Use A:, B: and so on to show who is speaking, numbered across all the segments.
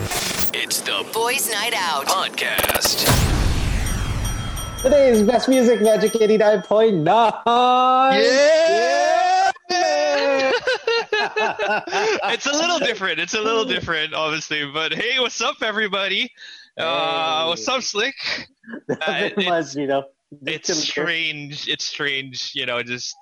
A: It's the
B: Boys Night Out.
A: podcast.
C: Today's best music, Magic 89.9.
D: Yeah! it's a little different. It's a little different, obviously. But hey, what's up, everybody? Uh, what's up, Slick? Uh,
C: Nothing
D: it-
C: much, you know.
D: it's
C: Just a little-
D: strange. It's strange, you know, just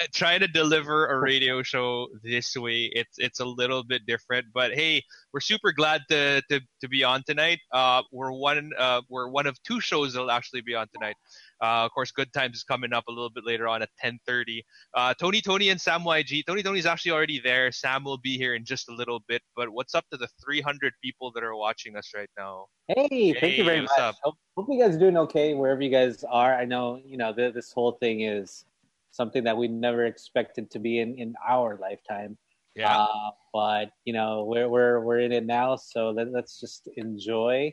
D: uh, trying to deliver a radio show this way. It's it's a little bit different, but hey, we're super glad to to, to be on tonight. Uh, we're one uh, we're one of two shows that'll actually be on tonight. Uh, of course, Good Times is coming up a little bit later on at 10:30. Uh, Tony, Tony, and Sam YG. Tony, Tony's actually already there. Sam will be here in just a little bit. But what's up to the 300 people that are watching us right now?
C: Hey, thank
D: Hey,
C: you very much.
D: what's up?
C: Hope, hope you guys are doing okay wherever you guys are. I know, you know, th- this whole thing is something that we never expected to be in, in our lifetime.
D: Yeah.
C: Uh, but you know, we're we're we're in it now, so let, let's just enjoy,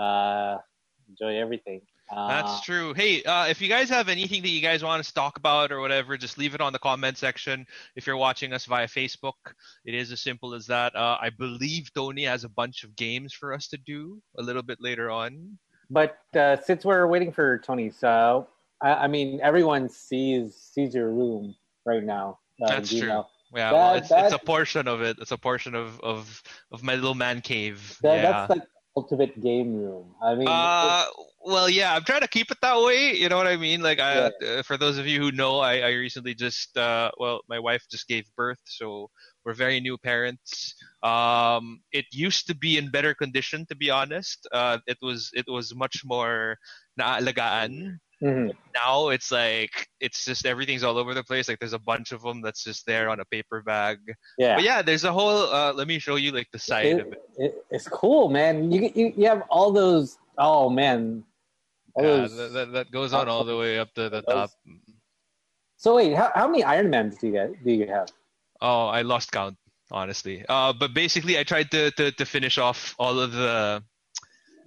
C: uh, enjoy everything. Uh,
D: That's true. Hey, uh, if you guys have anything that you guys want us to talk about or whatever, just leave it on the comment section. If you're watching us via Facebook, it is as simple as that. Uh, I believe Tony has a bunch of games for us to do a little bit later on.
C: But uh, since we're waiting for Tony, so I, I mean, everyone sees sees your room right now. Uh,
D: That's
C: you
D: true.
C: know.
D: Yeah,
C: That-
D: well, it's, it's a
C: that-
D: portion of it. It's a portion of of, of my little man cave.
C: That,
D: yeah.
C: That's like ultimate game room. I mean,
D: Uh, well, yeah, I'm trying to keep it that way. You know what I mean? Like, I, uh, for those of you who know, I, I recently just, uh, well, my wife just gave birth, so we're very new parents. Um, it used to be in better condition, to be honest. Uh, it was, it was much more naalagaan.
C: it's- mhm.
D: Now it's like, it's just everything's all over the place. Like, there's a bunch of them that's just there on a paper bag.
C: yeah,
D: But yeah, there's a whole. Uh, let me show you like the side
C: It-
D: of it.
C: it- it's cool, man. You, you you have all those. Oh man. All
D: Yeah,
C: those-
D: that, that, that goes on all the way up to the top.
C: Those- So wait, how, how many Iron Mans do you get, do you have?
D: Oh, I lost count, honestly. Uh, but basically, I tried to, to, to finish off all of the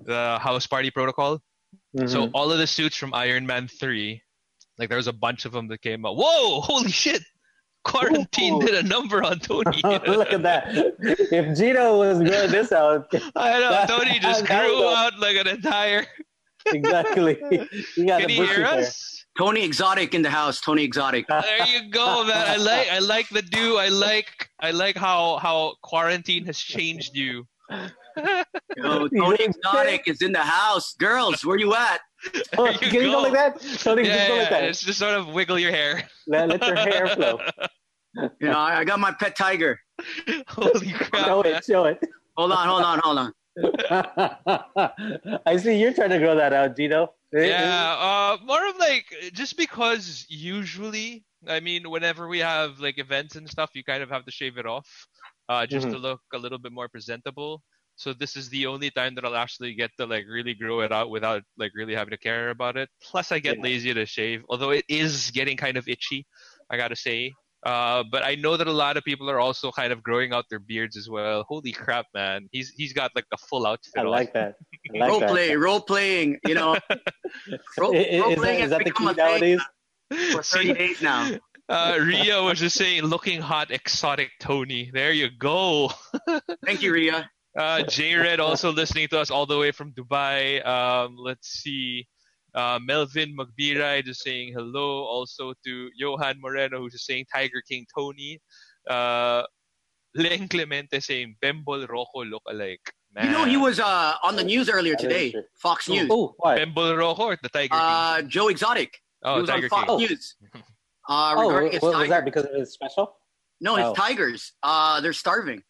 D: the house party protocol.
C: Mm-hmm.
D: So all of the suits from Iron Man three, like there was a bunch of them that came out. Whoa! Holy shit! Quarantine
C: Ooh.
D: did a number on Tony.
C: Mhm. Look at that. If Gino was growing this out,
D: I know Tony just
C: That
D: grew
C: was-
D: out like an entire.
C: exactly. You got
D: Can
C: a
D: you
C: bushy
D: hear
C: there.
D: us?
E: Tony Exotic in the house. Tony Exotic.
D: there you go, man. I like I like the do. I like I like how how quarantine has changed you.
E: Yo, Tony Exotic is in the house. Girls, where you at?
C: Oh,
D: you
C: can you go
D: go.
C: like that? Tony,
D: yeah,
C: just go
D: yeah,
C: like that.
D: It's just sort of wiggle your hair.
C: Let, let your hair flow.
E: You know, I I got my pet tiger.
D: Holy crap!
C: Show
D: man.
C: it, show it.
E: Hold on, hold on, hold on.
C: I see you're trying to grow that out, Eh, Gino.
D: Yeah, uh, more of like just because usually, I mean, whenever we have like events and stuff, you kind of have to shave it off, uh, just
C: Mm-hmm.
D: to look a little bit more presentable. So this is the only time that I'll actually get to like really grow it out without like really having to care about it. Plus, I get
C: Yeah.
D: lazy to shave, although it is getting kind of itchy, I gotta say. Uh, but I know that a lot of people are also kind of growing out their beards as well. Holy crap, man! He's he's got like the full outfit.
C: I
D: on.
C: like that. I like
E: Role
C: that.
E: play, role playing. You know, role,
C: I- i- Is, that, is that the key nowadays?
E: for 30 days now.
D: Uh, Ria was just saying, looking hot, exotic Tony. There you go.
E: Thank you, Ria.
D: Uh, J Red also listening to us all the way from Dubai. Um, let's see. Uh, Melvin Magbiray just saying hello. Also to Johan Moreno, who's just saying Tiger King Tony. Uh, Len Clemente saying Bembol Rojo look alike. Man.
E: You know, he was uh, on the news earlier
C: That is
E: today,
C: true.
E: Fox News.
C: Oh, why?
D: Bembol Rojo or the Tiger King?
E: Uh, Joe Exotic.
D: Oh,
E: he was
D: Tiger
E: on Fox
D: King.
E: News. Uh,
C: Oh,
E: regarding
C: what,
E: his
C: was that
E: tiger.
C: because of his special?
E: No, his
C: Oh.
E: tigers. Uh, they're starving.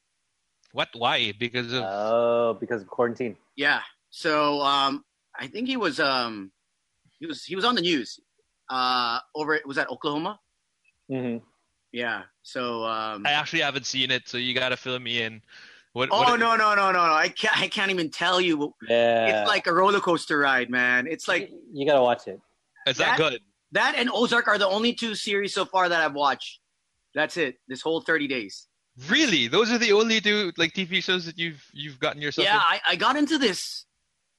D: What? Why? Because of.
E: Um,
C: Oh, because of quarantine.
E: Yeah. So um, I think he was um, he was he was on the news. Uh, over was that Oklahoma?
D: Mm-hmm.
C: hmm
E: Yeah. So um,
D: I actually haven't seen it, so you gotta fill me in. What?
E: Oh
D: what-
E: no no no no no! I can't I can't even tell you.
C: Yeah.
E: It's like a roller coaster ride, man. It's like
C: You- you gotta watch it.
D: It's not
E: that-
D: good.
E: that and Ozark are the only two series so far that I've watched. That's it. This whole thirty days.
D: Really? Those are the only two like TV shows that you've you've gotten yourself.
E: yeah,
D: in-
E: I, I got into this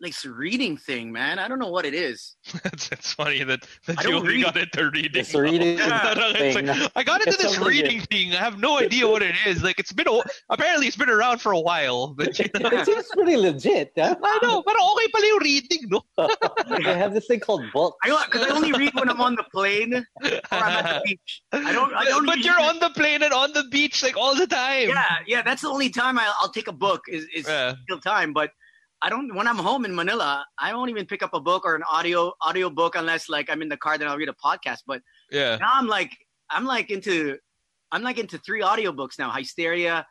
E: this reading thing, man. I don't know what it is.
D: it's, it's funny that,
E: I
D: that
E: don't
D: you only
E: read.
D: got into reading.
C: It's a reading
D: It's like,
C: thing.
D: I got into
C: It's
D: this
C: only a-
D: reading thing. I have no idea what it is. Like it's been a, apparently it's been around for a while, but you know,
C: it seems pretty legit. Huh?
D: I know. But okay, pala yung reading, no?
C: They have this thing called book.
E: I because I only read when I'm on the plane or I'm at the beach. I don't. I don't.
D: but
E: read-
D: you're on the plane and on the beach like all the time.
E: Yeah, yeah. That's the only time I, I'll take a book is is
D: Yeah.
E: real time. But I don't. When I'm home in Manila, I don't even pick up a book or an audio audio book unless like I'm in the car. Then I'll read a podcast. But
D: Yeah.
E: now I'm like I'm like into I'm like into three audiobooks now: Hysteria,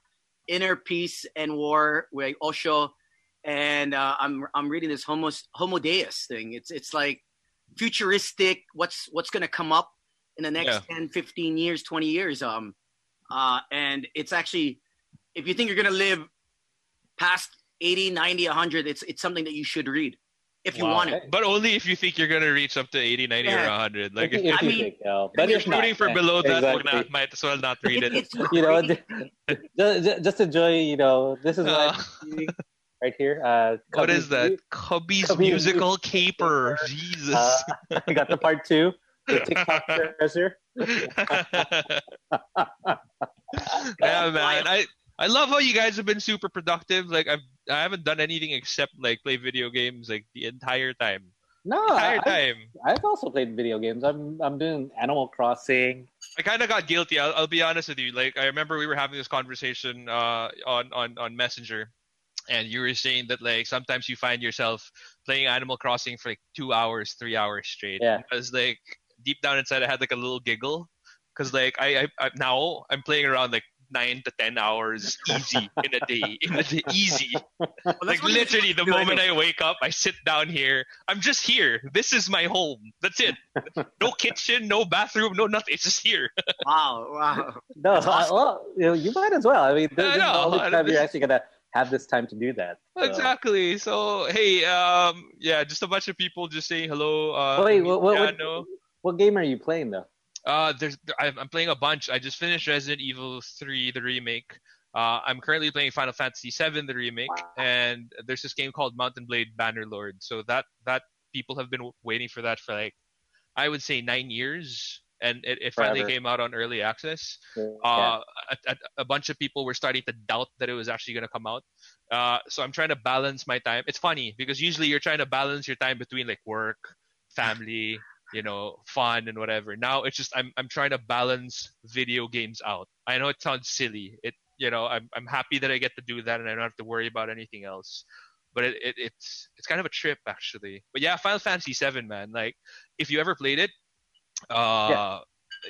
E: Inner Peace and War, with Osho, and uh, I'm I'm reading this Homo Homo Deus thing. It's it's like futuristic. What's what's gonna come up in the next
D: Yeah.
E: 10, 15 years, 20 years? Um, uh, and it's actually if you think you're gonna live past 80, 90, 100, it's it's something that you should read if you
C: Wow.
E: want it.
D: But only if you think you're gonna reach up to 80, 90, or
E: Yeah.
D: 100. Like
C: If
D: if,
C: you- if
E: I
C: you
E: mean,
C: think, no.
D: if
C: But
D: you're
C: if not,
D: shooting for
C: yeah,
D: below that, wag
C: exactly.
D: na, might as well not read
E: It-
D: it.
E: it's
C: You know,
E: crazy.
C: just, just enjoy. You know, this is what
D: Uh,
C: I'm reading right here. Uh,
D: what is that?
C: Cubby's
D: Cubby's,
C: Cubby's
D: musical caper. Jesus.
C: Uh, I got the part two. The TikTok treasure.
D: yeah, man. I I love how you guys have been super productive. Like I've I haven't done anything except like play video games like the entire time.
C: No,
D: Entire
C: I, I-
D: time.
C: I've also played video games. I'm I'm doing Animal Crossing.
D: I kind of got guilty. I'll, I'll be honest with you. Like I remember we were having this conversation uh, on on on Messenger, and you were saying that like sometimes you find yourself playing Animal Crossing for like two hours, three hours straight.
C: Yeah.
D: I was like deep down inside, I had like a little giggle because like I, I, I now I'm playing around like nine to ten hours easy in a day, in a day easy.
E: Well, that's
D: Like
E: what you-
D: literally, the
E: do
D: moment I wake up, I sit down here. I'm just here. This is my home. That's it. No kitchen, no bathroom, no nothing. It's just here.
E: Wow, wow.
C: No,
E: That's awesome.
C: I, well, you, know, you might as well. I mean, this,
D: I
C: this is the
D: know.
C: only
D: I-
C: time
D: this-
C: you're actually gonna have this time to do that. So-
D: Exactly. So hey, um, yeah, just a bunch of people just saying hello. Uh,
C: Wait,
D: Miss
C: what- what- what-
D: Piano.
C: What game are you playing though?
D: Uh, there's I'm I'm playing a bunch. I just finished Resident Evil 3, the remake. Uh, I'm currently playing Final Fantasy 7, the remake, and there's this game called Mountain Blade Bannerlord. So that that people have been waiting for that for like, I would say nine years, and it, it finally
C: Forever.
D: came out on early access.
C: Yeah.
D: Uh, a, a, a bunch of people were starting to doubt that it was actually going to come out. Uh, so I'm trying to balance my time. It's funny because usually you're trying to balance your time between like work, family, you know, fun and whatever. Now it's just I'm I'm trying to balance video games out. I know it sounds silly. It you know I'm I'm happy that I get to do that and I don't have to worry about anything else. But it, it it's it's kind of a trip actually. But yeah, Final Fantasy VII, man. Like if you ever played it, uh,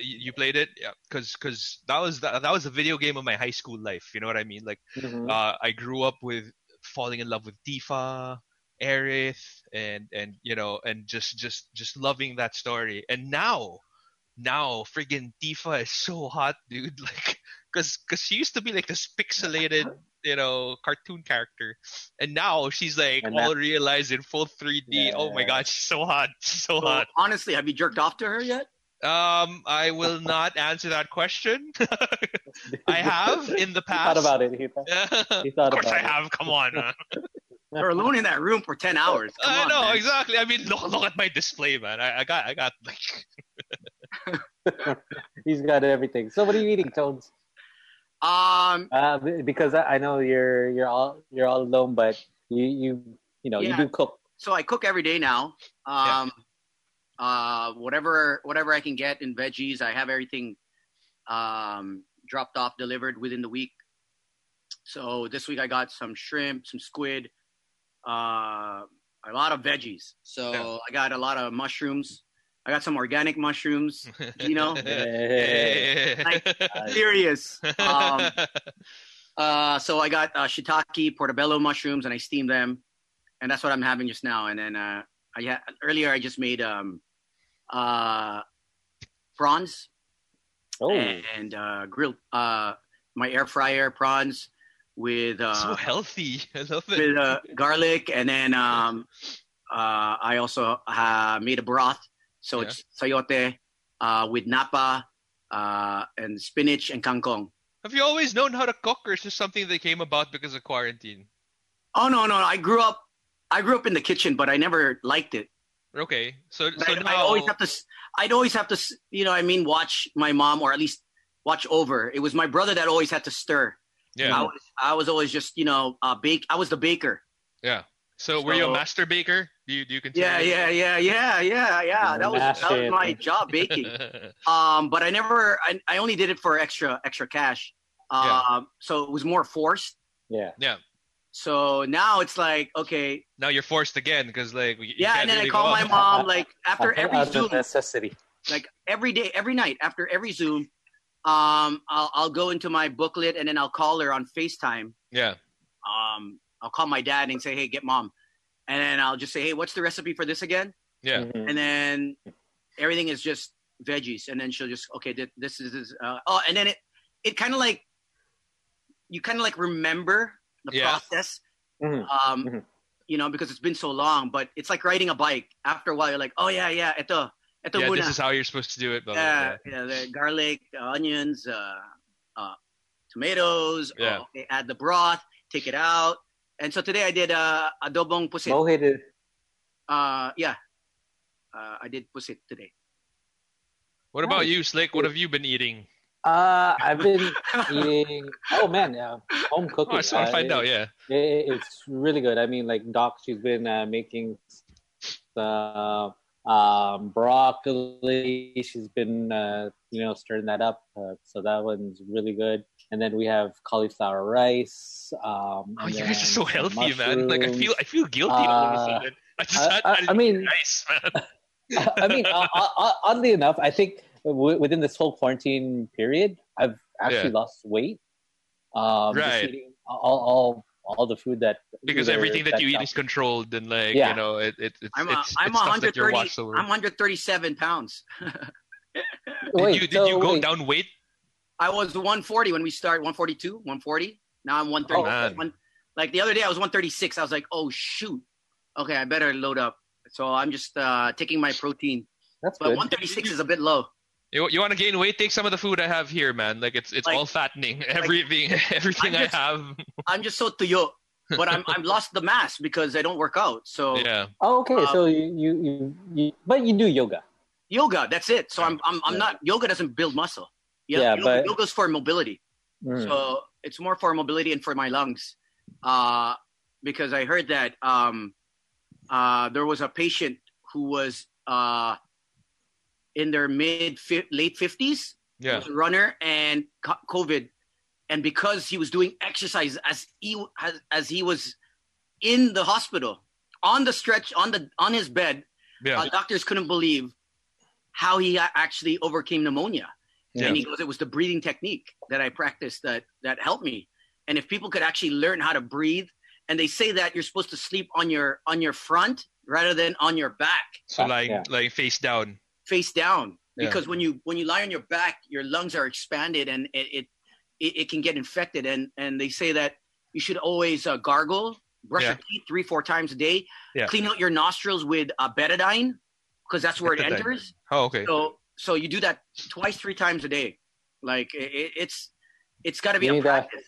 D: you, you played it, yeah, because cause that was the, that was the video game of my high school life. You know what I mean? Like
C: Mhm.
D: uh, I grew up with falling in love with Tifa, Aerith, and and you know, and just just just loving that story. And now, now friggin' Tifa is so hot, dude. Like, cause cause she used to be like this pixelated, you know, cartoon character, and now she's like
C: And
D: all realized in full 3D. oh my
C: Yeah.
D: god, she's so hot, she's so
E: So,
D: hot.
E: honestly, have you jerked off to her yet?
D: Um, I will not answer that question. I have in the
C: He thought
D: past.
C: about it. He thought, he
D: of
C: thought
D: course,
C: about
D: I
C: it.
D: have. Come on. man.
E: You're alone in that room for ten hours. Come
D: I
E: on,
D: know
E: man.
D: exactly. I mean, look, look at my display, man. I, I got, I got like,
C: He's got everything. So what are you eating, Tones?
E: Um,
C: Uh, b- because I I know you're you're all you're all alone, but you you you know
E: Yeah.
C: you do cook.
E: so I cook every day now. Um, uh, whatever whatever I can get in veggies, I have everything um, dropped off, delivered within the week. So this week I got some shrimp, some squid, uh, a lot of veggies. So
D: Yeah.
E: I got a lot of mushrooms. I got some organic mushrooms. You know? Serious. Um, Uh, so I got uh, shiitake portobello mushrooms, and I steamed them, and that's what I'm having just now. And then uh, I had, earlier I just made um, uh, prawns
C: oh,
E: and uh, grilled uh, my air fryer prawns with
D: so
E: uh,
D: healthy. I love it.
E: with uh, garlic, and then um, uh, I also uh, made a broth. So
D: Yeah.
E: it's sayote uh, with napa uh, and spinach and kangkong.
D: Have you always known how to cook, or is this something that came about because of quarantine?
E: Oh no, no, I grew up. I grew up in the kitchen, but I never liked it.
D: Okay, so
E: But
D: so
E: I'd,
D: now
E: I'd always have to. s- I'd always have to. s- You know, I mean, watch my mom, or at least watch over. It was my brother that always had to stir. I
D: yeah.
E: was, I was always just, you know, uh, bake. I was the baker.
D: So were you a
E: so-
D: master baker? Do you do you consider?
E: Yeah, yeah, yeah, yeah, yeah, yeah. That was that
C: Master.
E: was my job baking. Um, but I never. I, I only did it for extra extra cash. Um,
D: Yeah.
E: so it was more forced.
C: Yeah.
E: So now it's like okay,
D: now you're forced again because like you- you
E: yeah.
D: can't
E: And then
D: really
E: I call
D: go
E: my
D: out.
E: mom like after
C: I think
E: every
C: out of
E: Zoom,
C: necessity.
E: like every day, every night after every Zoom. Um, I'll I'll go into my booklet and then I'll call her on Facetime.
D: Yeah,
E: Um, I'll call my dad and say, hey, get mom, and then I'll just say, hey, what's the recipe for this again?
D: yeah,
C: Mhm.
E: and then everything is just veggies and then she'll just okay th- this is this, uh, oh and then it it kind of like you kind of like remember
D: Yeah.
E: the
D: Mm-hmm.
E: process
C: Mhm.
E: um
C: Mhm.
E: you know because it's been so long but it's like riding a bike after a while you're like oh yeah yeah ito ito
D: yeah.
E: muna
D: This is how you're supposed to do it. Blah, blah,
E: yeah,
D: blah.
E: yeah, the garlic the onions uh, uh tomatoes
D: Yeah.
E: oh, okay, add the broth take it out and so today i did uh adobong pusit
C: Mohe did.
E: uh yeah uh, i did pusit today
D: What about you, Slick? What have you been eating?
C: Uh, I've been eating. Oh man, yeah, home cooking.
D: Oh, I just want
C: Uh,
D: to find
C: it-
D: out. Yeah,
C: it- it's really good. I mean, like Doc, she's been uh, making the um, broccoli. She's been, uh, you know, stirring that up. Uh, so that one's really good. And then we have cauliflower rice. Um,
D: Oh,
C: and
D: you guys are
C: then
D: so healthy, man.
C: mushrooms.
D: Like I feel, I feel guilty all of a
C: Uh,
D: sudden. I just
C: I,
D: had
C: I, I mean,
D: nice, man.
C: I mean, uh, uh, oddly enough, I think w- within this whole quarantine period, I've actually lost weight. Um, just
D: Right.
C: eating all, all, all the food that
D: Because
C: either
D: everything that you eat
C: Doc-
D: is controlled and like
C: Yeah.
D: you know it, it it's
E: I'm a,
D: it's,
E: I'm
D: it's stuff that you're
E: 130.
D: watched over.
E: I'm 137 pounds.
D: did
C: Wait,
D: you did
C: so
D: you go
C: wait.
D: down weight?
E: I was 140 when we started. 142, 140. Now I'm 130.
D: Oh, man.
E: One- like the other day, I was 136. I was like, oh shoot. Okay, I better load up. So I'm just uh, taking my protein,
C: That's
E: but
C: good.
E: 136 is a bit low.
D: You, you want to gain weight? Take some of the food I have here, man. Like it's it's
E: Like-
D: all fattening. Everything everything
E: I'm
D: I
E: just-
D: have.
E: I'm just so tuyo, but I'm I'm lost the mass because I don't work out. So
D: yeah.
C: Oh, okay.
E: Um,
C: so you, you, you, you, but you do yoga.
E: yoga, that's it. So I'm I'm, I'm
C: Yeah.
E: not yoga doesn't build muscle.
C: Yeah,
E: yoga,
C: but-
E: yoga's for mobility.
C: Mm.
E: So it's more for mobility and for my lungs, uh, because I heard that um, uh, there was a patient who was uh, in their mid fi- late fifties,
D: Yeah.
E: was a runner, and co- COVID, and because he was doing exercise as he as, as he was in the hospital on the stretch on the on his bed,
D: Yeah.
E: uh, doctors couldn't believe how he a- actually overcame pneumonia.
C: Yeah.
E: And he goes, it was the breathing technique that I practiced that that helped me. And if people could actually learn how to breathe, and they say that you're supposed to sleep on your on your front rather than on your back,
D: So lying
C: Yeah.
D: lying face down.
E: face down,
D: Yeah.
E: because when you when you lie on your back, your lungs are expanded and it it, it, it can get infected. And and they say that you should always uh, gargle, brush your teeth three four times a day,
D: Yeah.
E: clean out your nostrils with uh, betadine, because that's where it
D: Betadine.
E: enters
D: Oh okay.
E: so so you do that twice three times a day like i i it's it's got to be
C: You
E: a
C: need that.
E: practice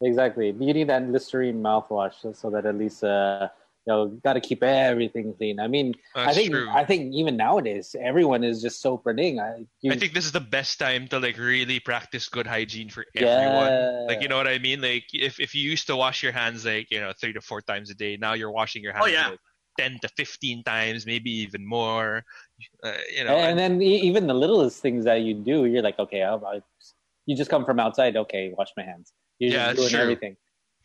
C: Exactly. You need that Listerine mouthwash so- so that at least, uh, you know, got to keep everything clean. I mean,
D: That's
C: I think,
D: true.
C: I think even nowadays, everyone is just so pretending. I, you,
D: I think this is the best time to like really practice good hygiene for everyone.
C: yeah.
D: Like you know what I mean? Like if, if you used to wash your hands like, you know, three to four times a day, now you're washing your hands
E: Oh, yeah.
D: like ten to fifteen times, maybe even more. Uh, you know,
C: and then e- even the littlest things that you do, you're like, okay, I'll, I, you just come from outside. Okay, wash my hands. You're
D: Yeah,
C: just
D: it's
C: doing
D: true.
C: everything.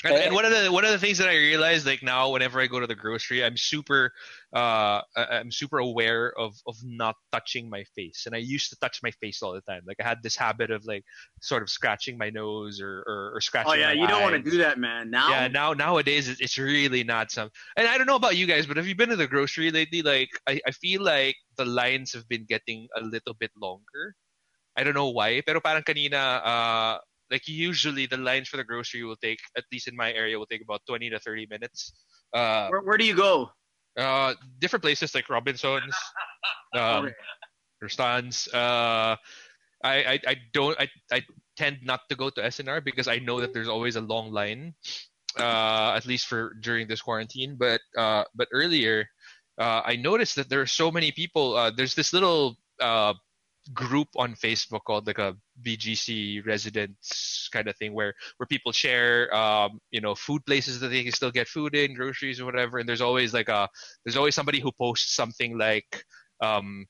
D: And,
C: Eh.
D: and one of the one of the things that I realize like now whenever I go to the grocery, I'm super uh I- I'm super aware of of not touching my face. And I used to touch my face all the time. Like I had this habit of like sort of scratching my nose or or, or scratching.
E: oh yeah
D: my
E: you don't want
D: eye.
E: to do that man now
D: Yeah, now nowadays it- it's really not some. And I don't know about you guys, but have you been to the grocery lately? Like I, I feel like the lines have been getting a little bit longer. I don't know why, pero parang kanina uh like usually the lines for the grocery will take at least in my area will take about 20 to 30 minutes. Uh
E: where, where do you go
D: uh different places like Robinsons um
E: Okay.
D: Rustans uh I, I, I don't I, I tend not to go to SNR because I know that there's always a long line uh, at least for during this quarantine. But uh, but earlier, uh, I noticed that there are so many people. Uh, there's this little uh, group on Facebook called like a BGC residents kind of thing where where people share um, you know food places that they can still get food in, groceries or whatever. And there's always like a there's always somebody who posts something like. Um,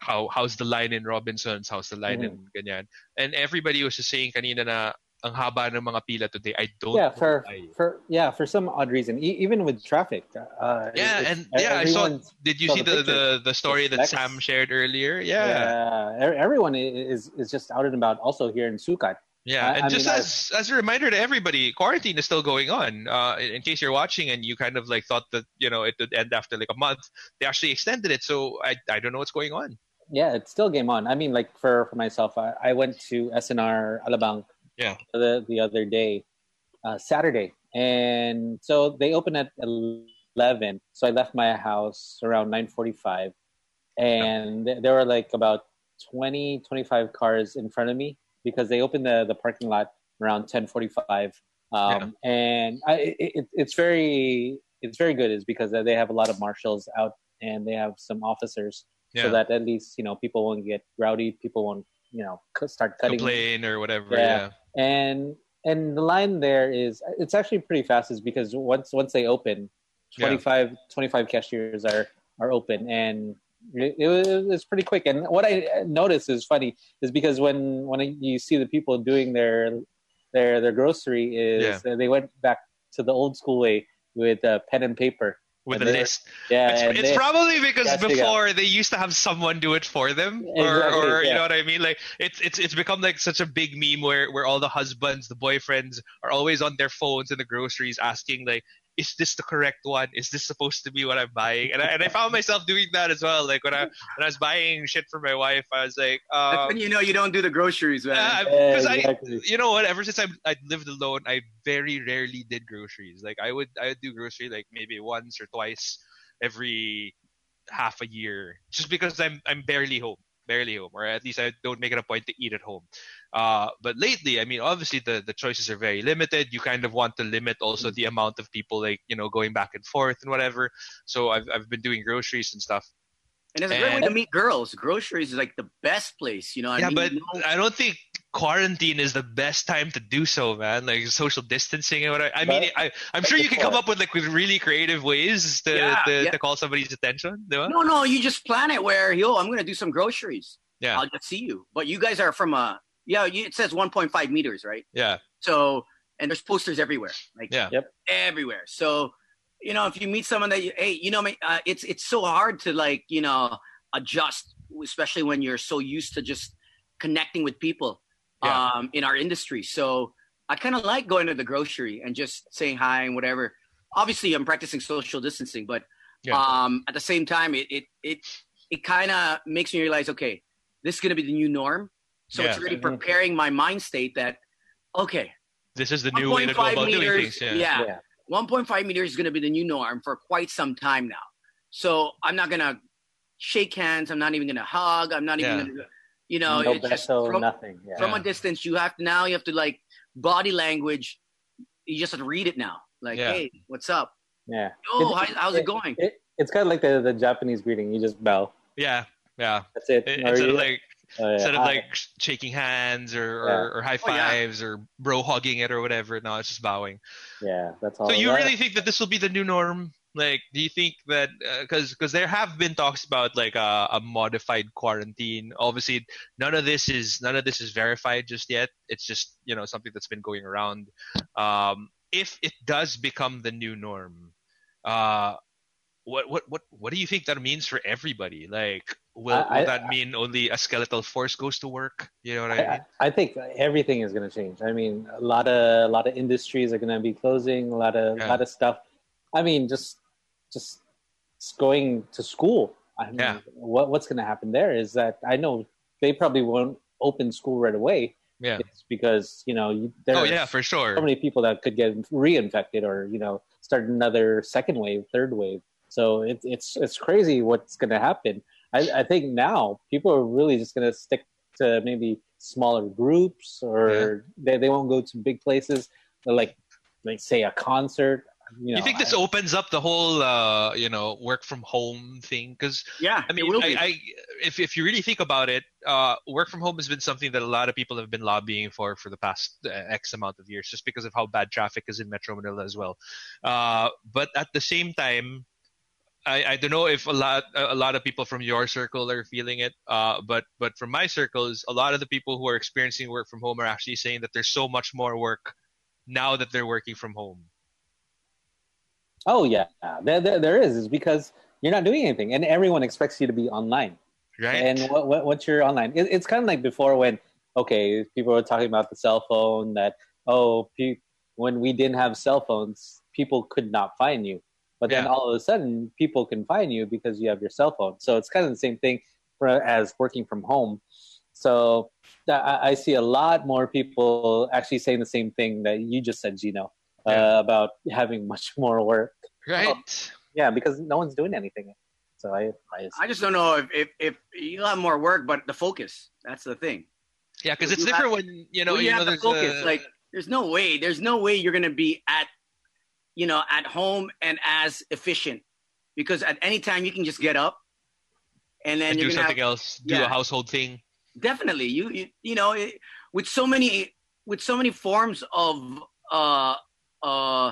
D: how how's the line in Robinsons? How's the line in ganyan? And everybody was just saying kanina na ang haba ng mga pila today. I don't
C: yeah,
D: know
C: for
D: why.
C: for yeah, for some odd reason, e- even with traffic. Uh,
D: Yeah,
C: it's-
D: and yeah, I saw.
C: everyone's-
D: Did you
C: saw
D: see
C: the
D: the, the, the story that
C: Lex.
D: Sam shared earlier? Yeah,
C: Yeah. e- everyone i- is is just out and about. Also here in Sukat.
D: yeah.
C: I-
D: and
C: I
D: just
C: mean, I-
D: as as a reminder to everybody, quarantine is still going on. Uh, in, in case you're watching and you kind of like thought that you know it would end after like a month, they actually extended it. So I I don't know what's going on.
C: Yeah, it's still game on. I mean, like for for myself, I, I went to SNR Alabang.
D: Yeah.
C: The the other day, uh, Saturday, and so they open at eleven. So I left my house around nine forty five, and th- there were like about 20, 25 cars in front of me because they opened the the parking lot around ten forty five. Um, and I, it, it- it's very it's very good is because they have a lot of marshals out and they have some officers
D: Yeah,
C: so that at least you know people won't get rowdy people won't you know cu- start cutting
D: complain or whatever.
C: Yeah.
D: Yeah,
C: and and the line there is it's actually pretty fast is because once once they open
D: Yeah.
C: 25 25 cashiers are are open and it, it was it's pretty quick and what i noticed is funny is because when when you see the people doing their their their grocery is they went back to the old school way with uh, pen and paper
D: with a
C: And they-
D: list.
C: yeah
D: It's,
C: and
D: it's
C: they-
D: probably because
C: Yes, they got-
D: before they used to have someone do it for them, or,
C: Exactly,
D: or you
C: yeah.
D: know what I mean. Like it's it's it's become like such a big meme where where all the husbands, the boyfriends, are always on their phones in the groceries asking like, "Is this the correct one? Is this supposed to be what I'm buying?" And I, and I found myself doing that as well. Like when I when I was buying shit for my wife, I was like,
E: That's
D: um,
E: when you know you don't do the groceries, man.
D: yeah,
C: Yeah,
D: because I,
C: exactly.
D: you know what? Ever since I I lived alone, I very rarely did groceries. Like I would I would do grocery like maybe once or twice every half a year, just because I'm I'm barely home, barely home, or at least I don't make it a point to eat at home. Uh, but lately, I mean, obviously the the choices are very limited. You kind of want to limit also the amount of people like you know going back and forth and whatever. So I've I've been doing groceries and stuff.
E: and it's a great way
D: and-
E: to meet girls. Groceries is like the best place, you know. I
D: yeah,
E: mean,
D: but
E: you know-
D: I don't think quarantine is the best time to do so, man. Like social distancing and whatever. I
C: But-
D: mean, I, I'm
C: but
D: sure you can come
C: before-
D: up with like with really creative ways to,
E: Yeah,
D: to,
E: yeah.
D: to call somebody's attention. di ba?
E: No, no, you just plan it where yo, I'm gonna do some groceries.
D: Yeah.
E: I'll just see you. But you guys are from a yeah, you, it says 1.5 meters, right?
D: Yeah,
E: So and there's posters everywhere, like
D: Yeah.
C: Yep.
E: everywhere. So you know, if you meet someone that you, hey, you know, ma- uh, it's it's so hard to like you know adjust, especially when you're so used to just connecting with people
D: Yeah.
E: um, in our industry. So I kind of like going to the grocery and just saying hi and whatever. Obviously, I'm practicing social distancing, but
D: Yeah.
E: um, at the same time, it it it, it kind of makes me realize, okay, this is gonna be the new norm. So
D: Yeah.
E: it's
D: Mm-hmm.
E: already
C: Mhm.
E: preparing my mind state that okay,
D: this is the new way to go
E: 1.5
D: about doing
E: meters,
D: things. Yeah.
E: yeah,
C: yeah.
E: 1.5 meters is going to be the new norm for quite some time now. So I'm not going to shake hands. I'm not even going to hug. I'm not even
D: Yeah.
E: going to, you know,
C: no
E: it's just
C: beso,
E: from,
C: nothing yeah.
E: from a distance. You have to now. You have to like body language. You just have to read it now. Like,
D: Yeah.
E: hey, what's up?
C: yeah
E: Oh, how, how's it going?
C: It, it's kind of like the, the Japanese greeting. You just bow.
D: yeah, yeah.
C: That's it.
D: It-
C: Or
D: Instead
C: you-
D: of like
C: oh, yeah.
D: instead of
C: I-
D: like sh- shaking hands or, or, or high
E: Oh, yeah.
D: fives or bro hugging it or whatever. No, it's just bowing.
C: Oh, yeah, that's all.
D: So you
C: that-
D: really think that this will be the new norm? Like, do you think that because because there have been talks about like uh, a, a modified quarantine? Obviously, none of this is none of this is verified just yet. It's just you know something that's been going around. Um, if it does become the new norm, uh, what what what what do you think that means for everybody? Like, will, will
C: I- I-
D: that mean only a skeletal force goes to work? You know what I
C: I,
D: mean?
C: I- I think everything is going to change. I mean, a lot of a lot of industries are going to be closing. A lot of
D: Yeah.
C: lot of stuff. I mean, just just going to school. I mean,
D: Yeah.
C: what what's going to happen there is that I know they probably won't open school right away.
D: yeah.
C: It's because you know you- there
D: Oh
C: are
D: yeah, for sure.
C: so many people that could get reinfected or you know start another second wave third wave so it, it's it's crazy what's going to happen I, I think now people are really just going to stick to maybe smaller groups or they, they won't go to big places like like say a concert. You, know,
D: you think this
C: I-
D: opens up the whole, uh, you know, work from home thing? Because
E: Yeah,
D: I mean,
E: it will
D: I,
E: be.
D: I if if you really think about it, uh, work from home has been something that a lot of people have been lobbying for for the past uh, X amount of years, just because of how bad traffic is in Metro Manila as well. Uh, but at the same time, I, I don't know if a lot a lot of people from your circle are feeling it, uh, but but from my circles, a lot of the people who are experiencing work from home are actually saying that there's so much more work now that they're working from home.
C: oh yeah, there, there, there is is because you're not doing anything, and everyone expects you to be online.
D: Right?
C: And what, what, what's your online? It, it's kind of like before when, okay, people were talking about the cell phone that, oh, pe- when we didn't have cell phones, people could not find you. But then
D: Yeah.
C: all of a sudden, people can find you because you have your cell phone. So it's kind of the same thing for, as working from home. So I- I, I see a lot more people actually saying the same thing that you just said, Gino,
D: Yeah.
C: uh, about having much more work.
D: right.
C: Yeah, because no one's doing anything. So I, I,
E: I just don't know if, if if you'll have more work, but the focus. That's the thing.
D: Yeah, because it's
E: You
D: different when you know
E: Well,
D: you
E: you
D: know
E: have to
D: there's
E: focus.
D: a-
E: Like, there's no way. There's no way you're gonna be at, you know, at home and as efficient, because at any time you can just get up, and then
D: and
E: you're
D: do
E: gonna have
D: something else, do a
E: yeah.
D: household thing.
E: definitely you you, you know it, with so many with so many forms of uh uh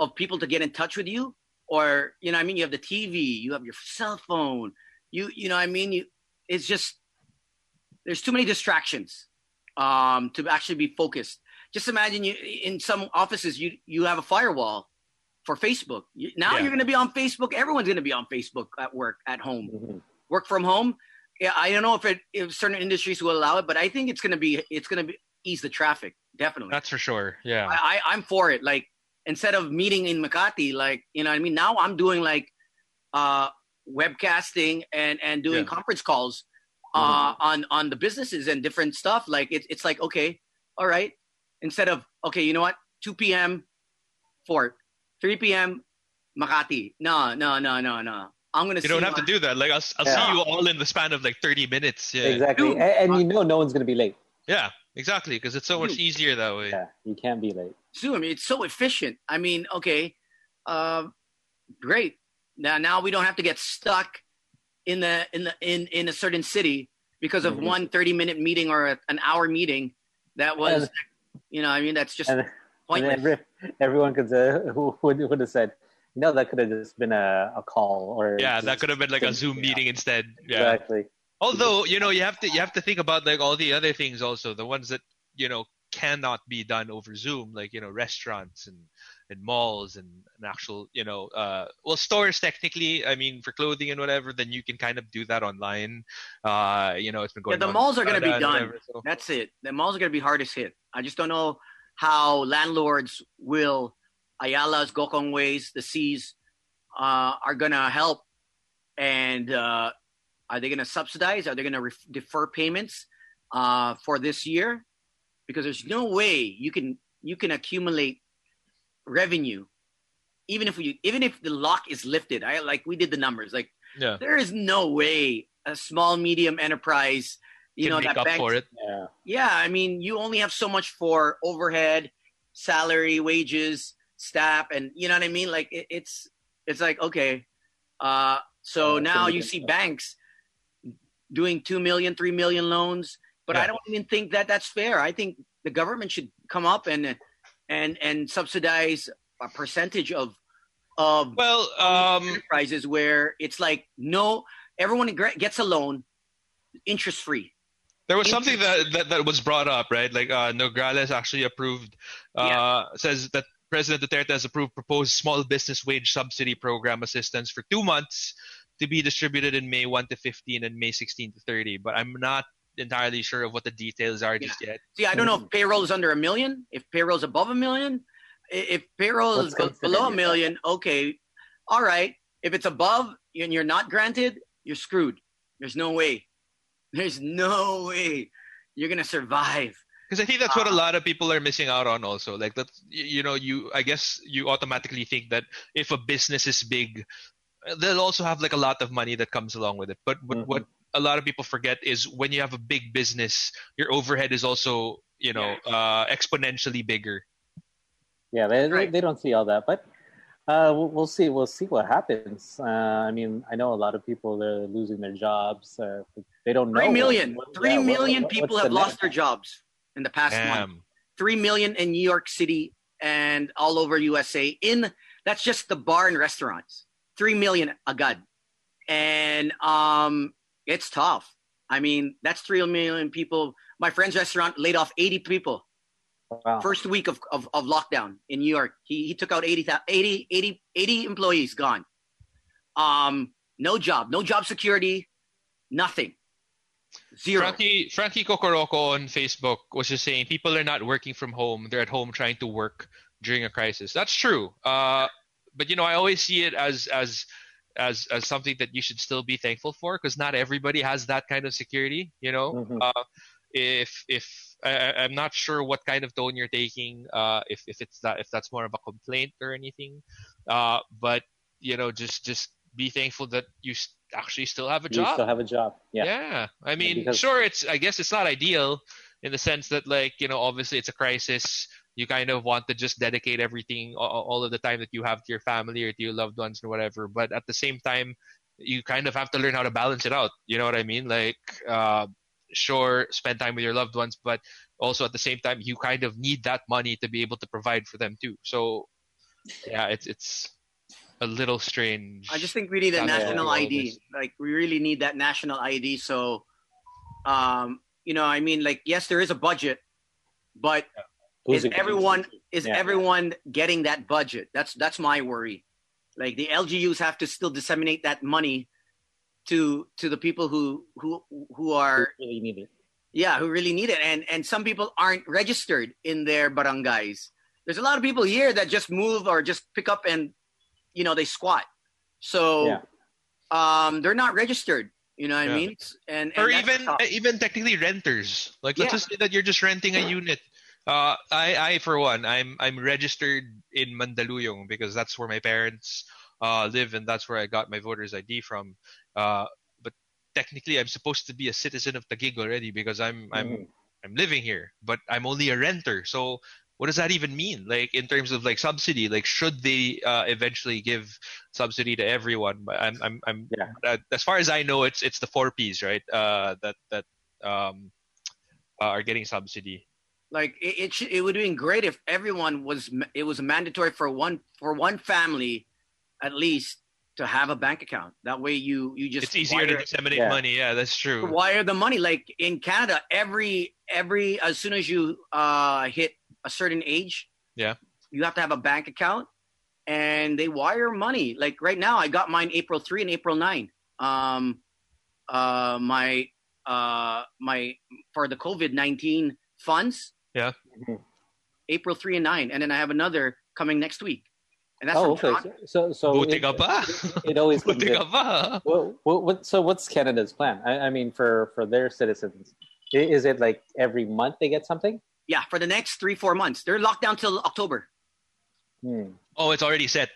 E: of people to get in touch with you or you know what i mean you have the tv you have your cell phone you you know what i mean you it's just there's too many distractions um to actually be focused just imagine you in some offices you you have a firewall for facebook you, now
D: Yeah.
E: you're going to be on facebook everyone's going to be on facebook at work at home
C: Mhm.
E: work from home. Yeah, I don't know if it if certain industries will allow it, but I think it's gonna be it's gonna be, ease the traffic definitely.
D: That's for sure. Yeah.
E: I, I I'm for it. Like instead of meeting in Makati, like you know what I mean. Now I'm doing like uh, webcasting and and doing
D: Yeah. Mm-hmm.
E: conference calls uh, on on the businesses and different stuff. Like it's it's like okay, all right. Instead of okay, you know what, 2 p.m. Fort, 3 p.m. Makati. No, no, no, no, no. I'm gonna.
D: You don't
E: see
D: have
E: my-
D: to do that. Like I'll, I'll
C: Yeah.
D: see you all in the span of like 30 minutes. Yeah.
C: Exactly.
E: Dude,
C: A- and, you know no one's going to be late.
D: Yeah. Exactly. Because it's so much
E: Dude.
D: easier that way.
C: Yeah, you can't be late.
E: Zoom. It's so efficient. I mean, okay, uh, great. Now, now we don't have to get stuck in the in the in in a certain city because of
C: Mhm.
E: one 30 minute meeting or a, an hour meeting that was,
C: And-
E: you know, I mean, that's just
C: And, and
E: pointless.
C: every, everyone could uh, who would, would have said, no, that could have just been a, a call or
D: Yeah,
C: just-
D: that could have been like a
C: Yeah.
D: Zoom meeting instead. Yeah.
C: exactly.
D: Although you know you have to you have to think about like all the other things also the ones that you know cannot be done over Zoom like you know restaurants and and malls and, and actual you know uh, well stores technically I mean for clothing and whatever then you can kind of do that online uh, you know it's been
E: Yeah,
D: going
E: the
D: on
E: malls are going to be
D: and
E: done.
D: whatever, so-
E: That's it. The malls are going to be hardest hit. I just don't know how landlords will Ayala's, Gokongways, the C's uh, are going to help. And uh, are they going to subsidize? Are they going to ref defer payments uh, for this year? Because there's no way you can you can accumulate revenue, even if you even if the lock is lifted. I like we did the numbers. Like
D: yeah
E: there is no way a small medium enterprise, you
D: can
E: know,
D: make
E: that
D: up
E: banks,
D: for it
C: Yeah.
E: yeah, I mean, you only have so much for overhead, salary, wages, staff, and you know what I mean. Like it, it's it's like okay, uh, so
C: Yeah, it's
E: now
C: gonna be
E: you
C: good
E: see
C: stuff.
E: banks doing two million, three million loans, but I
D: Yeah.
E: don't even think that that's fair. I think the government should come up and and and subsidize a percentage of of
D: well um
E: enterprises where it's like no, everyone gre- gets a loan, interest free.
D: There was something that, that, that was brought up, right? Like uh, Nograles actually approved, uh, says that President Duterte has approved proposed small business wage subsidy program assistance for two months to be distributed in May 1 to 15 and May 16 to 30. But I'm not entirely sure of what the details are just yet.
E: See, I don't know if
C: Mm-hmm.
E: payroll is under a million, if payroll is above a million, I- if payroll
C: Let's
E: is
C: consider
E: below a
C: it.
E: million, okay, all right. If it's above and you're not granted, you're screwed. There's no way. There's no way you're gonna survive.
D: Because I think that's what a
E: Ah.
D: lot of people are missing out on also. Like that's y- you know, you I guess you automatically think that if a business is big, uh, they'll also have like a lot of money that comes along with it. But but
C: Mhm.
D: what a lot of people forget is when you have a big business, your overhead is also, you know, uh, exponentially bigger.
C: Yeah, they, they-
E: Right.
C: they don't see all that, but uh, we'll, we'll see. We'll see what happens. Uh, I mean, I know a lot of people they're losing their jobs. Uh, they don't know.
E: Three
C: what-
E: million.
C: what-
E: Three
C: yeah, what-
E: million
C: what-
E: people
C: what's
E: have
C: the
E: lost their
C: next-
E: jobs in the past month.
D: Damn.
E: Three million in New York City and all over USA. In that's just the bar and restaurants. Three million agad, and um, it's tough. I mean, that's three million people. My friend's restaurant laid off eighty people
C: Wow.
E: first week of, of, of lockdown in New York. He, he took out 80, 80, 80, 80 employees gone. Um, no job, no job security, nothing. Zero.
D: Frankie Frankie Kokoroko on Facebook was just saying people are not working from home; they're at home trying to work during a crisis. That's true. Uh, but you know, I always see it as as as as something that you should still be thankful for because not everybody has that kind of security. You know,
C: Mhm.
D: uh, if if I, I- I'm not sure what kind of tone you're taking, uh, if if it's that if that's more of a complaint or anything, uh, but you know, just just be thankful that you s- actually still have a
C: You
D: job.
C: still have a job. Yeah.
D: I mean,
C: because-
D: sure, it's I guess it's not ideal in the sense that like you know obviously it's a crisis. You kind of want to just dedicate everything, a- a- all of the time that you have to your family or to your loved ones or whatever. But at the same time, you kind of have to learn how to balance it out. You know what I mean? Like, uh, sure, spend time with your loved ones, but also at the same time, you kind of need that money to be able to provide for them too. So, yeah, it's it's a little strange.
E: I just think we need
D: Yeah,
E: a national
D: yeah.
E: ID. Like we really need that national ID. So, um, you know, I mean, like yes, there is a budget, but
C: Who's
E: is
C: against
E: everyone
C: it?
E: is
C: Yeah.
E: everyone getting that budget? That's that's my worry. Like the LGUs have to still disseminate that money to to the people who who who
C: Who
E: are
C: really need it?
E: yeah who really need it. And and some people aren't registered in their barangays. There's a lot of people here that just move or just pick up and you know they squat. So
C: Yeah.
E: um they're not registered. You know what
D: Yeah.
E: I mean? It's- And, and
D: or
E: that's
D: even eh, e
E: tough.
D: even technically renters. Like let's
E: Yeah.
D: just say that you're just renting a unit. Uh, I I for one, I'm I'm registered in Mandaluyong because that's where my parents uh, live and that's where I got my voter's ID from. Uh, but technically, I'm supposed to be a citizen of Taguig already because I'm
E: Mm-hmm.
D: I'm
C: Mhm.
D: I'm living here, but I'm only a renter. So what does that even mean? Like in terms of like subsidy, like should they uh, eventually give subsidy to everyone? But I'm, I'm, I'm
C: Yeah.
D: uh, as far as I know, it's it's the four Ps, right? Uh, that that um, uh, are getting subsidy.
E: like it it, should, it would have been great if everyone was ma- it was mandatory for one for one family at least to have a bank account that way you you just
D: It's easier to
E: wire,
D: disseminate
C: yeah.
D: money. Yeah, that's true.
E: wire the money like in canada every every as soon as you uh hit a certain age
D: Yeah.
E: you have to have a bank account and they wire money like right now i got mine april 3 and april 9 um uh my uh my for the covid-19 funds Mm-hmm.
D: Yeah.
C: Mhm.
E: april 3 and 9 and then i have another coming next week and that's
C: Oh,
E: from
C: okay.
E: Toronto.
C: So, so
D: Buti ka pa?
C: it always comes
D: Buti
C: in.
D: ka pa?
C: Well, what, what, so what's Canada's plan? I, I mean, for for their citizens, I- is it like every month they get something?
E: yeah for the next three four months they're locked down till october
C: Hmm.
D: Oh, it's already set.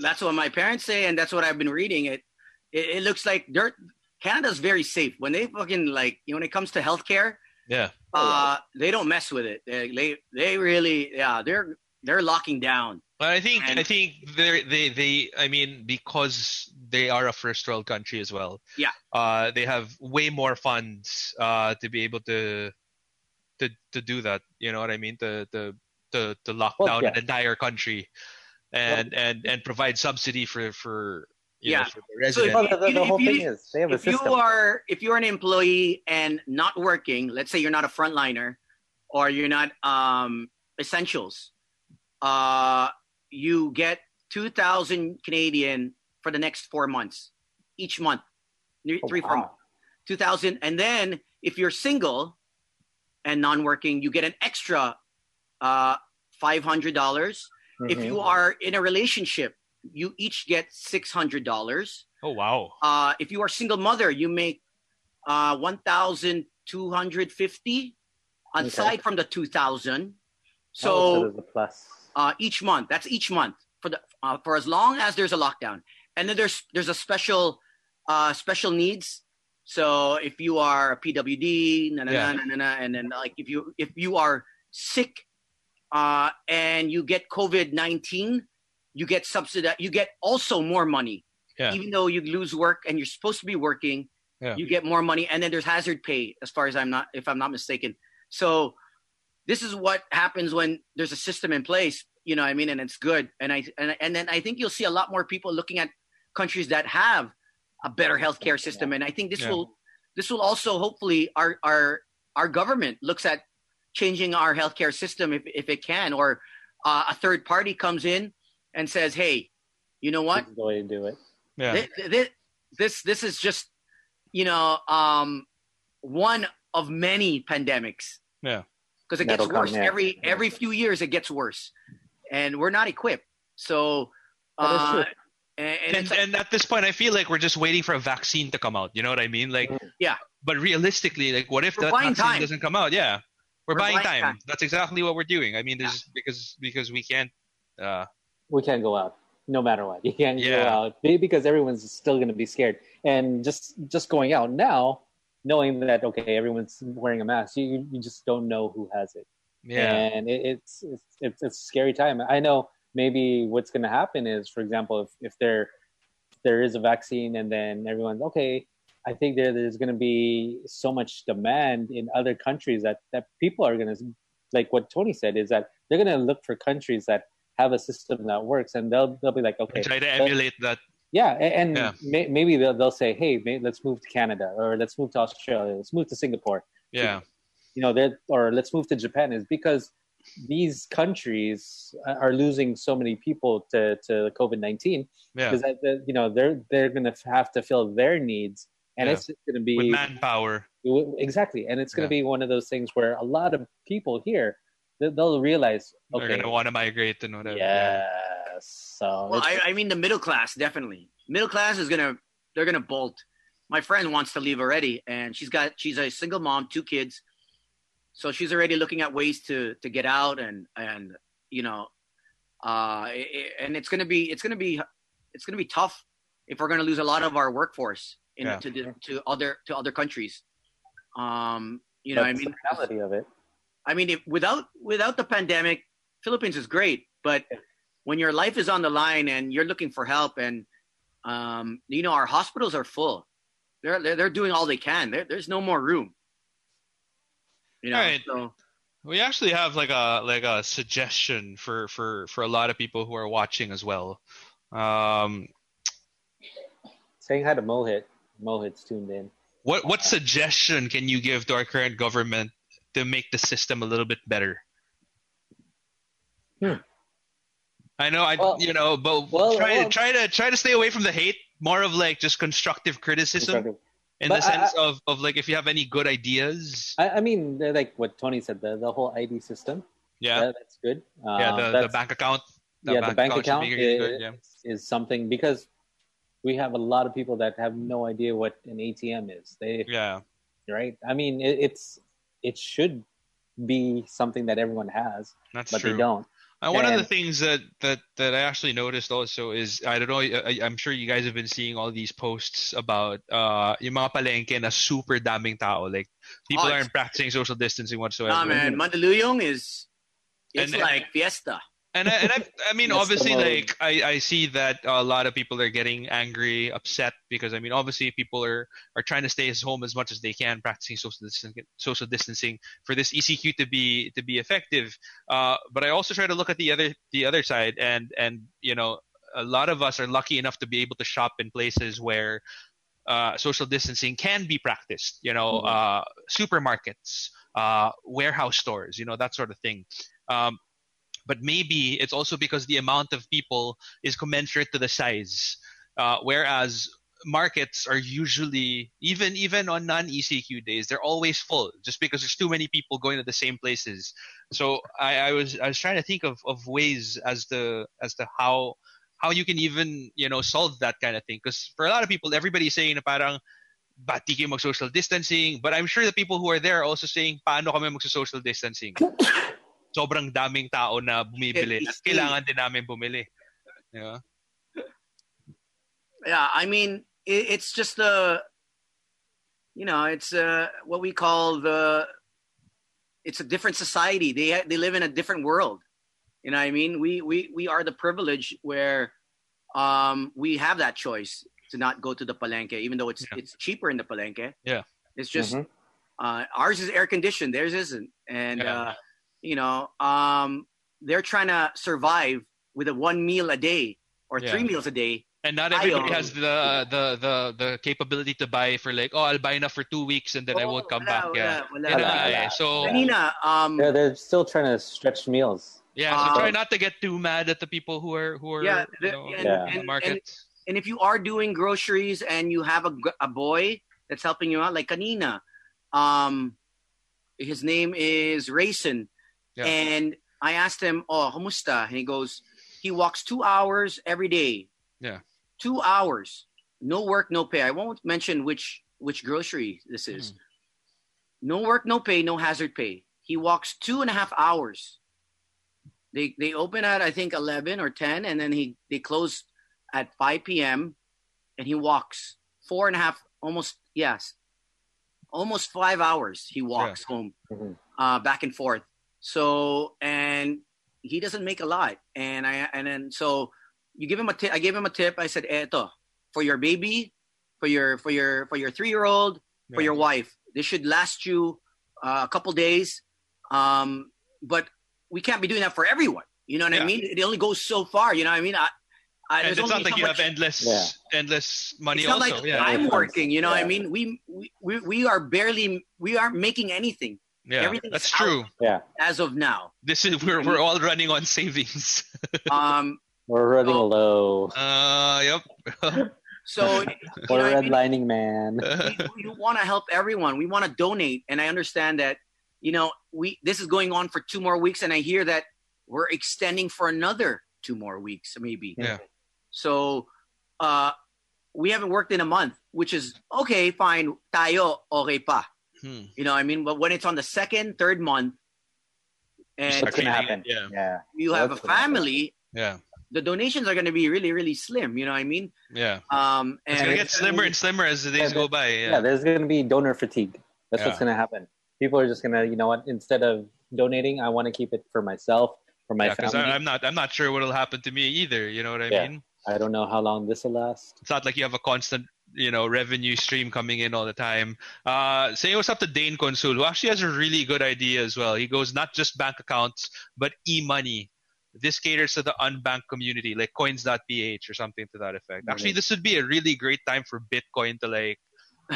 E: that's what my parents say, and that's what I've been reading. It it, it looks like dirt. Canada's very safe when they fucking like you know, when it comes to healthcare.
D: Yeah.
C: Oh,
E: Uh, they don't mess with it. They, they they really yeah they're they're locking down.
D: But I think
E: And-
D: I think they they they I mean because they are a first world country as well.
E: Yeah.
D: Uh, they have way more funds uh, to be able to to to do that. You know what I mean? To to to, to lock
C: Well,
D: down
C: yeah.
D: an entire country and and and provide subsidy for for you know,
E: Yeah.
D: for the
E: So if-
D: residents.
C: Well, the, the,
E: you-
C: the
E: if
C: whole
E: you-
C: thing is they have a
E: If you
C: system.
E: are if you're an employee and not working, let's say you're not a frontliner, or you're not um, essentials, uh, you get two thousand Canadian for the next four months, each month, three
C: Oh,
E: three, four
C: wow.
E: months. 2000 and then if you're single and non-working you get an extra uh, $500 dollars if
C: Mhm.
E: you are in a relationship you each get $600
D: Oh wow.
E: uh, if you are single mother you make uh, 1250 aside from the 2000 so
C: Oh, so there's a plus.
E: uh, each month. That's each month for the uh, for as long as there's a lockdown. And then there's there's a special uh, special needs. So if you are a PWD, na na
D: Yeah.
E: na na na, na, and then like if you if you are sick uh, and you get COVID nineteen, you get subsidized. You get also more money,
D: Yeah.
E: even though you lose work and you're supposed to be working.
D: Yeah.
E: You get more money, and then there's hazard pay, as far as I'm not, if I'm not mistaken. So, this is what happens when there's a system in place. You know, what I mean, and it's good, and I and, and then I think you'll see a lot more people looking at countries that have a better healthcare system, and I think this
D: Yeah.
E: will this will also hopefully our our our government looks at changing our healthcare system if, if it can, or uh, a third party comes in and says, "Hey, you know what?
C: This is the way to do it.
D: Yeah.
E: Thi- thi- thi- This this is just you know um, one of many pandemics.
D: Yeah.
E: because it
C: That'll
E: gets worse
C: come, yeah.
E: every
C: Yeah.
E: every few years. It gets worse, and we're not equipped. So,
C: That is
E: uh,
C: true.
E: and, and
D: and,
E: it's
D: and,
E: like-
D: at this point, I feel like we're just waiting for a vaccine to come out. You know what I mean? Like,
C: Mm.
E: Yeah.
D: But realistically, like, what if
E: We're
D: that
E: buying
D: vaccine
E: time.
D: doesn't come out? Yeah, we're, buying, time.
E: time.
D: That's exactly what we're doing. I mean, there's because because we can't. Uh,
C: we can't go out no matter what you can't go
D: Yeah.
C: out be- because everyone's still going to be scared and just just going out now knowing that okay everyone's wearing a mask you, you just don't know who has it
D: yeah.
C: and it, it's, it's it's it's a scary time i know maybe what's going to happen is for example if if there there is a vaccine and then everyone's okay i think there there's going to be so much demand in other countries that that people are going to like what tony said is that they're going to look for countries that have a system that works and they'll they'll be like okay
D: And try to emulate that.
C: yeah, a- and
D: Yeah.
C: May, maybe they'll, they'll say, "Hey, may, let's move to Canada, or let's move to Australia, let's move to Singapore."
D: Yeah.
C: you know, they're- or let's move to Japan is because these countries are losing so many people to, to COVID nineteen
D: Yeah.
C: because you know they're they're going to have to fill their needs, and
D: Yeah.
C: it's going to be
D: With manpower.
C: w- exactly, and it's going to be one of those things where a lot of people here they- they'll realize,
D: They're
C: okay,
D: gonna want to migrate and whatever.
C: yes, so
E: well,
C: it's-
E: I, I mean the middle class definitely. Middle class is gonna they're gonna bolt. My friend wants to leave already, and she's got she's a single mom, two kids, so she's already looking at ways to to get out and and you know, uh, i- i- and it's gonna be it's gonna be it's gonna be tough if we're gonna lose a lot of our workforce in,
D: Yeah.
E: to the, to other to other countries. Um, you know,
C: but
E: I
C: it's
E: mean,
C: the reality of it.
E: I mean, if, without without the pandemic, Philippines is great. But when your life is on the line and you're looking for help, and um, you know our hospitals are full, they're they're, they're doing all they can. There there's no more room. You know,
D: Alright.
E: so
D: We actually have like a like a suggestion for for for a lot of people who are watching as well. Um,
C: Saying hi to Mohit, Mohit's tuned in.
D: what what suggestion can you give to our current government to make the system a little bit better?
C: Hmm.
D: I know, I
C: Well-
D: you know, but
C: well,
D: try
C: well-
D: try to try to stay away from the hate. More of like just constructive criticism in the
C: But I-
D: sense of, of like if you have any good ideas.
C: I, I mean, they're like what Tony said, the, the whole ID system.
D: yeah,
C: that- that's good. Uh,
D: yeah, the, the
C: that's-
D: bank account.
C: yeah, the bank
D: should
C: account
D: be
C: is,
D: good, yeah.
C: is something because we have a lot of people that have no idea what an ATM is. They
D: yeah,
C: right? I mean, it, it's it should be something that everyone has,
D: that's
C: but
D: true.
C: they don't.
D: And Uh, one of the
C: And-
D: things that, that, that I actually noticed also is I don't know I, I'm sure you guys have been seeing all these posts about uh yung mga palengke na super daming tao like people
E: Oh,
D: aren't practicing social distancing whatsoever.
E: nah, man, Mandaluyong is it's
D: And-
E: like fiesta.
D: And I, and I, I mean
C: Yes,
D: obviously
C: Kamau.
D: like I, I see that a lot of people are getting angry, upset because I mean obviously people are, are trying to stay at home as much as they can practicing social distancing, social distancing for this ECQ to be to be effective. Uh, but I also try to look at the other the other side and and you know a lot of us are lucky enough to be able to shop in places where uh, social distancing can be practiced. You know, uh, supermarkets, uh, warehouse stores, you know that sort of thing. Um, but maybe it's also because the amount of people is commensurate to the size. Uh, whereas markets are usually even even on non ECQ days, they're always full just because there's too many people going to the same places. So I, I was I was trying to think of, of ways as to as to how how you can even you know solve that kind of thing because for a lot of people everybody's saying na parang bati kayo mag social distancing but I'm sure the people who are there are also saying paano kami mag social distancing sobrang daming tao na bumibili at kailangan din namin bumili yeah
E: Yeah, I mean, it, it's just the you know, it's uh, what we call the it's a different society. They they live in a different world. You know what I mean? We we we are the privilege where um, we have that choice to not go to the palenque, even though it's
D: Yeah.
E: it's cheaper in the palenque.
D: Yeah.
E: it's just
C: Mhm.
E: uh, ours is air conditioned, theirs isn't, and
D: Yeah.
E: uh, you know um, they're trying to survive with a one meal a day or
D: Yeah.
E: three meals a day.
D: And not
E: I
D: everybody
E: own-
D: has the, the the the capability to buy for like, oh, I'll buy enough for two weeks and then
E: Oh,
D: I won't come back.
E: Wala,
D: yeah.
E: wala, wala,
D: Yun na
E: wala.
D: nga
C: wala.
D: eh. So
E: Kanina, um,
C: Yeah, Mm-hmm. they're still trying to stretch meals.
D: yeah, so try
E: Um,
D: not to get too mad at the people who are who are
E: Yeah,
D: you
E: the-
D: know,
E: and-
D: in the
E: and-
D: market.
E: and if you are doing groceries and you have a, g- a boy that's helping you out, like Kanina, um, his name is Rayson,
D: Yeah.
E: and I asked him, "Oh, kumusta?" And he goes, "He walks two hours every day.
D: Yeah.
E: two hours, no work, no pay. I won't mention which which grocery this is.
D: Mm-hmm.
E: No work, no pay, no hazard pay. He walks two and a half hours. They they open at I think eleven or ten, and then he they close at five p.m. and he walks four and a half, almost yes, almost five hours. He walks home,
C: Mhm.
E: uh, back and forth. So and he doesn't make a lot, and I and then so you give him a tip. I gave him a tip. I said, "Eto for your baby, for your for your for your three year old." for your wife. This should last you uh, a couple days, um, but we can't be doing that for everyone. You know what I
D: Yeah.
E: mean? It only goes so far. You know what I mean? I, I,
D: and
E: there's
D: it's
E: only
D: not like
E: so
D: you
E: much-
D: have endless
C: Yeah.
D: endless money
E: It's not
D: also.
E: like
D: yeah.
E: I'm
C: Yeah.
E: working. You know what I
C: Yeah.
E: mean? We, we we we are barely we aren't making anything
D: yeah.
E: everything's
D: That's
E: out.
D: true.
C: Yeah,
E: as of now.
D: This is we're we're all running on savings.
E: Um,
C: we're running
E: Oh.
C: low.
D: Uh yep.
E: so you know
C: We're
E: what I mean?
C: redlining, man.
E: we, we want to help everyone. We want to donate, and I understand that. You know, we this is going on for two more weeks, and I hear that we're extending for another two more weeks, maybe.
D: Yeah.
E: So, uh, we haven't worked in a month, which is okay, fine. Tayo okay pa.
D: Hmm.
E: You know, what I mean, but when it's on the second, third month, and
C: That's What's gonna
D: Okay,
C: happen.
D: Yeah.
C: Yeah,
E: you have a
C: what's gonna happen?
E: family,
D: Yeah.
E: the donations are going to be really, really slim. You know what I mean?
D: Yeah.
E: Um,
D: It's
E: and
D: gonna get slimmer and slimmer as the days
C: Yeah,
D: go by.
C: yeah.
D: Yeah.
C: there's gonna be donor fatigue. That's what's
D: Yeah.
C: gonna happen. People are just gonna, you know what? Instead of donating, I want to keep it for myself, for my
D: Yeah, because
C: family.
D: I'm not I'm not sure what'll happen to me either. You know what I
C: Yeah.
D: mean?
C: I don't know how long this will last.
D: It's not like you have a constant you know revenue stream coming in all the time. Uh, saying what's up to Dane Consul, who actually has a really good idea as well. He goes not just bank accounts but e-money. This caters to the unbanked community, like coins.ph or something to that effect. Actually, this would be a really great time for Bitcoin to like,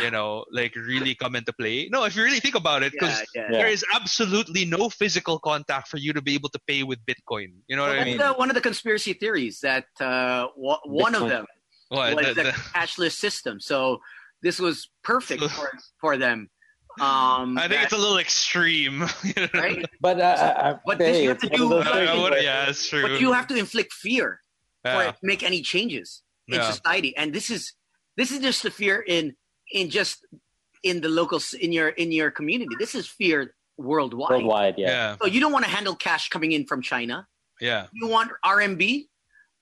D: you know, like really come into play. No, if you really think about it, because
E: yeah, yeah.
C: Yeah.
D: there is absolutely no physical contact for you to be able to pay with Bitcoin. You know what I
E: That's
D: mean?
E: uh, one of the conspiracy theories that uh, wa- one of
C: Bitcoin.
E: them
D: What,
E: was
D: the-
E: the,
D: the-
E: cashless system. So this was perfect for, for them. Um,
D: I think it's a little extreme. you know?
E: that- right?
C: But uh, I, I,
E: But this
C: hey,
E: you have
C: it's
E: to
C: one of
E: do-
C: those
D: I- I
C: things
D: would-
C: where-
D: yeah, that's true.
E: But you have to inflict fear or
D: yeah,
E: make any changes in
D: yeah.
E: society. And this is this is just the fear in in just in the local s- in your in your community. This is fear worldwide.
C: worldwide. Yeah,
D: yeah,
E: So you don't want to handle cash coming in from China.
D: yeah.
E: You want RMB?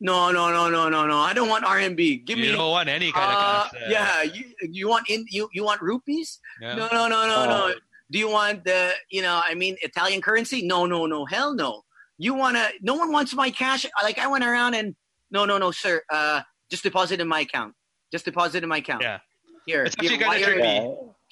E: No, no, no, no, no, no. I don't want RMB. Give
D: You
E: me
D: don't want any kind
E: Uh,
D: of cash.
E: yeah, you you want in you you want rupees?
D: yeah. Oh.
E: No, no, no, no,
C: Uh,
E: no. Do you want the you know? I mean, Italian currency? No, no, no. Hell no. You wanna? No one wants my cash. Like I went around and no, no, no, sir. Uh, just deposit in my account. Just deposit in my account.
D: Yeah.
E: Here,
D: It's
E: here,
D: actually
E: why
D: kinda
E: are-
D: tricky.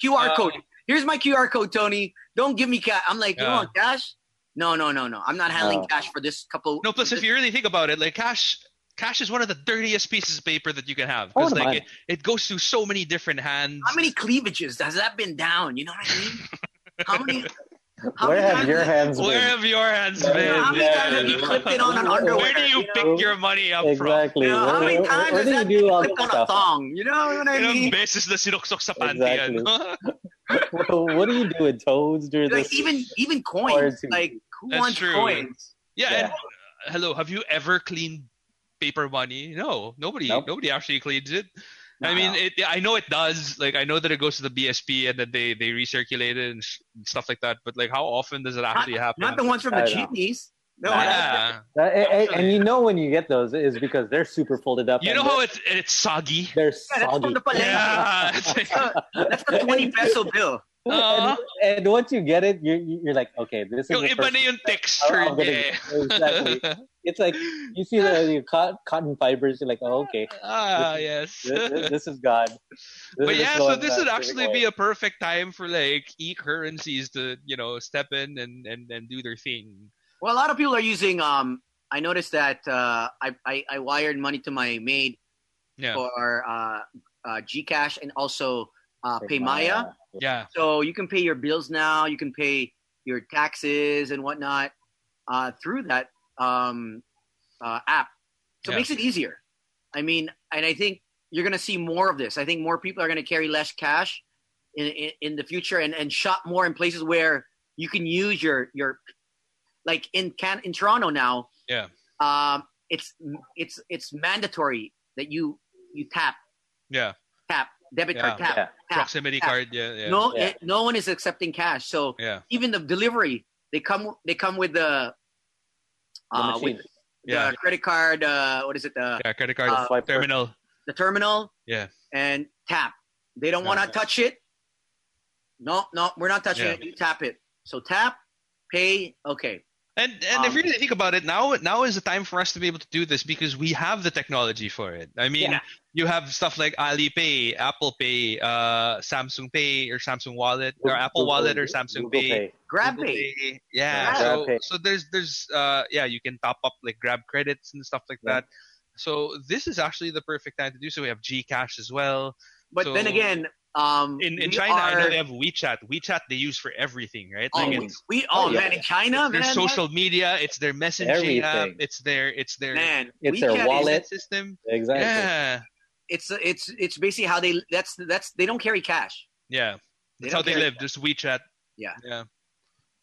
C: yeah.
E: QR
D: Uh,
E: code. Here's my QR code, Tony. Don't give me cash. I'm like, you
D: Yeah.
E: want cash? No, no, no, no. I'm not handling
C: No.
E: cash for this couple.
D: No, plus if you really think about it, like cash, cash is one of the dirtiest pieces of paper that you can have
C: I
D: because
C: wouldn't
D: like it,
C: mind.
D: it goes through so many different hands.
E: How many cleavages has that been down? You know what I mean? How many? how
C: Where
E: many
C: have
E: times-
C: your hands
D: Where
C: been?
D: have your hands
C: Yeah,
D: been?
E: How many times have you
C: Yeah.
E: clipped it on an underwear?
D: Where do you
E: know?
D: pick your money up from?
C: Exactly.
E: You know,
C: Where-
E: how many
C: where-
E: times
C: where
E: has
C: do
E: that
C: you do
E: been
C: all
E: clipped
C: this
E: on a
C: stuff?
E: thong? You know what I
D: Ilang
E: mean?
D: beses na sinuksok sa panty
C: Exactly.
D: yan.
C: what, what are you doing, toads? During
E: Like
C: this,
E: even even coins.
C: quarantine.
E: Like who
D: That's
E: wants
D: true.
E: coins?
D: Yeah,
C: Yeah.
D: and uh, hello, have you ever cleaned paper money? No, nobody,
C: Nope.
D: nobody actually cleans it. I
E: No.
D: mean, it, I know it does. Like, I know that it goes to the BSP and that they they recirculate it and, sh- and stuff like that. But like, how often does it actually happen?
E: Not the ones from
C: I
E: the
C: don't know.
E: chimneys. No,
D: yeah,
C: Uh, and, and you know when you get those is because they're super folded up.
D: you
C: and
D: know how it's it's soggy.
C: they're, they're
E: Yeah, that's
C: soggy.
E: from the Uh-huh. palenque.
D: Yeah,
E: That's the twenty peso bill.
D: Oo.
C: and, and once you get it, you're you're like, okay, this is
D: Yung
C: the
D: iba
C: first
D: na yung texture
C: I'm gonna-
D: niya eh.
C: exactly. It's like you see the you cotton, cotton fibers. You're like, oh, okay,
D: ah, yes.
C: this, this- this is God. This
D: but
C: is
D: yeah, so
C: going
D: this
C: that
D: would
C: specific
D: actually be
C: way.
D: a perfect time for like e-currencies to, you know, step in and and, and do their thing.
E: Well, a lot of people are using. Um, I noticed that uh, I, I I wired money to my maid
D: Yeah.
E: for uh, uh, Gcash and also uh, PayMaya.
D: Yeah.
E: So you can pay your bills now. You can pay your taxes and whatnot uh, through that um, uh, app. So
D: Yeah.
E: it makes it easier. I mean, and I think you're going to see more of this. I think more people are going to carry less cash in, in, in the future and, and shop more in places where you can use your your like in can in Toronto now.
D: Yeah.
E: Um, it's it's it's mandatory that you you tap
D: Yeah.
E: tap debit card
D: Yeah.
E: tap.
C: Yeah.
E: Yeah.
D: Proximity
E: Yeah.
D: card, yeah, yeah.
E: No,
C: Yeah.
E: it- no one is accepting cash. So
D: Yeah.
E: even the delivery, they come they come with the,
C: The
E: uh,
C: machine.
E: with the
D: Yeah.
E: credit card. Uh, what is it? The
D: Yeah, credit card
E: Uh,
C: Swipe first.
D: terminal.
E: the terminal.
D: Yeah.
E: And tap. They don't want to
D: Yeah.
E: touch it. No, no, we're not touching
D: Yeah.
E: it. You tap it. So tap, pay. Okay.
D: And and if
E: Um,
D: you really think about it, now now is the time for us to be able to do this because we have the technology for it. I mean,
E: Yeah.
D: you have stuff like Alipay, Apple Pay, uh, Samsung Pay or Samsung Wallet or Apple Wallet or Samsung
C: Google
D: Pay.
E: Grab
D: Google
E: pay.
D: Pay. Yeah.
E: Yeah.
D: So,
C: GrabPay.
D: so there's there's uh yeah, you can top up like Grab credits and stuff like
C: Yeah.
D: that. So this is actually the perfect time to do so. We have Gcash as well.
E: But then
D: So-
E: again, um,
D: In in
E: we
D: China, I know
E: are-
D: they have WeChat. WeChat they use for everything, right?
E: oh,
D: Like
E: we-
D: it's
E: we oh,
C: yeah.
E: man in China,
D: their
E: man,
D: social media, it's their messaging app,
C: Everything.
D: it's their it's their
E: man,
C: It's
E: we
C: their
E: can't-
C: wallet.
D: payment system.
C: Exactly.
D: Yeah,
E: It's it's it's basically how they that's that's they don't carry cash.
D: yeah.
E: They
D: That's
E: don't
D: how they
E: carry
D: live. Just WeChat.
E: Yeah.
D: yeah. But
E: I think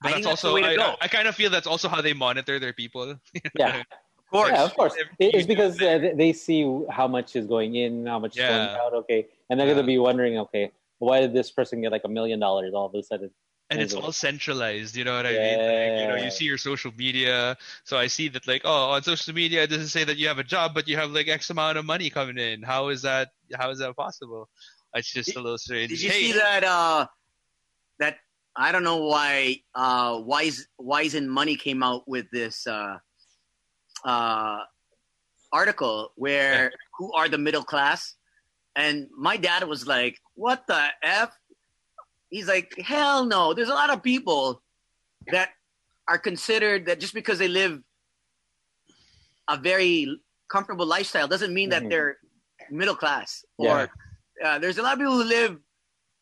D: that's
E: that's the
D: also
E: way to
D: I,
E: go.
D: I, I kind of feel that's also how they monitor their people.
C: Yeah.
E: Of course.
C: Yeah, of course.
D: Everything
C: It's
D: you do
C: because uh, they- they see how much is going in, how much is
D: Yeah.
C: going out. Okay, and they're gonna
D: Yeah.
C: be wondering, okay, why did this person get like a million dollars all of a sudden?
D: and it's
C: Totally.
D: all centralized you know what i mean like, you know
C: Yeah.
D: you see your social media so i see that like oh on social media it doesn't say that you have a job but you have like x amount of money coming in how is that how is that possible it's just a little strange
E: Did you
D: hey,
E: see that? Uh, that I don't know why. Uh, Wise Wise and Money came out with this uh, uh, article where who are the middle class, and my dad was like, "What the f?" He's like, "Hell no!" There's a lot of people that are considered that just because they live a very comfortable lifestyle doesn't mean that
C: Mhm.
E: they're middle class or
C: Yeah.
E: uh, there's a lot of people who live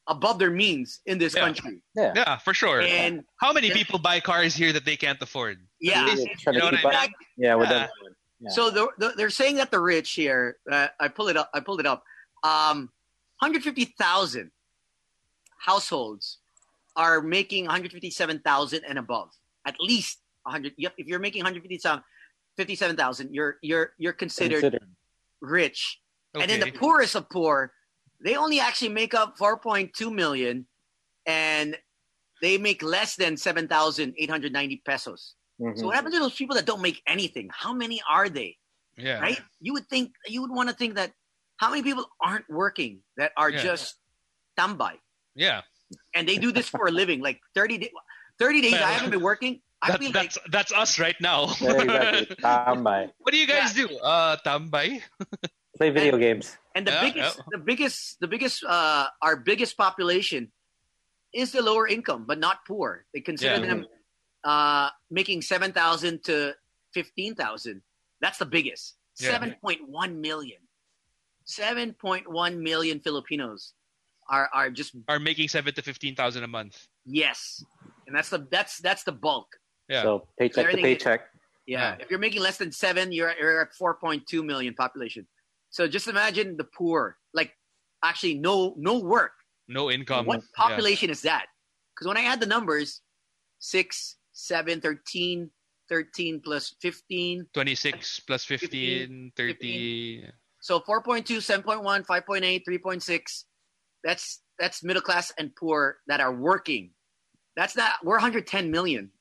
E: above their means in this
D: Yeah.
E: country.
C: Yeah,
D: yeah for sure
E: And
D: how many
E: Yeah.
D: people buy cars here that they can't afford
E: yeah,
C: Really trying
D: You know
C: to
D: what
C: keep
D: I
C: up.
E: mean?
C: Yeah, we're
D: Yeah.
C: done. Yeah.
E: so the, the, they're saying that the rich here, uh, I pull it up, I pulled it up, um, 150,000 households are making 157,000 and above. At least 100 yep, if you're making 157,000, you're you're you're considered
C: Considered.
E: rich. And then
D: Okay.
E: the poorest of poor, they only actually make up 4.2 million and they make less than 7,890 pesos.
C: Mhm.
D: Mm-hmm.
E: So what happens to those people that don't make anything? How many are they?
D: yeah
E: Right? You would think you would want to think that how many people aren't working that are
D: Yeah.
E: just tambay
D: yeah
E: and they do this for a living like 30 days 30 days I haven't been working. I
D: that,
E: feel like
D: that's that's us right now
C: Yeah, exactly. Tambay.
D: what do you guys do uh tambay
C: Play video games.
E: and the
D: Yeah,
E: biggest the biggest the biggest uh our biggest population is the lower income but not poor they consider
D: Yeah.
E: them uh making 7000 to 15000 that's the biggest
D: Yeah.
E: 7.1 million 7.1 million filipinos are are just
D: are making seven to fifteen thousand a month
E: yes and that's the that's that's the bulk
D: Yeah.
C: So paycheck to
E: Everything-
C: paycheck.
D: Yeah.
E: yeah. If you're making less than seven, you're, you're at 4.2 million population. So just imagine the poor, like actually no no work.
D: no income
E: what
D: Um, Yeah.
E: population is that? Because when I add the numbers, 6, 7, 13, 13 plus 15.
D: 26 plus 15, 30
E: So 4.2, 7.1, 5.8, 3.6. That's that's middle class and poor that are working. That's not we're 110 million.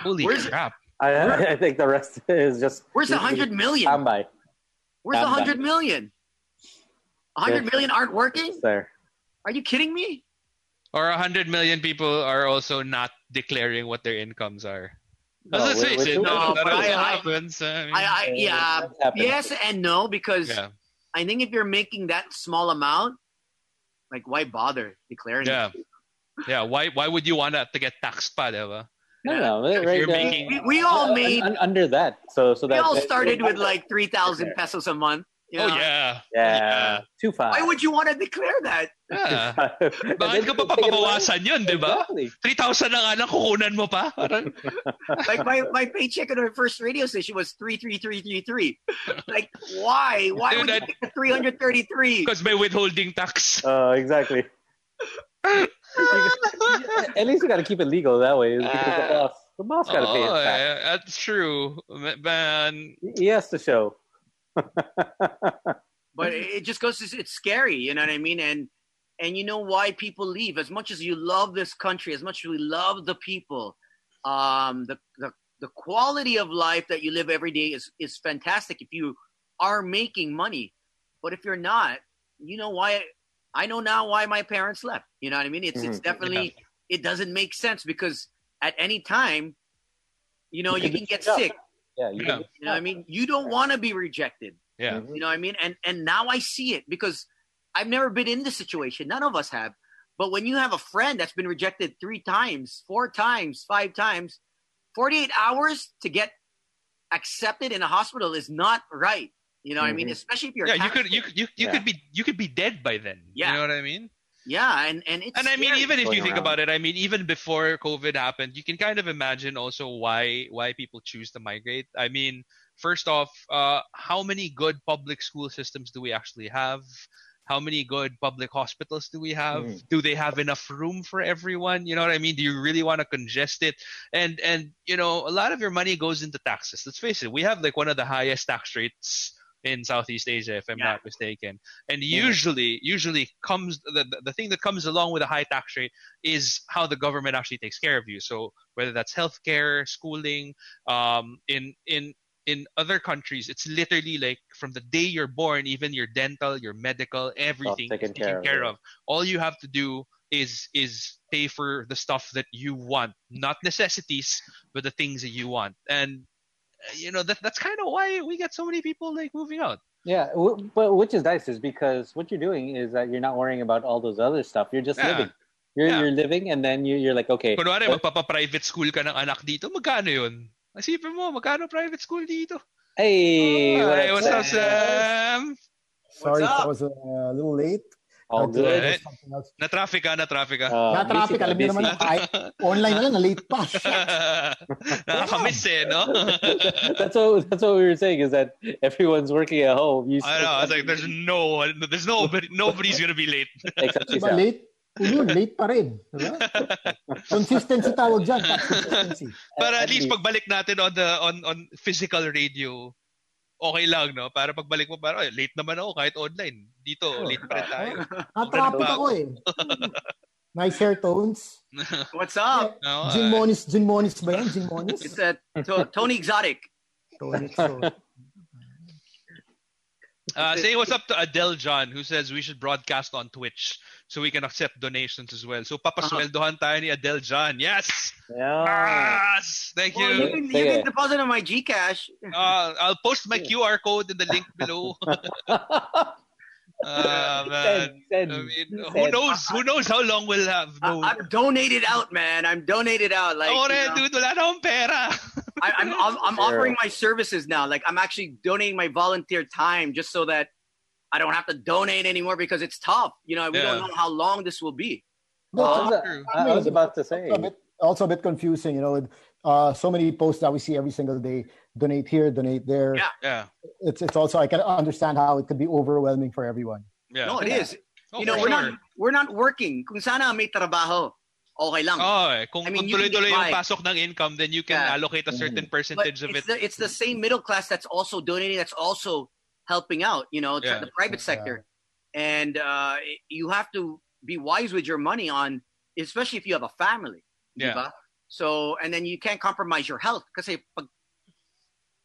D: holy
E: Where's it-
D: crap
C: I, I think the rest is just.
E: Where's the 100 million?
C: Tambay.
E: Where's the
C: I'm done.
E: 100 million? 100 million aren't working?
C: It's there.
E: Are you kidding me?
D: or 100 million people are also not declaring what their incomes are.
C: No,
D: Let's
C: we're-
D: face
C: we're
D: it,
C: doing
E: no,
D: that
E: but
D: also
E: I- I-
D: happens. I mean,
E: I, I yeah.
C: That's happened.
E: Yes and no, because
D: yeah,
E: I think if you're making that small amount, like why bother declaring?
D: yeah,
E: it?
D: yeah. Why why would you want that to get taxed, pa, diba?
C: No, no,
D: If you're
C: right, uh,
D: making-
E: We, we all
C: un-
E: made.
C: un- under that. So, so
E: We
C: that
E: all
C: that-
E: started with like three thousand pesos a month. you
D: Oh
E: know?
D: yeah,
C: yeah, two five.
E: uh, Why would you want to declare that?
D: yeah.
C: Bakit
D: Bakit ka pa papabawasan yun, di ba?
C: Exactly.
D: 3,000 na nga lang, kukunan mo pa? Parang,
E: Like my, my paycheck at our first radio station was three three three three three. Like why? Why
D: Dude,
E: would
D: I-
E: you pick three hundred thirty three?
D: because may withholding tax.
C: Uh, exactly.
E: Oh,
C: At least you got to keep it legal that way. Because the
E: Uh,
C: boss, the boss got to pay his
D: Oh,
C: tax.
D: yeah, that's true. Man,
C: He has to show.
E: But it it just goes. to- It's scary. You know what I mean? And and you know why people leave? As much as you love this country, as much as we love the people, um, the the the quality of life that you live every day is is fantastic if you are making money. But if you're not, you know why? I know now why my parents left. You know what I mean? It's it's
C: Mhm.
E: definitely it doesn't make sense because at any time, you know, you
C: You
E: can
C: can
E: get
C: get
E: sick.
C: Yeah. You Mm-hmm.
D: Yeah.
E: You know what I mean? You don't want to be rejected.
D: yeah.
E: You know what I mean? And and now I see it because I've never been in this situation. None of us have. But when you have a friend that's been rejected three times, four times, five times, 48 hours to get accepted in a hospital is not right. You know what I mean?
C: Mhm.
E: Especially if you're
D: Mm-hmm. Yeah, you
E: Catholic.
D: could you could- you, you
C: Yeah.
D: could be you could be dead by then.
E: Yeah.
D: You know what I mean?
E: yeah, and and it's
D: And I mean
E: scary.
D: even if you
C: going
D: think
C: around.
D: about it, I mean even before COVID happened, you can kind of imagine also why why people choose to migrate. I mean, first off, uh, how many good public school systems do we actually have? How many good public hospitals do we have?
C: Mm.
D: Do they have enough room for everyone? You know what I mean? Do you really want to congest it? And and you know, a lot of your money goes into taxes. Let's face it, we have like one of the highest tax rates in Southeast Asia, if I'm
E: Yeah.
D: not mistaken. And usually, usually comes the, the- the thing that comes along with a high tax rate is how the government actually takes care of you. So whether that's healthcare, schooling, um, in in in other countries, it's literally like from the day you're born, even your dental, your medical, everything
C: taken
D: is taken
C: care
D: care, of.
C: of, yeah.
D: All you have to do is is pay for the stuff that you want, not necessities, but the things that you want. And uh, you know that that's kind of why we get so many people like moving out.
C: Yeah, w- but which is nice is because what you're doing is that you're not worrying about all those other stuff. You're just
D: Yeah.
C: living. You're
D: Yeah.
C: you're living, and then you, you're like, okay,
D: Kunwari,
C: But-
D: magpapa-private school ka ng anak dito, magkano yun? Isipin mo, magkano private school dito?
C: hey, what
D: Hey,
C: up,
D: what's up,
C: Sam?
D: Sam?
A: Sorry if
E: up?
A: I was a little late.
C: All
A: Had to
C: good.
D: Alright.
A: do something else.
D: Na-traffic ka, na-traffic ka.
C: Uh,
A: Na-traffic,
C: busy,
A: alam niyo
C: busy.
A: naman ang I- online na lang, na-late pa. Shit.
D: Nakakamiss eh, no?
C: that's what that's what we were saying is that everyone's working at home. You
D: I know. I was like, there's no one. There's nobody. Nobody's gonna be late.
C: except
A: Diba
C: yourself.
A: late? Yun, late pa rin. Diba? Consistency tawag dyan. Pat, Consistency.
D: But at
C: At
D: least
C: least.
D: pagbalik natin on the on on physical radio, okay lang, no? Para pagbalik mo, parang, "Ay, late naman ako kahit online. Dito,
C: Oh.
D: late pa rin tayo.
A: Na-traffic ako eh. Nice hair tones.
E: What's up?
D: No,
A: Gin
D: uh,
A: Monis, Gin Monis ba yan? Gin Monis?
E: It's a to- Tony Exotic.
A: Tonic, so.
D: uh, say what's up to Adele John who says we should broadcast on Twitch so we can accept donations as well. So
E: Uh-huh.
D: papasweldohan tayo ni Adele John. Yes!
C: Yeah.
E: Ah.
D: Yes! Thank
E: Well, you
D: you.
E: can, you
C: Sige.
E: can deposit on my Gcash.
D: Uh, I'll post my QR code in the link below. Uh, Oh, man.
C: Send, send,
D: I mean, who
C: send.
D: knows? Who knows how long we'll have? No.
E: I- Ah, I'm donated out, man. I'm donated out. Like,
D: Ore,
E: you know.
D: dude, wala na akong pera.
E: I, I'm, I'm, I'm
C: Sure.
E: offering my services now. Like I'm actually donating my volunteer time just so that I don't have to donate anymore because it's tough. You know, we
D: Yeah.
E: don't know how long this will be.
A: No,
C: I was,
D: True.
C: I was about to say.
A: also a bit, also a bit confusing, you know, with uh, so many posts that we see every single day. Donate here, donate there.
E: Yeah.
D: Yeah,
A: It's it's also I can understand how it could be overwhelming for everyone.
D: yeah.
E: No, it
C: Yeah.
E: is.
D: Oh,
E: you know,
D: for
E: we're
D: sure.
E: not we're not working. Kung sana may trabaho, okay lang.
D: Oh, eh. kung,
E: I
D: kung
E: mean, you can
D: tuloy-tuloy
E: get
D: yung
E: by.
D: pasok ng income, then you can
E: Yeah. Mm-hmm.
D: allocate a certain
E: but
D: percentage
E: it's
D: of it.
E: the it's the same middle class that's also donating, that's also helping out. You know,
D: Yeah.
E: the private sector, and uh, you have to be wise with your money on, especially if you have a family.
D: Yeah.
E: Diba? So, and then you can't compromise your health kasi pag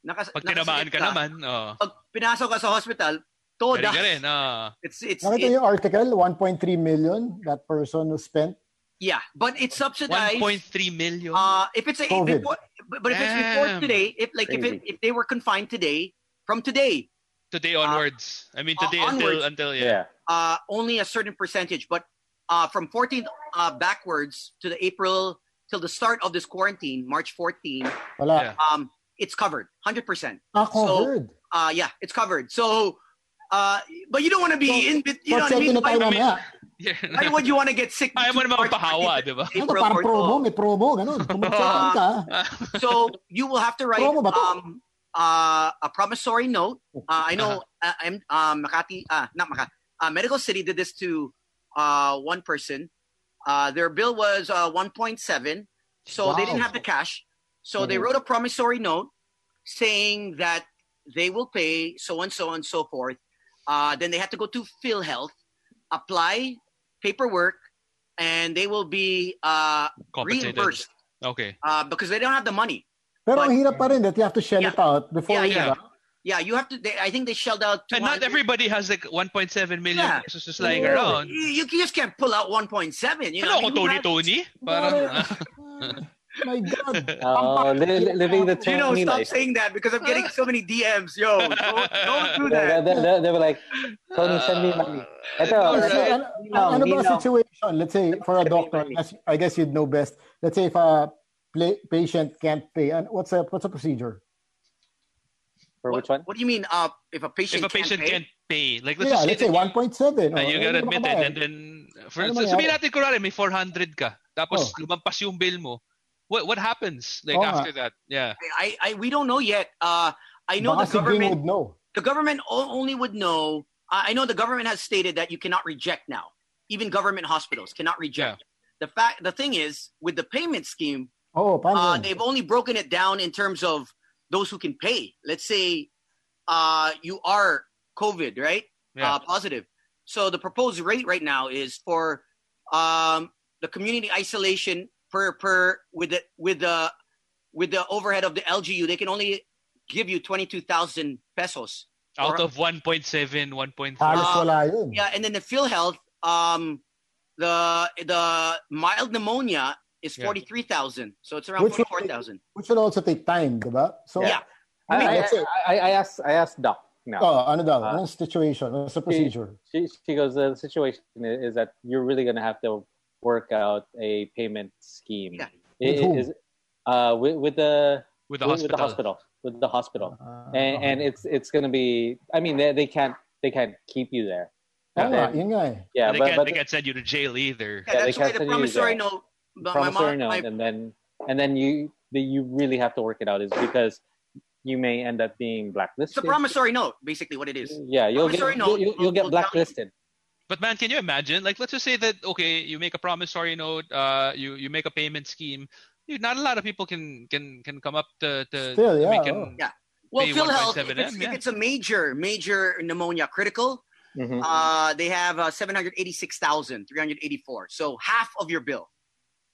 E: nakas,
D: Pag tinamaan
E: nakasakit
D: ka naman, oh.
E: pag pinasok ka sa hospital,
D: Galing
E: toda.
D: ka rin, ah.
E: It's, it's,
A: Nakita
E: it-
A: niyo yung article, 1.3 million that person who spent
E: Yeah, but it's subsidized.
D: 1.3 million.
E: Uh, if it's a, if
A: COVID.
E: it, wa- but if it's before
D: Damn.
E: today, if like if it,
C: Crazy.
E: if they were confined today, from today,
D: today onwards. I mean,
E: uh,
D: today
E: onwards.
D: until until yeah.
C: yeah.
E: uh, only a certain percentage. But uh, from 14th uh, backwards to the April till the start of this quarantine, March 14,
A: Wala.
D: Yeah.
E: um, it's covered 100 percent.
A: Ah,
E: So,
A: covered.
E: Uh, yeah, it's covered. So, uh, but you don't want to be
A: So,
E: in. bet- You know
A: What's
E: what I mean?
A: na tayo
E: Why,
D: I mean-
A: mamaya?
E: why
D: Yeah.
E: would you want to get sick?
D: Ayaw mo naman
E: March
D: magpahawa,
E: 14th,
D: di ba?
A: Ano to,
E: April
A: parang
E: or-
A: promo, may promo, ganun. Tumutsaan ka.
E: so you will have to write
A: Promo ba to? Oh,
E: um, uh, a promissory note. Uh, I know
A: uh-huh.
E: uh, I'm uh, Makati, uh, not Makati. Uh, Medical City did this to uh, one person. Uh, their bill was uh, 1.7, so they didn't
A: Wow. Mm-hmm.
E: have the cash. So they
C: Mhm.
E: wrote a promissory note saying that they will pay so and so and so forth. Uh, then they had to go to PhilHealth, apply paperwork, and they will be uh,
D: Compensated.
E: reimbursed
D: Okay.
E: uh, because they don't have the money.
A: Pero ang
E: But-
A: hirap pa rin that you have to shell
E: Yeah.
A: it out before
E: Yeah,
A: you
D: yeah.
A: yeah.
E: Yeah, you have to. They, I think they shelled out.
D: And
E: 200.
D: not everybody has like 1.7 million
E: Yeah.
D: pesos just lying
A: Yeah.
D: around.
E: You, you just can't pull out 1.7. You know,
D: Hello, Tony
E: I mean, you
D: Tony. Parang, ah.
A: Ah, My God.
C: Oh, li- li- living the
E: have- you know,
C: Tony
E: stop
C: life.
E: saying that because I'm getting so many DMs. Yo, don't, don't do
C: They,
E: that.
C: they, they, they were like, Tony,
D: Uh,
C: send me money.
E: Uh,
C: Ito,
D: Alright.
A: So, ano, ano ba
C: Nino.
A: situation? Let's say for a
E: Sabi,
A: doctor,
E: sabi.
A: as- I guess you'd know best. Let's say if a pla patient can't pay, and what's a what's a procedure?
C: For
E: What,
C: which one?
E: what do you mean? Uh, if a patient
D: if a patient
E: can't pay?
D: can't pay, like let's
A: Yeah,
D: just say
A: let's say
D: that
A: 1.7.
D: Uh,
A: or-
D: you gotta
A: oh, eh, ano ba
D: admit
A: ba
D: it.
A: yan?
D: And then, for,
A: Ano
D: sabihin
A: mangyari?
D: natin, kunwari, may 400 ka. Tapos,
A: Oh.
D: lumampas yung bill mo. What what happens like
A: Oo
D: after that? Yeah.
E: I, I, we don't know yet. Uh, I know the
A: Baka si Bing
E: government.
A: would know.
E: The government o- only would know. I I know the government has stated that you cannot reject now. Even government hospitals cannot reject. The fact, the thing is, with the payment scheme,
A: Oh, paano?
E: uh,
A: yun?
E: they've only broken it down in terms of those who can pay. Let's say uh, you are COVID, right?
D: Yeah.
E: Uh, positive. So the proposed rate right now is for um, the community isolation per per with the with the with the overhead of the LGU, they can only give you twenty two thousand pesos.
D: Out of 1.7, 1.3.
A: Halos
E: uh,
A: wala yun.
E: Yeah, and then the PhilHealth, um, the the mild pneumonia is
D: Yeah.
E: forty three thousand. So it's around
A: Which
E: forty
A: one-
E: four thousand.
A: Which will also take time, di ba? So,
E: Yeah.
C: I, I,
A: Let's say-
C: I, I asked, I asked Doc. No.
A: oh, ano daw?
C: Uh,
A: Anong situation?
C: Eh,
A: What's the procedure?
C: she, she goes the situation i- is that you're really going to have to work out a payment scheme
E: Yeah.
A: With
C: It
A: whom?
C: is- uh, with, with the
D: With the
C: with, with the
D: hospital.
C: hospital with the hospital
A: Ah,
C: and,
A: okay.
C: and it's it's going to be i mean they, they can't they can't keep you there
A: Oo
C: and-
A: nga, yun nga eh.
C: yeah
D: they,
C: but,
D: can't,
C: but
D: they can't send you to jail either.
C: Yeah,
E: Yeah, that's
C: they
E: why
C: can't send
E: the
C: you
E: promissory
C: that.
E: note. But my
C: promissory
E: mom,
C: note
E: my,
C: and then and then you the, you really have to work it out is because you may end up being
E: it's a
C: blacklisted
E: promissory note, basically what it is.
C: yeah you'll get you'll,
E: promissory note
C: you'll,
E: will-
C: you'll get
E: will tell you-
C: blacklisted
D: But man, can you imagine? Like, let's just say that okay, you make a promissory note. Uh, you you make a payment scheme. Dude, not a lot of people can can can come up to to to
A: Still, yeah,
D: make an-
A: oh.
E: Yeah. Well,
D: Be
E: PhilHealth,
D: 1.7
E: if
D: M,
E: it's,
D: yeah.
E: if it's a major, major pneumonia critical,
D: Mm-hmm.
C: Mhm.
E: uh, they have uh, 786,384. So half of your bill.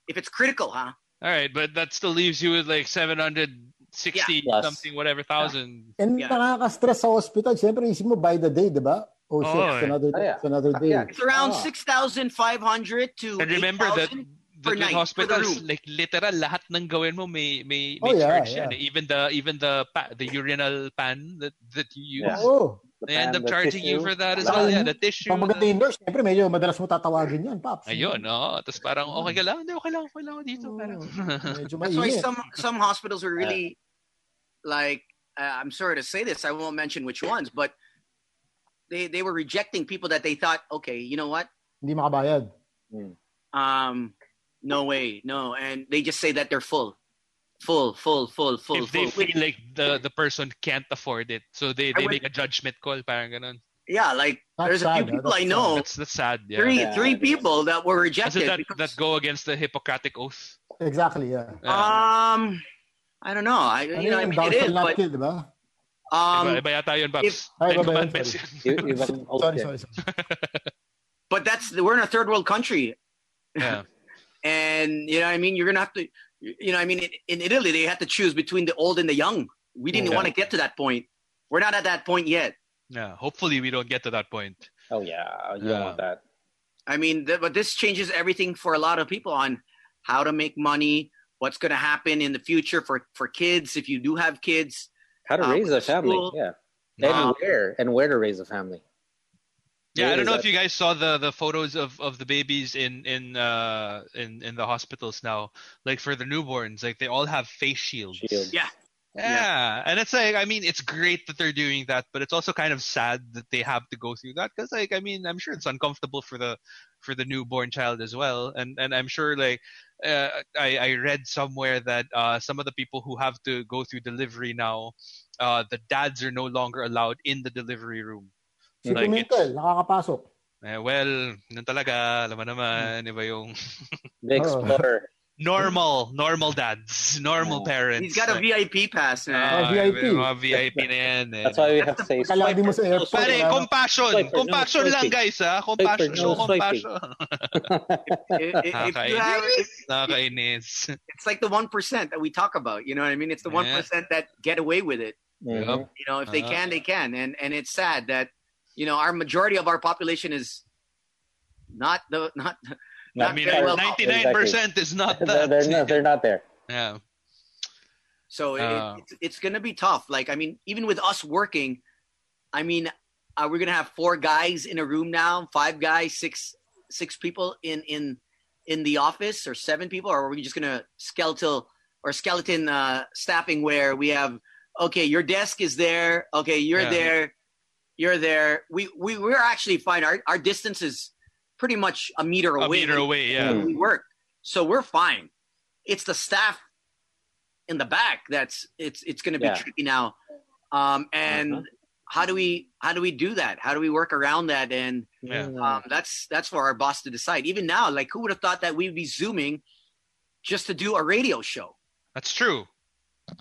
E: If it's critical, huh?
D: All right, but that still leaves you with like seven hundred sixty
C: Yeah. Plus.
D: something, whatever thousand.
A: And
E: Yeah.
A: nakaka-stress sa hospital. Siyempre, isip mo by the day, di ba? Oh, shit,
D: Oo,
A: it's
D: eh.
A: another,
C: Ah, yeah.
A: it's another day.
C: Yeah.
E: It's around
C: Ah.
E: 6,500 to
D: And remember that
E: 8,000. per
D: the
E: night,
D: with
E: for
D: hospitals
E: the room.
D: like literal lahat ng gawin mo may may,
A: Oh,
D: may
A: yeah,
D: charge yan
A: yeah.
D: eh. even the even the pa- the urinal pan that that you use
C: Yeah.
A: Oo.
C: The
D: they
C: pan,
D: end up
C: the
D: charging you
C: tissue.
D: for that as
A: Lahat.
D: well yeah the tissue
A: Pag maganda
D: the-
A: yung nurse, siyempre, medyo madalas mo tatawagin yan, Pops.
D: ayun no tapos parang "Oh, okay ka lang hindi okay lang okay lang ako dito
A: Oo.
D: parang
E: That's
A: Medyo
E: why
A: mainit.
E: some, some hospitals are really like, uh, I'm sorry to say this, I won't mention which ones, but they, they were rejecting people that they thought, okay, you know what?
A: Hindi makabayad.
E: um no way no and they just say that they're full full full full full
D: if they
E: full
D: feel like the the person can't afford it so they
E: I
D: they
E: would-
D: make a judgment call parang ganun
E: yeah like there's
A: That's
E: a few
A: sad, huh?
E: people
A: That's
E: i know
D: that's that's sad yeah
E: Oh. three
C: Yeah.
E: three people that were
D: Doesn't
E: rejected
D: that,
E: because,
D: that go against the Hippocratic oath?
A: Exactly, yeah. Ano
D: Yeah.
E: um i don't know i you know i
A: yung
E: mean it
A: down
E: is
A: shall not
E: but
A: kill, di ba?
E: um
D: iba, iba yata yun, Babs. Ten
A: Ay, iba ba yun?
D: commandments
A: Sorry.
D: yun.
C: I- ibang-
A: Sorry,
C: okay.
A: sorry, sorry.
E: but that's we're in a third world country
D: Yeah.
E: and you know what i mean you're gonna have to you know i mean in, in italy they had to choose between the old and the young we didn't
D: Yeah.
E: want to get to that point we're not at that point yet
D: Yeah. Hopefully, we don't get to that point.
C: Oh yeah, you
D: Yeah.
C: don't want that.
E: I mean, th- but this changes everything for a lot of people on how to make money, what's going to happen in the future for for kids if you do have kids.
C: How to
E: Uh,
C: raise a family?
E: school.
C: Yeah,
D: Wow.
C: and where and where to raise a family?
D: Yeah, I don't
C: Where is
D: know
C: that-
D: if you guys saw the, the photos of, of the babies in in uh in, in the hospitals now. Like for the newborns, like they all have face shields.
C: Shields.
E: Yeah.
D: Yeah. And it's like I mean, it's great that they're doing that, but it's also kind of sad that they have to go through that cuz like I mean, I'm sure it's uncomfortable for the for the newborn child as well. And and I'm sure like uh, I I read somewhere that uh some of the people who have to go through delivery now, uh the dads are no longer allowed in the delivery room.
A: Si
D: Like
A: Pimentel, nakakapasok.
D: Eh, well, nun talaga, alam mo naman,
C: Hmm.
D: iba yung
C: The
A: Oh.
C: explorer.
D: normal, normal dads, normal
C: Yeah.
D: parents.
E: Oh. He's got a
D: Like,
E: VIP pass now.
A: Ah,
D: ah,
A: VIP.
D: yung Mga VIP na yan. Eh.
C: That's why we have to say
A: Kailangan din mo sa airport.
D: Pare,
A: wala na.
D: compassion.
C: Swiper, no
D: compassion lang,
C: swiping.
D: guys, ha? Compassion.
C: Swiper, no
D: show compassion.
E: I- i- if, you have,
D: Nakakainis. Nakakainis.
E: it's like the one percent that we talk about. You know what I mean? It's the
D: Yeah.
E: one that get away with it.
C: Mhm.
E: You know, if they
D: Uh-huh.
E: can, they can. And and it's sad that you know our majority of our population is not the not
D: I
E: Not
D: mean,
E: very well-
D: 99% is not that.
C: they're, they're not, they're not there.
D: yeah.
E: So it,
D: Uh.
E: it's, it's going to be tough. Like, I mean, even with us working, I mean, are we going to have four guys in a room now? Five guys, six six people in in in the office, or seven people? Or are we just going to skeletal or skeleton uh, staffing where we have okay, your desk is there, okay, you're
D: Yeah.
E: there, you're there. We we we're actually fine. Our our distance is pretty much a meter
D: A
E: away.
D: meter away, yeah.
E: we work. So we're fine. It's the staff in the back that's it's it's going to be
C: Yeah.
E: tricky now. Um, and
C: Uh-huh.
E: how do we how do we do that? How do we work around that? And
D: Yeah.
C: Mm-hmm.
E: um, that's that's for our boss to decide. Even now, like who would have thought that we'd be zooming just to do a radio show?
D: That's true.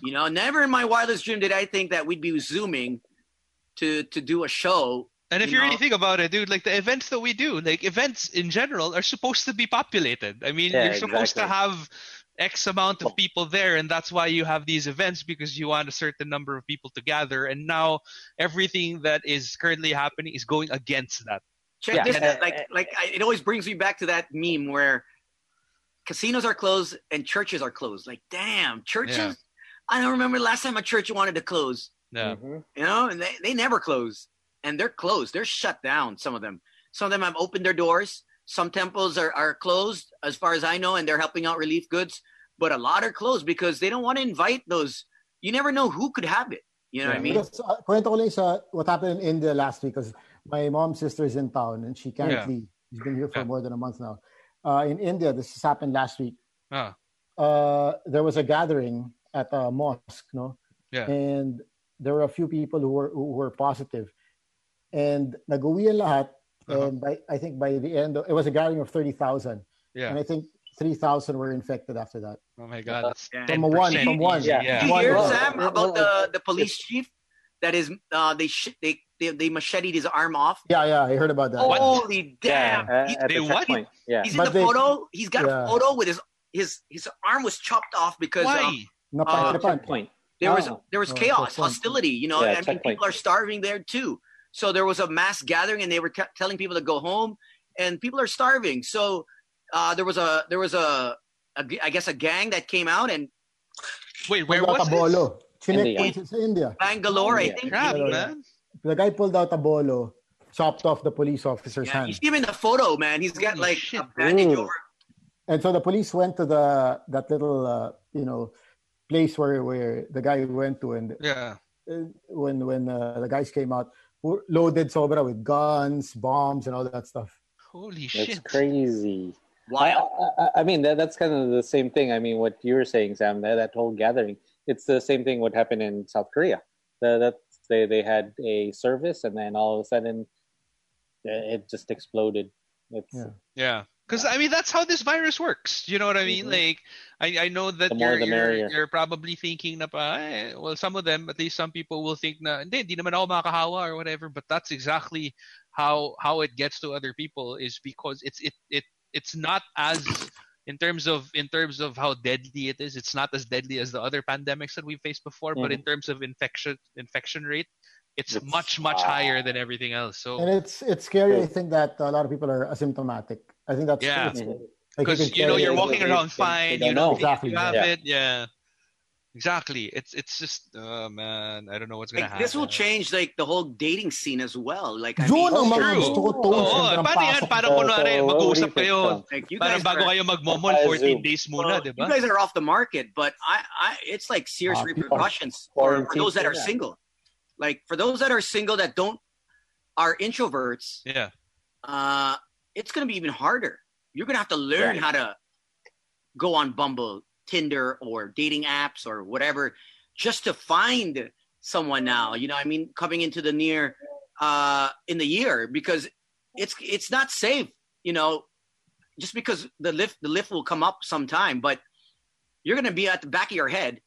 E: You know, never in my wildest dream did I think that we'd be zooming to to do a show.
D: And if you,
E: You
D: really
E: know?
D: think about it, dude, like the events that we do, like events in general are supposed to be populated. I mean,
C: Yeah,
D: you're supposed to
C: exactly.
D: have X amount of people there, and that's why you have these events because you want a certain number of people to gather. And now everything that is currently happening is going against that.
E: Check
C: Yeah.
E: this out.
C: Uh,
E: Like like I, it always brings me back to that meme where casinos are closed and churches are closed. Like damn, churches.
D: Yeah.
E: I don't remember last time a church wanted to close.
D: Yeah.
A: Mm.
C: Mhm.
E: you know, and they, they never close. And they're closed. They're shut down, some of them. Some of them have opened their doors. Some temples are, are closed, as far as I know, and they're helping out relief goods. But a lot are closed because they don't want to invite those. You never know who could have it. You know what I mean?
A: Because, uh, kwento ko lang sa what happened in India last week because my mom's sister is in town and she can't
D: Yeah.
A: leave. She's been here for
D: Yeah.
A: more than a month now. Uh, in India, this has happened last week.
D: Ah,
A: Uh, there was a gathering at a mosque, no?
D: Yeah.
A: And there were a few people who were who were positive. And nag-uwi ang lahat.
D: Uh-huh.
A: And by, I think by the end, it was a gathering of 30,000. And
D: yeah.
A: I think 3,000 were infected after that.
D: Oh my God. That's
E: Yeah.
A: From a one,
D: 10%.
A: from one.
C: Yeah.
E: Did
D: Yeah.
E: you
A: Why
E: hear,
A: not?
E: Sam,
C: Well,
E: about
C: well,
E: the, the police chief that is, uh, they, sh- they, they, they macheted his arm off?
A: Yeah, yeah, I heard about that.
D: What?
E: Holy
C: Yeah,
E: damn.
C: uh,
E: He-
C: at
D: They
C: the
D: what?
C: checkpoint. Yeah.
E: he's in
A: But
E: the
A: they-
E: photo. He's got
A: Yeah.
E: a photo with his, his, his arm was chopped off because uh,
D: Why?
C: Ah,
A: Napan-
E: Uh,
A: napan.
C: Checkpoint.
E: there was
C: Oh.
E: there was
A: Oh,
E: chaos,
A: checkpoint.
E: hostility. You know,
C: Yeah,
E: I mean,
C: checkpoint.
E: people are starving there too. So there was a mass gathering, and they were kept telling people to go home, and people are starving. So uh, there was a there was a, a g- I guess a gang that came out and
D: Wait, where
A: pulled
D: was
A: out a
D: this?
A: bolo. Chinect
C: India.
A: points is India.
E: Bangalore,
C: Yeah.
E: I think.
D: Crap,
A: Yeah.
D: man.
A: The guy pulled out a bolo, chopped off the police officer's
E: Yeah, you
A: hand.
E: see him in the photo, man. He's got
D: Holy
E: like
D: shit.
E: a bandage
C: Ooh.
E: over.
A: And so the police went to the that little uh, you know place where where the guy went to, and
D: Yeah.
A: uh, when when uh, the guys came out, were loaded sobra with guns, bombs, and all that stuff.
D: Holy
C: That's
D: shit.
C: crazy. I,
E: Wow.
C: I, I- I mean, that, that's kind of the same thing. I mean, what you were saying, Sam, that, that whole gathering, it's the same thing what happened in South Korea. The, that they, they had a service, and then all of a sudden, uh, it just exploded. It's,
A: Yeah.
D: Yeah. Because I mean that's how this virus works. You know what I mean?
C: Mhm.
D: Like I, I know that
C: The more
D: you're,
C: the
D: you're
C: merrier.
D: you're probably thinking na pa, eh, well some of them at least some people will think na hindi, hindi naman ako makahawa or whatever but that's exactly how how it gets to other people is because it's it it it's not as in terms of in terms of how deadly it is it's not as deadly as the other pandemics that we've faced before but in
C: Mhm.
D: terms of infection infection rate it's, much much higher than everything else.
A: and
D: So
A: it's it's scary. I think that a lot of people are asymptomatic. I think that's
D: Yeah.
A: it's- like,
D: because
A: can
D: you know
A: carry
D: you're
A: it.
D: walking
C: they-
D: around
C: they-
D: fine,
C: they
D: you know
C: don't know.
A: Exactly,
D: you have
C: yeah.
D: it, yeah. Exactly. It's it's just oh man, I don't know what's gonna happen.
E: Like, this will change like the whole dating scene as well. Like I mean,
A: Yun ang mga
C: True.
A: gusto ko to.
D: Oo,
A: Siyempre,
D: Oh,
A: ang
D: paano yan?
A: pasok-
C: uh,
D: Parang kunwari, mag-uusap kayo.
E: like you
D: Parang
E: guys,
D: bago
E: are,
D: kayo magmomol, 14
C: Zoom.
D: days muna,
E: well,
D: di
E: you
D: ba?
E: guys are off the market, but I, I it's like serious
A: Ah, people are
E: repercussions for, for
C: quarantined,
E: those that are
C: yeah.
E: single. Like for those that are single that don't are introverts,
D: Yeah.
E: uh, it's gonna be even harder. You're gonna have to
C: Right.
E: learn how to go on Bumble, Tinder, or dating apps or whatever, just to find someone now. You know, what I mean, coming into the near uh, in the year because it's it's not safe. You know, just because the lift the lift will come up sometime, but you're gonna be at the back of your head.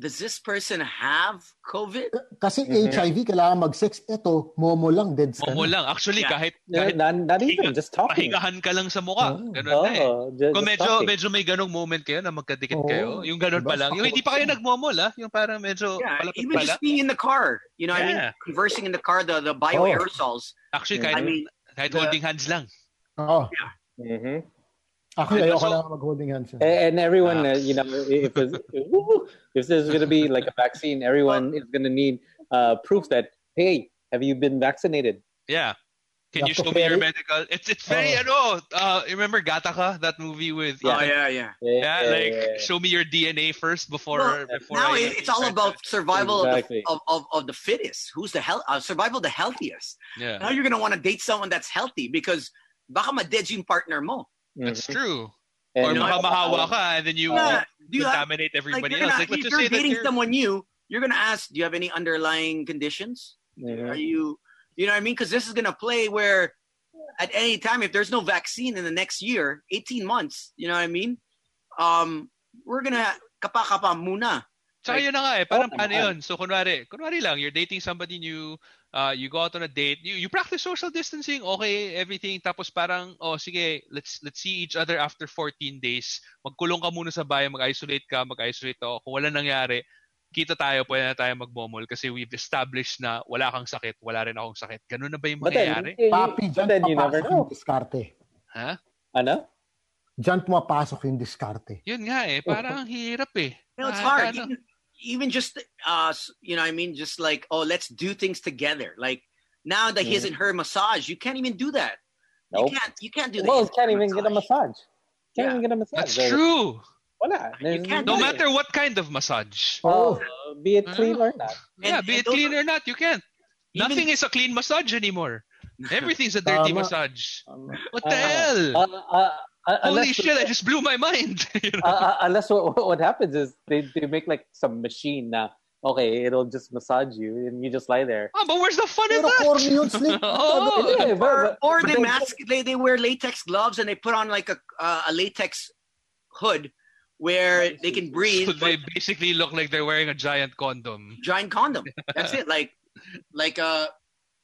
E: Does this person have COVID?
A: Kasi
C: Mhm.
A: HIV, kailangan mag-sex. Ito, momo lang, dead ka
D: Momo
A: na.
D: lang. Actually,
E: Yeah.
D: kahit,
C: No,
D: kahit
C: not, not even just talking.
D: pahingahan ka lang sa mukha.
A: Oo.
D: Ganun na eh.
C: Oh, just,
D: Kung
C: just
D: medyo,
C: talking.
D: medyo may ganung moment kayo na magkadikit
A: Oo.
D: kayo, yung ganun pa
A: Diba?
D: lang. Yung hindi pa kayo nagmomol, ah. Yung parang medyo
E: Yeah,
D: palapit
E: even
D: pa lang.
E: just being in the car. You know, what I mean,
D: Yeah.
E: conversing in the car, the the bioaerosols.
D: Actually, kahit,
C: Yeah.
E: I mean,
D: kahit
E: the-
D: holding hands lang.
A: Oo.
C: Mhm.
A: Actually,
D: Diba?
A: ayoko
D: So-
A: na mag-holding hands.
C: A- And everyone,
D: Ah.
C: uh, you know, if it's, woo, if there's going to be like a vaccine, everyone is going to need uh, proof that hey, have you been vaccinated?
D: Yeah. Can
A: Yeah,
D: you show me
A: very-
D: your medical? It's it's very, ano, uh, you remember Gataka, that movie with...
E: Oh yeah, yeah.
D: Yeah, like
C: Eh,
D: show me your DNA first before
E: Well,
D: before
E: now
D: I-
E: it- it's all about survival
C: Exactly.
E: of, the, of, of, of the fittest. Who's the hell? Uh, survival of the healthiest.
D: Yeah.
E: Now you're gonna want to date someone that's healthy because baka ma-dead yung partner mo.
C: Mhm.
D: That's true.
C: And-
D: Or
E: You know,
D: baka mahawa ka and then you
E: Yeah, do you have,
D: contaminate
E: like,
D: everybody
E: you're
D: else.
E: gonna,
D: Like let's
E: if
D: just say
E: you're
D: that
E: dating
D: you're-
E: someone new, you're gonna ask, do you have any underlying conditions?
C: Mhm.
E: Are you, you know what I mean? Because this is gonna play where at any time, if there's no vaccine in the next year, 18 months, you know what I mean? Um, we're gonna kapa-kapa muna.
D: Tsaka yun na nga eh, parang
C: Oo
D: paano
C: naman.
D: yun? So kunwari, kunwari lang, you're dating somebody new, uh, you go out on a date, you, you practice social distancing, okay, everything, tapos parang, oh sige, let's let's see each other after 14 days. Magkulong ka muna sa bahay, mag-isolate ka, mag-isolate ako. Kung wala nangyari, kita tayo, pwede na tayo magmomol kasi we've established na wala kang sakit, wala rin akong sakit. Ganun na ba yung
C: But then,
D: mangyayari?
C: you-
A: Papi,
C: but
A: dyan
C: then you never
A: papasok yung
C: know.
A: diskarte.
D: Ha?
C: Ano?
A: Dyan pumapasok yung diskarte.
D: Yun nga eh, parang ang hirap eh.
E: No, it's
D: Ah,
E: hard.
D: ano?
E: Even, even just uh, s- you know, what I mean, just like oh, let's do things together. Like now the his
C: Mhm.
E: and her massage, you can't even do that.
C: Nope.
E: You can't. You can't do that.
C: Well, can't even get a massage. Can't
E: Yeah.
C: even get a massage.
D: That's
C: There's-
D: true.
C: Wala.
E: You
C: There's-
E: can't
D: No
E: do it.
D: matter what kind of massage.
A: Oh,
C: Uh, be it clean or not.
D: yeah, be it clean or not, you can't.
E: Even-
D: Nothing is a clean massage anymore. Everything's a dirty
A: Tama.
D: massage.
C: Um,
D: What the
C: uh,
D: hell?
C: uh, uh, uh,
D: Holy
C: unless-
D: shit, I just blew my mind. you know?
A: Ah,
C: uh, uh, unless what, what happens is they, they make like some machine now. Okay, it'll just massage you and you just lie there.
D: oh, but where's the fun in
A: pero
D: that?
A: corny yun, Slick.
D: Oh,
C: Yeah,
E: Or,
C: but-
E: or
C: but
E: they
C: then-
E: mask. They, they wear latex gloves and they put on like a uh, a latex hood where they can breathe.
D: so they basically look like they're wearing a giant condom.
E: Giant condom. That's it. Like like uh,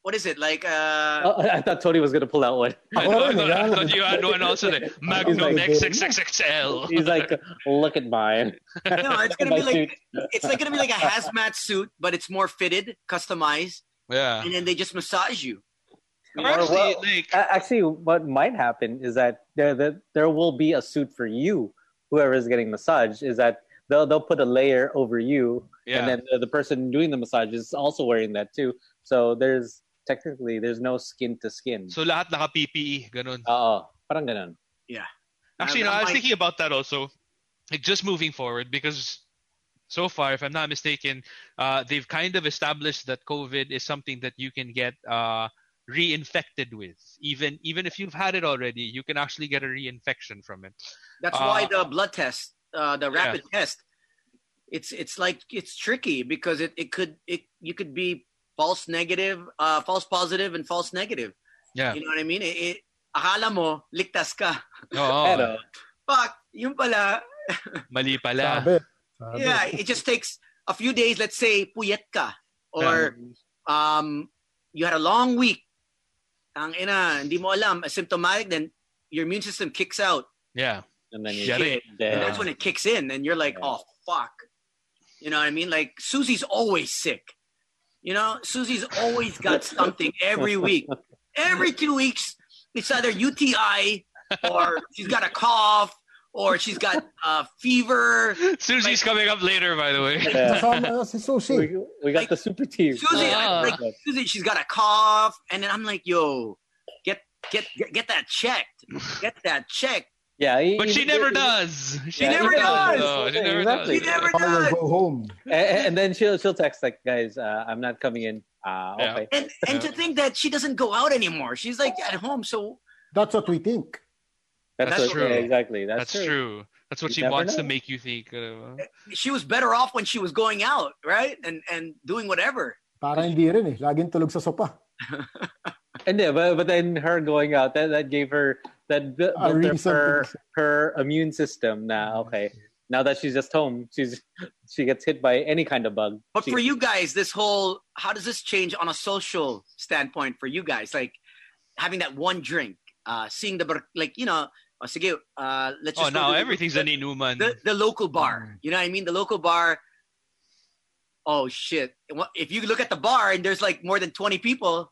E: what is it? Like uh,
C: Oh, I thought Tony was gonna pull that one.
D: I, know, I,
A: Ah, Corny,
D: thought, I
A: yeah.
D: thought you had one also there. Magnum
A: like- "Hmm?"
D: XXXXL.
C: He's like, look at mine.
E: no, it's gonna
C: My
E: be like
C: suit.
E: it's like gonna be like a hazmat suit, but it's more fitted, customized.
D: yeah.
E: and then they just massage you.
D: Or Actually,
C: well,
D: like,
C: A- Actually, what might happen is that there, there there will be a suit for you. Whoever is getting massaged is that they'll they'll put a layer over you,
D: yeah.
C: and then the, the person doing the massage is also wearing that too. So there's technically there's no skin to skin.
D: so lahat naka PPE, ganun.
C: Oo, parang ganun.
D: Actually,
E: Um,
D: no, I was
E: like-
D: thinking about that also. Like just moving forward, because so far, if I'm not mistaken, uh, they've kind of established that COVID is something that you can get uh, reinfected with. Even even if you've had it already, you can actually get a reinfection from it.
E: That's
D: Uh,
E: why the blood test, uh, the rapid test, it's it's like it's tricky because it, it could it you could be false negative, uh, false positive, and false negative.
D: Yeah.
E: You know what I mean? It, it akala mo ligtas ka.
D: Oh,
C: Pero,
E: Fuck, yung pala.
D: mali pala.
A: Sabi. Sabi.
E: Yeah, it just takes a few days. Let's say puyat ka or um, you had a long week. Ang ina, hindi mo alam, asymptomatic, then your immune system kicks out.
D: Yeah.
C: and then you
D: Shit.
E: and
D: Yeah.
E: that's when it kicks in and you're like
C: Yeah.
E: oh fuck you know what i mean like susie's always sick You know, Susie's always got something every week. Every two weeks, it's either UTI or she's got a cough or she's got a fever.
D: Susie's coming up later, by the way.
C: Yeah.
A: Kasama si Sushi.
C: We, we got
E: Like,
C: the super team.
E: Susie,
D: Ah.
E: I, like, Susie, she's got a cough, and then I'm like, yo, get get get, get that checked, get that checked.
C: yeah, he-
D: But she
C: he-
D: never
C: he-
D: does. She
C: Yeah,
D: never
E: he
D: does.
E: does.
D: No, Oh, she never
C: Exactly.
E: She
D: does.
E: never
A: I will
E: does.
A: go home.
C: And, and then she'll she'll text like, guys, uh, I'm not coming in. Uh,
D: Yeah.
C: okay.
E: And and to think that she doesn't go out anymore, she's like at home. So
A: That's what we think.
E: That's
C: what-
D: true.
C: yeah, exactly. That's,
D: That's true. That's what she
C: You never
D: wants to
C: know.
D: make you think. uh,
E: she was better off when she was going out, right? And and doing whatever.
A: Para hindi rin eh. Laging tulog sa sopa.
C: And yeah, but, but then her going out that, that gave her that bu-
A: A
C: built up
A: reason
C: her
A: to-
C: her immune system.
D: Ah,
C: Now, okay, now that she's just home, she's she gets hit by any kind of bug.
E: But
C: She-
E: for you guys, this whole how does this change on a social standpoint for you guys? Like having that one drink, uh, seeing the bar- like you know, oh, sige, uh, let's
D: Oh,
E: just go
D: now
E: to the-
D: everything's
E: the,
D: a Ninuman.
E: the the local
D: Mm.
E: bar. You know what I mean? The local bar. Oh shit! Well, If you look at the bar and there's like more than twenty people,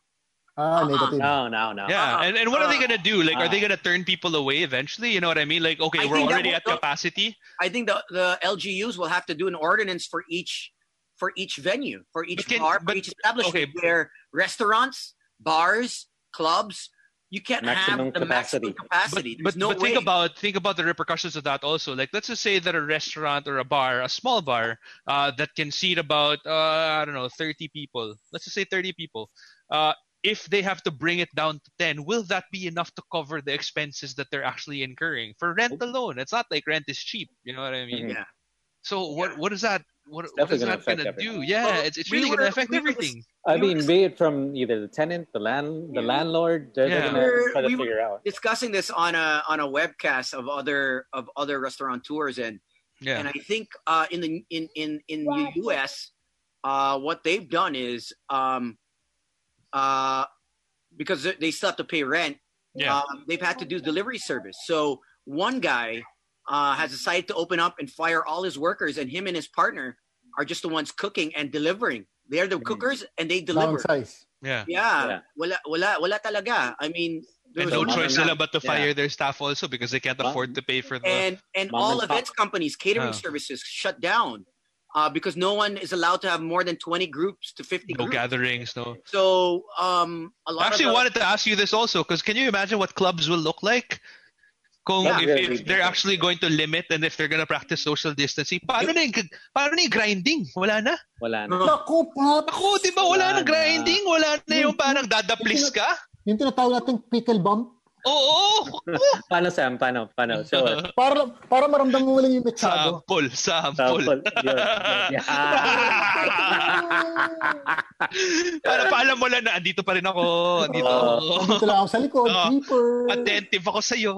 A: Ah,
E: Uh-uh.
A: negative.
C: no, no, no.
D: Yeah,
E: Uh,
D: and, and what are they
E: uh,
D: gonna do? Like, are
C: uh.
D: they gonna turn people away eventually? You know what I mean? Like, okay,
E: I
D: we're
E: think that
D: already
E: will-
D: at capacity.
E: I think the the LGUs will have to do an ordinance for each for each venue, for each
D: But can-
E: bar,
D: but-
E: for each establishment.
D: okay.
E: Where restaurants, bars, clubs, you can't
C: Maximum
E: have the maximum capacity.
D: But, but,
E: There's no
D: but
E: way.
D: think about think about the repercussions of that also. Like, let's just say that a restaurant or a bar, a small bar, uh, that can seat about uh, I don't know, thirty people. Let's just say thirty people. Uh, if they have to bring it down to ten, will that be enough to cover the expenses that they're actually incurring for
E: Oh.
D: rent alone? It's not like rent is cheap. You know what I mean?
C: Mhm.
E: yeah.
D: So what what is that? What, what
C: definitely
D: is
C: gonna
D: that gonna
C: affect
D: do?
C: everyone.
D: Yeah,
E: Well,
D: it's, it's
E: we
D: really
E: were-
D: gonna affect
E: we were just-
D: everything.
C: I
E: You were
C: mean,
E: just-
C: be it from either the tenant, the land, the
E: Yeah.
C: landlord, they're,
D: Yeah.
C: they're gonna try to
E: We were-
C: figure out.
E: discussing this on a on a webcast of other of other restaurateurs and
D: Yeah.
E: and I think uh, in the in in in the U.S., uh, what they've done is um, uh, because they- they still have to pay rent.
D: Yeah.
E: Um, they've had to do delivery service. So one guy uh, has decided to open up and fire all his workers, and him and his partner are just the ones cooking and delivering. They're the
C: Mm.
E: cookers and they deliver.
A: Downsize.
D: yeah.
E: Yeah,
C: Yeah.
E: wala wala wala talaga. I mean, there
D: And
E: was
D: no
E: one
D: choice
E: guy-
D: nila but to
C: Yeah.
D: fire their staff also because they can't
C: Mom-
D: afford to pay for the.
E: and and
C: Mom
E: all
C: and
E: events companies, catering
D: Yeah.
E: services shut down uh, because no one is allowed to have more than twenty groups to fifty
D: no
E: groups.
D: gatherings, no.
E: So um, Mm-hmm. a lot
D: I actually
E: of the-
D: wanted to ask you this also because can you imagine what clubs will look like? Kung
E: Yeah.
D: if,
C: Yeah.
D: if they're actually going to limit and if they're going to practice social distancing, paano na yung, paano na yung grinding? Wala na?
C: Wala na.
E: No.
A: Ah. Naku, Paps!
D: Ako, di ba wala,
C: Wala
D: na grinding? Wala na yung parang dadaplis ka?
A: Yung tinatawag natin pickle bomb.
D: Oo!
C: Paano, Sam? Paano? Paano? Show us.
A: Para, para maramdam mo ulit yung mechado.
D: sample, sample.
C: Sample. Yun, yun. Yeah.
A: Ah.
D: Para paalam mo lang na andito pa rin ako. Andito
C: Oo.
A: Dito
D: ako.
A: lang ako sa likod.
D: Ah,
A: Creeper.
D: Attentive ako sa'yo.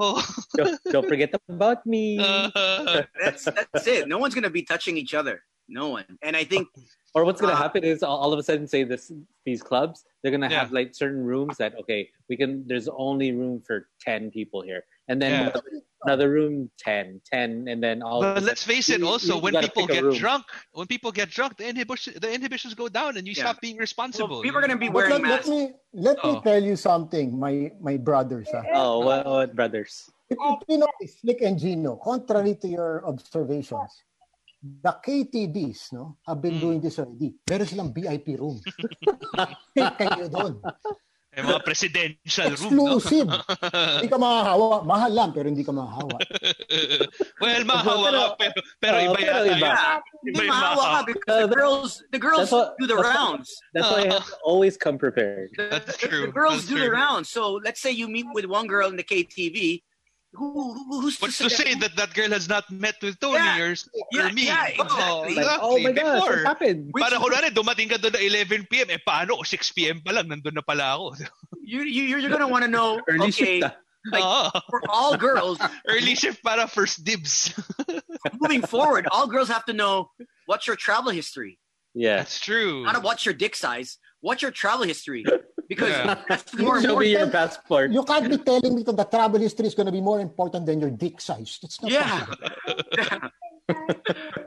C: don't, don't forget about me.
E: Uh, that's that's it. No one's gonna be touching each other. No one. And I think
C: Or what's gonna
E: Uh,
C: happen is all- all of a sudden, say this these clubs, they're gonna
D: Yeah.
C: have like certain rooms that okay, we can. There's only room for ten people here, and then
D: Yeah.
C: another, another room 10, 10, and then all. of
D: But
C: a
D: let's face it,
C: you-
D: also
C: you
D: when
C: gotta
D: people
C: pick
D: get
C: a room.
D: drunk, when people get drunk, the inhibition, the inhibitions go down, and you
E: Yeah.
D: stop being responsible.
E: well, people are gonna be
A: But
E: wearing masks.
A: let, let me let me
D: Oh.
A: tell you something, my my brothers. Ah.
C: sudden- oh, what, what brothers?
A: If you notice, Nick and Gino, contrary to your observations, the KTDs no, have been
D: Mm.
A: doing this already. Meron silang VIP room. Take kayo doon.
D: May mga presidential room, no?
A: Exclusive. Hindi ka mahahawa. Mahal lang, pero hindi ka mahahawa.
D: well, mahawa ka, pero, pero
C: Oh,
D: iba yata.
C: pero iba.
D: yun.
E: Yeah,
D: Iba
E: hindi
D: yung
E: mahawa ka
C: Uh,
E: because the
C: that-
E: girls the girls
C: that's what-
E: do the
C: that's what-
E: rounds.
C: That's why I have to always come prepared.
E: The,
D: That's
E: the-
D: true.
E: The girls
D: That's
E: do
D: true.
E: the rounds. So let's say you meet with one girl in the KTV. Who, who who's
D: What's to say that that girl has not met with Tony
E: Yeah.
D: or, or
E: Yeah,
D: me?
E: yeah,
D: Oh,
E: exactly.
C: Like, oh my gosh,
D: Before,
C: what happened?
E: Which-
D: para kunwari, dumating ka doon na 11 p.m., eh paano? 6 p.m. pa lang, nandun na pala ako.
E: you, you you're gonna want to know?
C: Early
E: okay,
C: shift. ah.
E: Like-
D: Oo.
E: for all girls,
D: early shift para first dibs.
E: moving forward, all girls have to know what's your travel history,
C: Yeah.
D: That's true.
E: not what's your dick size, what's your travel history, because
D: Yeah.
E: that's more
A: You're
C: Show me
E: important.
C: your
A: important.
C: passport.
A: You can't be telling me that the travel history is going to be more important than your dick size. That's not
E: Yeah.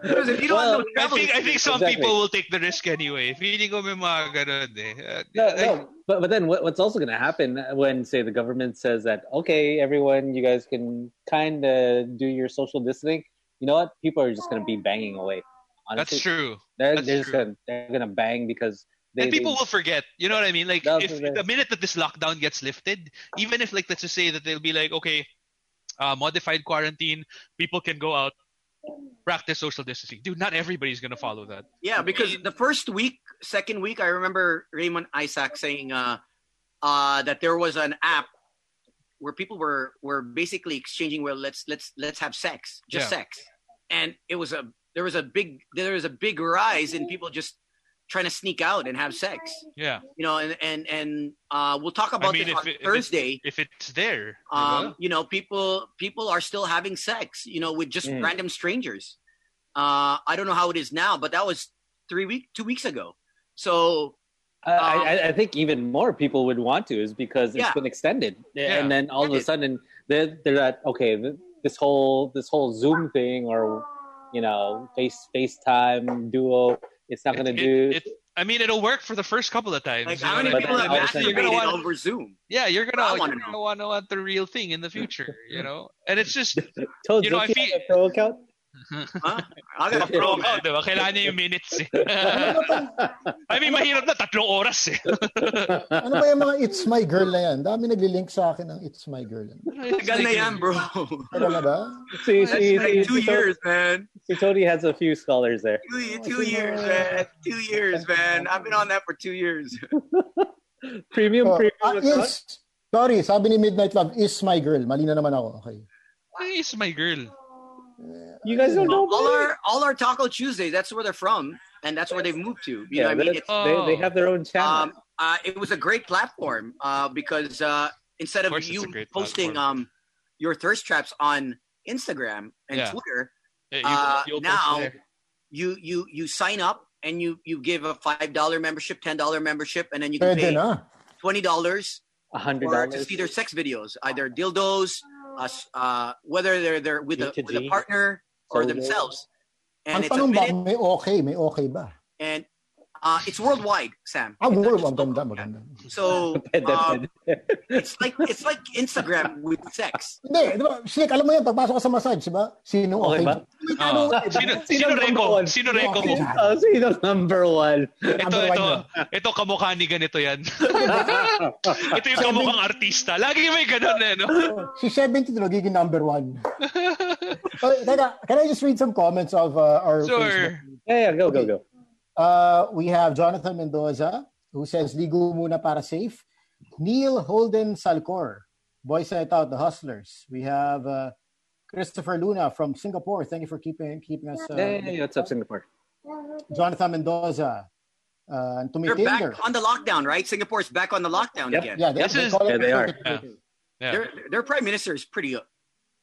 E: Because if you don't
C: Well,
E: have no
D: I
E: travel,
D: think I think some
C: Exactly.
D: people will take the risk anyway. Feeling ko may mga ganun eh. Uh,
C: no,
D: I-
C: no. But, but then what, what's also going to happen when, say, the government says that, okay, everyone, you guys can kind of do your social distancing? You know what? People are just going to be banging away.
D: that's
C: Honestly,
D: true.
C: They're,
D: that's
C: they're just
D: true.
C: gonna they're gonna bang because they,
D: and people
C: they-
D: will forget. You know what I mean? Like
C: They'll
D: if
C: forget.
D: the minute that this lockdown gets lifted, even if like let's just say that they'll be like, okay, uh, modified quarantine, people can go out, practice social distancing. Dude, not everybody's gonna follow that.
E: Yeah, because the first week, second week, I remember Raymond Isaac saying uh, uh, that there was an app where people were were basically exchanging. Well, let's let's let's have sex, just
D: Yeah.
E: sex, and it was a there was a big there was a big rise in people just trying to sneak out and have sex.
D: Yeah,
E: You know, and and and uh, we'll talk about
D: mean,
E: this
D: if it-
E: on
D: if it's-
E: Thursday.
D: if it's there. di ba?
E: um, you know people people are still having sex you know with just
C: Mm.
E: random strangers uh, i don't know how it is now but that was three week two weeks ago so
C: I, I, I think even more people would want to is because
E: Yeah.
C: it's been extended,
D: Yeah.
C: and then all of a sudden they're they're at okay, th- this whole this whole Zoom thing or you know Face FaceTime Duo, it's not going
D: It-
C: to do.
D: it- it- I mean, it'll work for the first couple of times.
E: like
D: you know
E: how many
D: what I
E: people
D: mean?
E: have
C: But all of a sudden-
D: You're gonna want-
E: masturbated over zoom
D: Yeah, you're gonna,
E: I
D: you're
E: wanna
D: gonna
E: know.
D: want to want the real thing in the future, you know. And it's just
C: Toads,
D: you know,
C: don't
D: if
C: you
D: he-
C: have a pro account?
E: huh? I got a pro,
D: pro
E: man.
D: out, diba? Kailangan niya yung minutes. Eh. I mean, mahirap na tatlong oras eh.
A: Ano ba yung mga It's My Girl na yan? Dami nagli-link sa akin ng It's My Girl.
E: Tagal na yan, bro.
A: Tagal na ba?
C: see,
E: That's
C: see, see,
E: like two
C: see, Toad-
E: years, man.
C: see, Toady has a few scholars there.
D: Oh,
E: Two, ye- two years, man. Two years, man. I've been on that for two years.
C: Premium,
A: Oh,
C: premium
A: ah,
C: account?
A: is, sorry, sabi ni Midnight Love, Is My Girl. Mali na naman ako. Okay.
D: Why is my girl?
C: You guys don't know.
E: All
C: about it?
E: our all our Taco Tuesdays, that's where they're from, and that's where they've moved to. You know,
C: Yeah,
E: what I mean,
C: that's-
E: It's-
D: Oh.
C: they, they have their own channel.
E: um, uh, it was a great platform uh, because uh, instead of,
D: Of course it's
E: you
D: a great
E: posting
D: platform.
E: um, your thirst traps on Instagram and
D: Yeah.
E: Twitter,
D: Eh, you-
E: Uh,
D: you'll post
E: now-
D: there.
E: you you you sign up and you you give a five dollar membership, ten dollar membership, and then you can
A: Pwede
E: pay
A: na.
E: twenty dollars
C: A hundred
E: or to
C: dollars.
E: see their sex videos, either dildos, uh, s- uh, whether they're they're with a, with a
C: G2G.
E: partner or
C: Solo.
E: themselves, and
A: Ang
E: it's a
A: tanong ba,
E: minute
A: may okay? May okay ba?
E: and uh, it's worldwide, Sam.
A: Ah,
E: It's not
A: world.
E: just
A: Ang ganda,
E: local.
A: maganda.
E: So
C: Pwede,
E: um,
C: pwede.
E: it's like it's like Instagram with sex.
A: Hindi, di ba? Snake, alam mo yan, pagpasok ka sa massage, di ba? Sino
C: Okay
A: okay,
C: ba?
A: ba? May
D: Ah.
A: tanong eh, di ba?
D: Sino,
C: Sino
D: sino
C: number
D: reko?
C: one?
D: Sino reko mo?
A: Sino-
C: Oh, sino number one?
D: Ito,
A: Number one
D: ito.
A: na.
D: Ito, kamukha ni ganito yan. ito yung kamukhang artista. Lagi may ganun eh, no?
A: Si 70 na nagiging number one. Oh, teka, can I just read some comments of uh, our Facebook?
D: Sure.
C: Yeah, yeah, go, go, go.
A: Uh, we have Jonathan Mendoza, who says, Ligo muna para safe. Neil Holden Salcor, Boys Night Out, The Hustlers. We have uh, Christopher Luna from Singapore. Thank you for keeping keeping us. Uh,
C: Yeah, yeah, yeah, what's up, Singapore?
A: Jonathan Mendoza. Uh, and
E: They're
A: Tumitinder.
E: back on the lockdown, right? Singapore's back on the lockdown
C: Yep.
E: again.
A: Yeah, they,
D: This
A: they
D: is-
A: call it-
C: Yeah, they are.
D: Yeah. Yeah.
E: Their their prime minister is pretty. I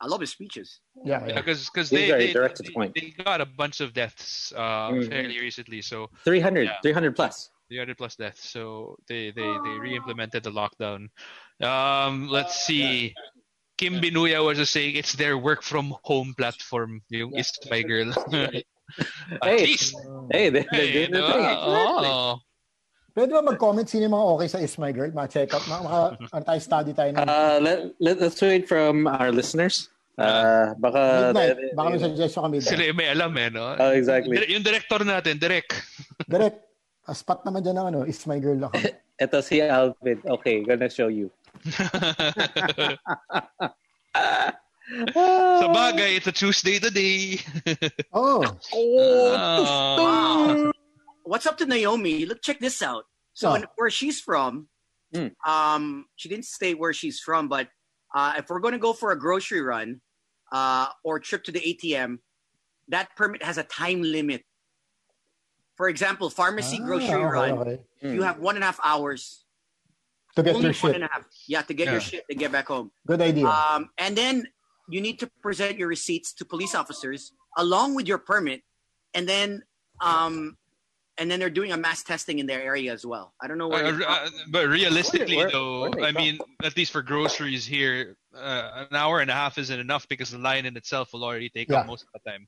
E: love his speeches.
A: Yeah, yeah.
D: Because
C: These
D: they,
C: are
D: they,
C: direct to the point.
D: they got a bunch of deaths uh,
C: Mhm.
D: fairly recently. So
C: 300,
D: Yeah.
C: 300 plus.
D: 300 plus deaths. So they, they, they
C: Oh.
D: re-implemented the lockdown. Um, let's see. Kim Binuya was just saying it's their work from home platform. Yung
A: Yeah.
D: is my girl. At
C: Hey,
D: least.
C: Hey, they,
D: Hey,
C: they're
D: Ah,
C: doing their
D: diba?
C: thing.
D: Oo.
A: Pwede ba mag-comment sino yung mga okay sa Is My Girl? Ma-check up. Ma- maka- ano tayo, study tayo ng
C: Uh, let, let, let's wait from our listeners. Uh, baka,
A: midnight. Baka may suggestion kami.
D: Sila yung may alam eh, no?
C: Oh, exactly.
D: Dire- Yung director natin, direct.
A: Direct. Aspat naman dyan ang ano, Is My Girl ako.
C: Ito si Alvin. Okay, gonna show you.
D: Sa bagay, it's a Tuesday today.
A: Oo.
D: Ah.
E: Wow. What's up to Naomi? Look, check this out. So
A: Oh.
E: in- where she's from,
C: Mm.
E: um, she didn't say where she's from, but uh, if we're going to go for a grocery run uh, or trip to the ATM, that permit has a time limit. For example, pharmacy
A: Ah,
E: grocery
A: okay,
E: run,
A: okay.
C: Hmm,
E: you have one and a half hours.
A: To get
E: Only one
A: your shit.
E: and a half. Yeah, to get your
D: Yeah.
E: shit to get back home.
A: Good idea.
E: Um, and then you need to present your receipts to police officers along with your permit, and then um, and then they're doing a mass testing in their area as well. I don't know where.
D: Uh,
E: it's
D: re-
E: from.
D: uh, but realistically,
C: Where- where-
D: though,
C: where they
D: I
C: from?
D: mean, at least for groceries here, uh, an hour and a half isn't enough because the line in itself will already take
A: Yeah.
D: up most of the time.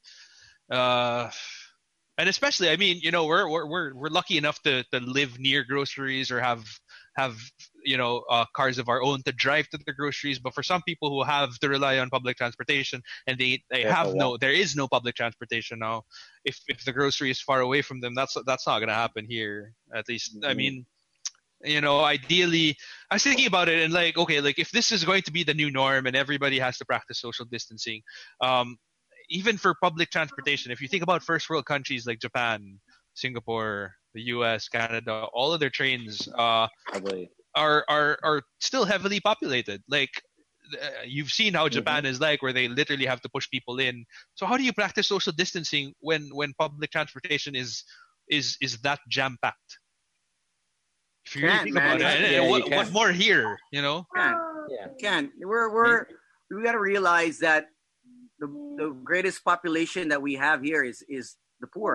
D: Uh, and especially, I mean, you know, we're we're we're, we're lucky enough to, to live near groceries or have have you know uh, cars of our own to drive to the groceries. But for some people who have to rely on public transportation and they, they
C: Yeah,
D: have
C: yeah.
D: no, there is no public transportation now. If if the grocery is far away from them, that's that's not gonna happen here. At least, I
C: Mhm.
D: mean, you know, ideally, I was thinking about it and like, okay, like if this is going to be the new norm and everybody has to practice social distancing, um, even for public transportation, if you think about first world countries like Japan, Singapore, the U.S., Canada, all of their trains uh,
C: probably.
D: are are are still heavily populated. Like uh, you've seen how Japan is
E: Mm-hmm.
D: like, where they literally have to push people in. So how do you practice social distancing when when public transportation is is is that jam packed? If you really
E: Can't,
D: think
E: man.
D: about it, and- and
C: Yeah, you
D: what, what
C: can't.
D: more here? You know,
E: Can't,
C: Yeah.
E: can't. We're we're we got to realize that the the greatest population that we have here is is the poor.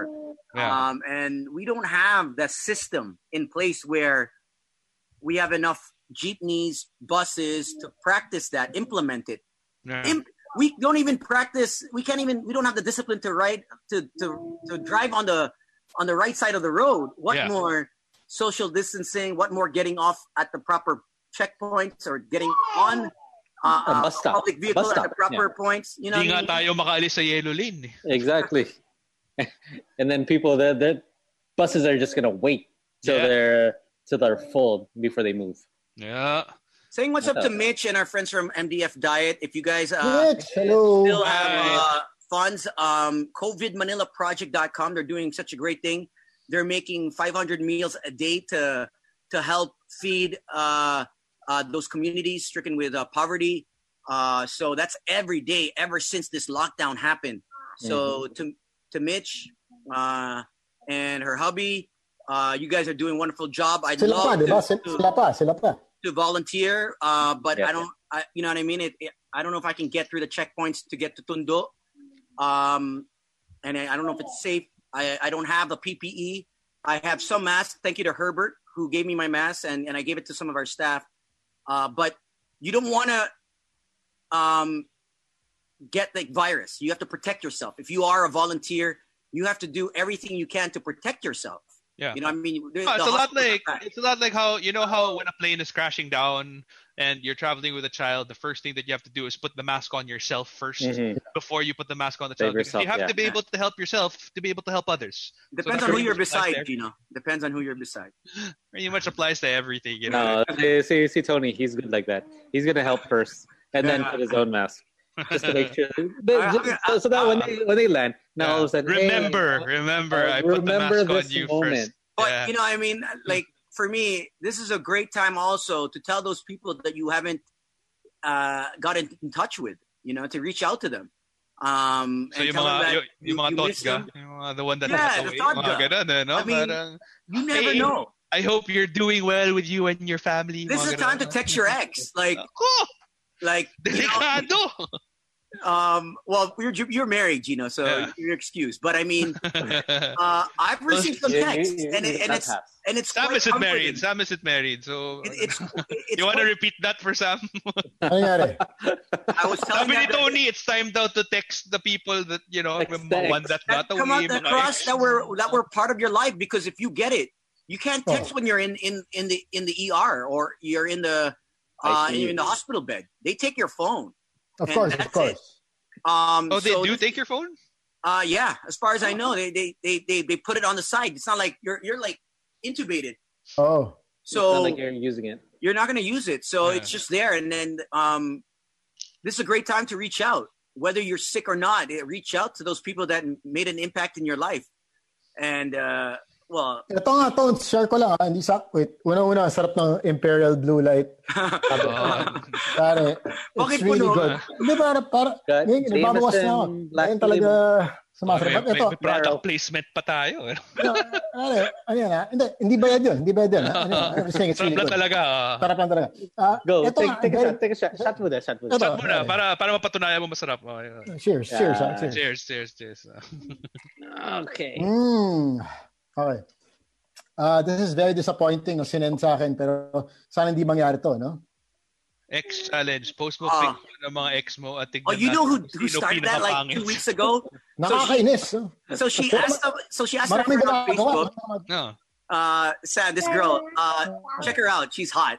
D: yeah,
E: um, and we don't have the system in place where we have enough jeepneys buses to practice that implement it
D: yeah.
E: im- we don't even practice we can't even we don't have the discipline to ride to to, to drive on the on the right side of the road what
D: Yeah.
E: more social distancing what more getting off at the proper checkpoints or getting on uh,
C: A bus stop.
E: public
C: A
E: vehicle
C: bus
E: at the
C: stop,
E: proper points you know
D: Hindi
E: what I
D: nga tayo
E: mean?
D: makaalis sa yellow lane. eh.
C: Exactly. and then people the the buses are just gonna wait till
D: Yeah.
C: they're till they're full before they move.
D: Yeah.
E: saying what's up to mitch and our friends from mdf diet if you guys uh,
A: Mitch, hello.
E: still have
D: Right.
E: uh, funds. Um, COVIDManilaProject.com. They're doing such a great thing. They're making 500 meals a day to to help feed uh, uh, those communities stricken with uh, poverty. Uh, so that's every day ever since this lockdown happened. So to to Mitch uh, and her hubby, uh, you guys are doing a wonderful job. I'd
A: Sila pa,
E: love
A: di ba?
E: to-
A: Sila, sila pa, sila pa.
E: to volunteer, uh, but
C: Yeah.
E: I don't, I, you know what I mean? It, it, I don't know if I can get through the checkpoints to get to Tundo. Um, and I, I don't know if it's safe. I, I don't have the PPE. E. I have some masks. Thank you to Herbert who gave me my mask and, and I gave it to some of our staff. Uh, but you don't want to um, get the virus. You have to protect yourself. If you are a volunteer, you have to do everything you can to protect yourself.
D: Yeah.
E: You know what I mean? The-
D: Ah, it's a
E: the
D: lot
E: hospitals are
D: like
E: packed.
D: it's a lot like how you know how when a plane is crashing down and you're traveling with a child, the first thing that you have to do is put the mask on yourself 1st
C: Mhm.
D: before you put the mask on the
C: Save
D: child. because you
C: yourself,
D: have
C: yeah.
D: to be able to help yourself to be able to help others.
E: Depends
D: that
E: on who
D: pretty
E: you're
D: much applies to
E: beside,
D: everything.
E: Gino. Depends on who you're beside.
D: Pretty much applies to everything, you know.
C: No, see, see, see Tony, he's good like that. He's gonna help first and then
E: Yeah.
C: put his own mask. Just to make sure. They-
E: I- I-
C: so, so that when they when they land, now
D: Yeah.
C: all of a sudden hey,
D: remember,
E: uh,
D: remember, I put the
C: remember
D: mask on
C: this
D: you
C: moment.
D: first.
E: But
D: Yeah. Hmm.
E: you know, I mean, like for me, this is a great time also to tell those people that you haven't uh, got in, in touch with. You know, to reach out to them. Um,
D: So
E: and
D: yung
E: tell them
D: mga
E: that
D: yung, yung mga
E: you
D: thoughts
E: miss
D: ka,
E: them.
D: yung mga the one that
E: Yeah,
D: has to
E: the
D: wait,
E: thought
D: mga
E: ka.
D: ganun, eh, no?
E: I mean,
D: Parang,
E: You never
D: Hey,
E: know.
D: I hope you're doing well with you and your family.
E: This
D: mga
E: is
D: ganun,
E: time to
D: no?
E: text your ex. Like,
D: Ako,
E: like, you know,
D: delikado.
E: um, well, you're you're married, Gino, so
D: Yeah.
E: you're excused. But I mean, uh, I've received some
C: Yeah, you-
E: texts,
C: you-
E: and, it, and
C: that
E: it's
C: happens.
E: and it's
D: Sam
E: quite
D: isn't
E: comforting.
D: married. Sam isn't married. So
E: It, it's, it's
D: you want to
E: quite-
D: repeat that for Sam?
A: Ano nangyari?
E: I was telling
D: Sabi ni
E: that
D: Tony, it's time daw to text the people that you know,
C: Text
D: yung mga
C: the
D: one that got
E: that come out
D: away.
E: that
D: mga
E: cross
D: ex.
E: that were that were part of your life because if you get it, you can't
A: Oh.
E: text when you're in in in the in the ER or you're in the uh,
C: I see.
E: you're in the hospital bed. They take your phone.
A: Of
E: And
A: course, of
E: that's
A: course.
E: Um,
D: Oh, they
E: so-
D: do take your phone?
E: Uh, yeah, as far as I know, they they, they they they put it on the side. It's not like you're you're like intubated,
A: Oh,
C: It's not
E: so
C: like you're using it.
E: you're not going to use it. So
D: Yeah.
E: it's just there. And then um, this is a great time to reach out, whether you're sick or not. eh, Reach out to those people that m- made an impact in your life. And uh, well,
A: ito nga, Tones, share ko lang. ah, Hindi sa, wait, unang-una, ang sarap ng Imperial Blue Light.
D: Oh.
A: Pare,
E: Bakit
A: it's really
E: puno?
A: good. Hindi, para, para,
C: Got
A: ngayon, nababawas na ako.
C: Jameson, Black
A: Ngayon talaga,
C: Label.
A: sumasarap.
D: may,
A: At
D: may,
A: Ito,
D: may product
C: Meryl.
D: placement pa tayo. eh.
A: ano, ano, ano yan, ah? Hindi, hindi bayad yun. Hindi bayad yun. ah. Ano yun? I'm just saying it's
D: Sarap
A: really
D: lang
A: good.
D: talaga. ah.
A: Sarap lang talaga. Ah,
C: Go,
A: ito
C: take,
A: nga,
C: take a
A: very-
C: shot, take a shot. Shot muna, shot muna.
A: Ito.
D: Shot muna,
A: Pare.
D: para, para mapatunayan mo masarap. Oh, yeah.
A: Cheers, cheers, ah,
C: Yeah.
A: cheers.
D: Cheers, cheers, cheers.
C: Okay.
A: Mm. Okay. Ah, Uh, this is very disappointing no sinend sa akin pero sana hindi mangyari to, no?
D: Ex challenge. Post mo
E: Ah.
D: picture ng mga ex mo at tignan
E: Oh, you know who,
D: natin kung
E: who
D: sino
E: started that like
D: pinakapangit.
E: two weeks ago?
A: Nakakainis. So,
E: So she asked them, so she asked her
A: Maraming
E: friend on
A: ginagawa.
E: Facebook,
D: No.
E: uh, Sam, this girl, uh, check her out. She's hot.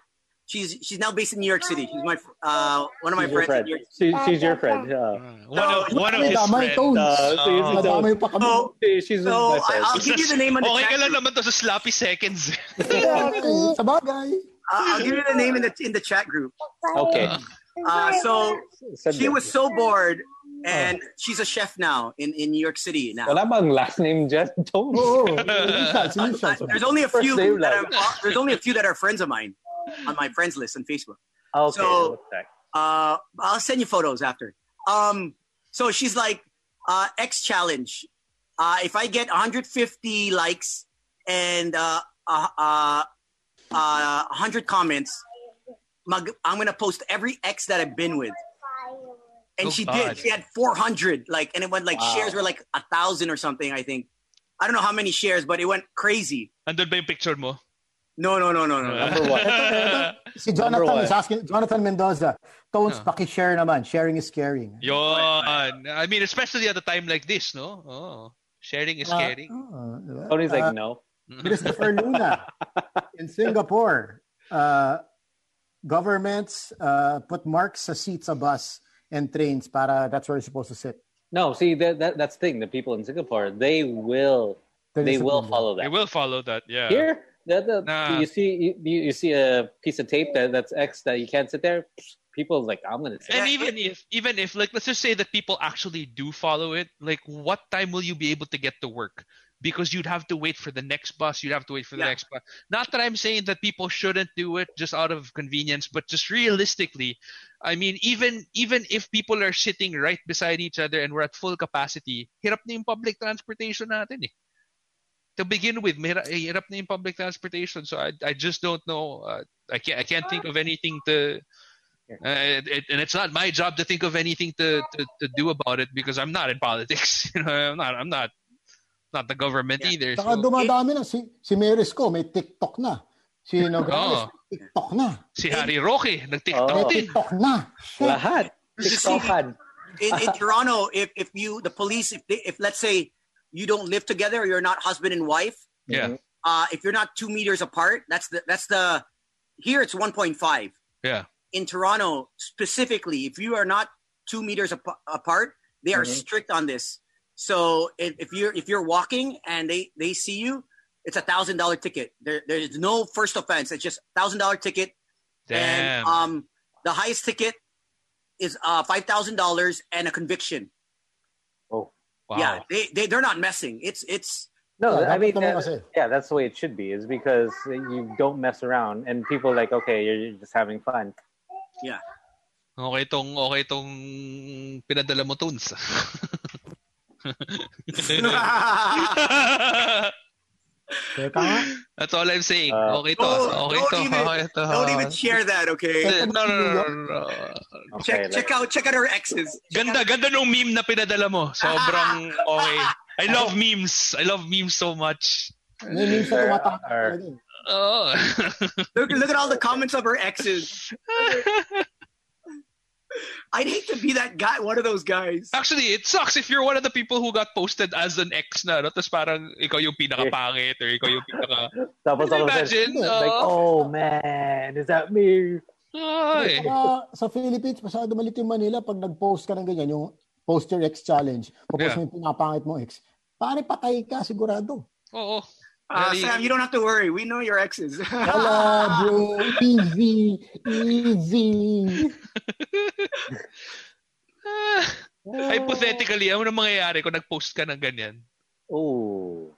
E: She's she's now based in New York City. She's my uh, one of my
C: She's your friend.
E: friends. in New York
C: She, she's your friend.
D: Uh,
C: Yeah.
D: One of, one of
A: Madamay
D: his
A: damay
D: friends.
A: tones.
C: Uh, so yun,
D: Oh.
A: Madamay pa kami.
E: So-
C: si- she's
E: so
C: my friend.
E: I'll give you the name and the
D: okay
E: chat
D: ka lang
E: group.
D: naman to sa sloppy seconds.
A: Exactly. Sa bagay.
E: Uh, I'll give you the name in the in the chat group.
C: okay.
E: Uh, so
C: Send
E: she
C: it.
E: was so bored, and she's a chef now in, in New York City now.
C: Oh. Wala bang last name Jeff Tones?
A: Oo. Oh, Initials.
E: Uh, uh,
A: Initials.
E: there's only a
C: First
E: few
C: name
E: that
C: lang.
E: I'm, uh, there's only a few that are friends of mine on my friends list on Facebook.
C: Okay.
E: oh. So-
C: okay.
E: uh, I'll send you photos after. Um, so she's like, uh, X challenge. Uh, if I get 150 likes and uh, uh, uh, uh, 100 comments, mag- I'm gonna post every X that I've been with.
D: Oh,
E: And she
D: God.
E: did. She had 400 like, and it went like
C: Wow.
E: shares were like a thousand or something. I think I don't know how many shares, but it went crazy.
D: Andun ba yung picture mo?
E: No, no, no, no, no. no.
C: Number one.
A: Si
C: Number
A: Jonathan
C: one.
A: is asking, Jonathan Mendoza, Tones,
D: Huh.
A: paki-share naman. Sharing is caring.
D: Yun. I mean, especially at a time like this, no? Oh. Sharing is caring.
A: Uh, diba?
C: Tony's
A: Uh,
C: like, no.
A: Christopher Luna in Singapore. Uh, governments uh, put marks sa seats of bus and trains para that's where you're supposed to sit.
C: No, see, that, that that's the thing. The people in Singapore, they will
A: They're
C: they will
A: disciplined.
C: follow
D: I
C: that.
D: will follow that, yeah.
C: Here, that, that-
D: Nah.
C: you see you, you see a piece of tape that, that's X that you can't sit there. People like, I'm gonna sit.
D: And
E: Yeah,
D: even if, even if, like, let's just say that people actually do follow it, like, what time will you be able to get to work? Because you'd have to wait for the next bus, you'd have to wait for the
E: Yeah.
D: next bus. Not that I'm saying that people shouldn't do it just out of convenience, but just realistically, I mean, even even if people are sitting right beside each other and we're at full capacity, hirap na yung public transportation natin eh. To begin with, mahira- eh, hirap na yung public transportation. So I, I just don't know. Uh, I can't I can't think of anything to uh, it, and it's not my job to think of anything to, to, to do about it because I'm not in politics. You know, I'm not I'm not not the government
E: Yeah.
D: either.
A: Saka
D: So,
A: dumadami na. Si, si Meris ko, may TikTok na. Si
D: Oo.
A: Nograles, may TikTok na.
D: si Harry Roque, nag-TikTok
A: May
C: Oh.
D: din.
A: TikTok na. Shit.
C: Lahat. TikTokan.
E: in, in Toronto, if if you the police, if they, if let's say you don't live together, or you're not husband and wife,
C: Mm-hmm.
D: Yeah.
E: uh, if you're not two meters apart, that's the that's the here it's one point five.
D: Yeah.
E: In Toronto specifically, if you are not two meters apa- apart, they are
C: Mhm.
E: strict on this. So if, if you're if you're walking and they they see you, it's a thousand dollar ticket. There there is no first offense. It's just thousand dollar ticket
D: Damn.
E: and um, the highest ticket is uh, five thousand dollars and a conviction.
D: wow.
E: Yeah, they, they they're not messing. It's it's
C: No,
A: Yeah,
C: I mean, uh,
A: dapat naman
C: that-
A: kasi.
C: yeah, that's the way it should be. Is because you don't mess around, and people are like, okay, you're, you're just having fun.
D: Okay tong okay tong pinadala mo tunes.
A: Teka nga.
D: That's all I'm saying.
C: Uh,
D: Okay to.
E: don't-
D: okay
E: don't
D: to.
E: even-
D: okay to.
E: don't
A: Uh,
E: even share that. Okay,
D: No, no, no, no, no.
E: check
C: Okay,
E: check
C: like-
E: out check out her exes. Check
D: Ganda,
E: out-
D: ganda nung meme na pinadala mo. Sobrang okay. I love memes. I love memes so much.
A: May memes na
C: There
A: tumatama
C: are-
A: talaga eh.
D: Oh.
E: Look look at all the comments of her exes. I'd hate to be that guy, one of those guys.
D: Actually, it sucks if you're one of the people who got posted as an ex na, no? Tapos parang ikaw yung pinakapangit or ikaw yung pinaka...
C: Tapos
D: Can you
C: all of a sudden,
D: imagine?
C: like, oh man, is that me? oh.
D: Ay.
A: Saka sa Philippines, masyado malit yung Manila. Pag nag-post ka ng ganyan, yung post your ex challenge,
D: Yeah.
A: pupost mo yung pinapangit mo ex, pare patay ka sigurado.
D: Oo.
E: Uh,
D: Really?
E: Sam, you don't have to worry. We know your exes.
A: Wala, bro. Easy. Easy.
D: Ah. Hypothetically, ano nang mangyayari kung nag-post ka ng ganyan?
C: Oh.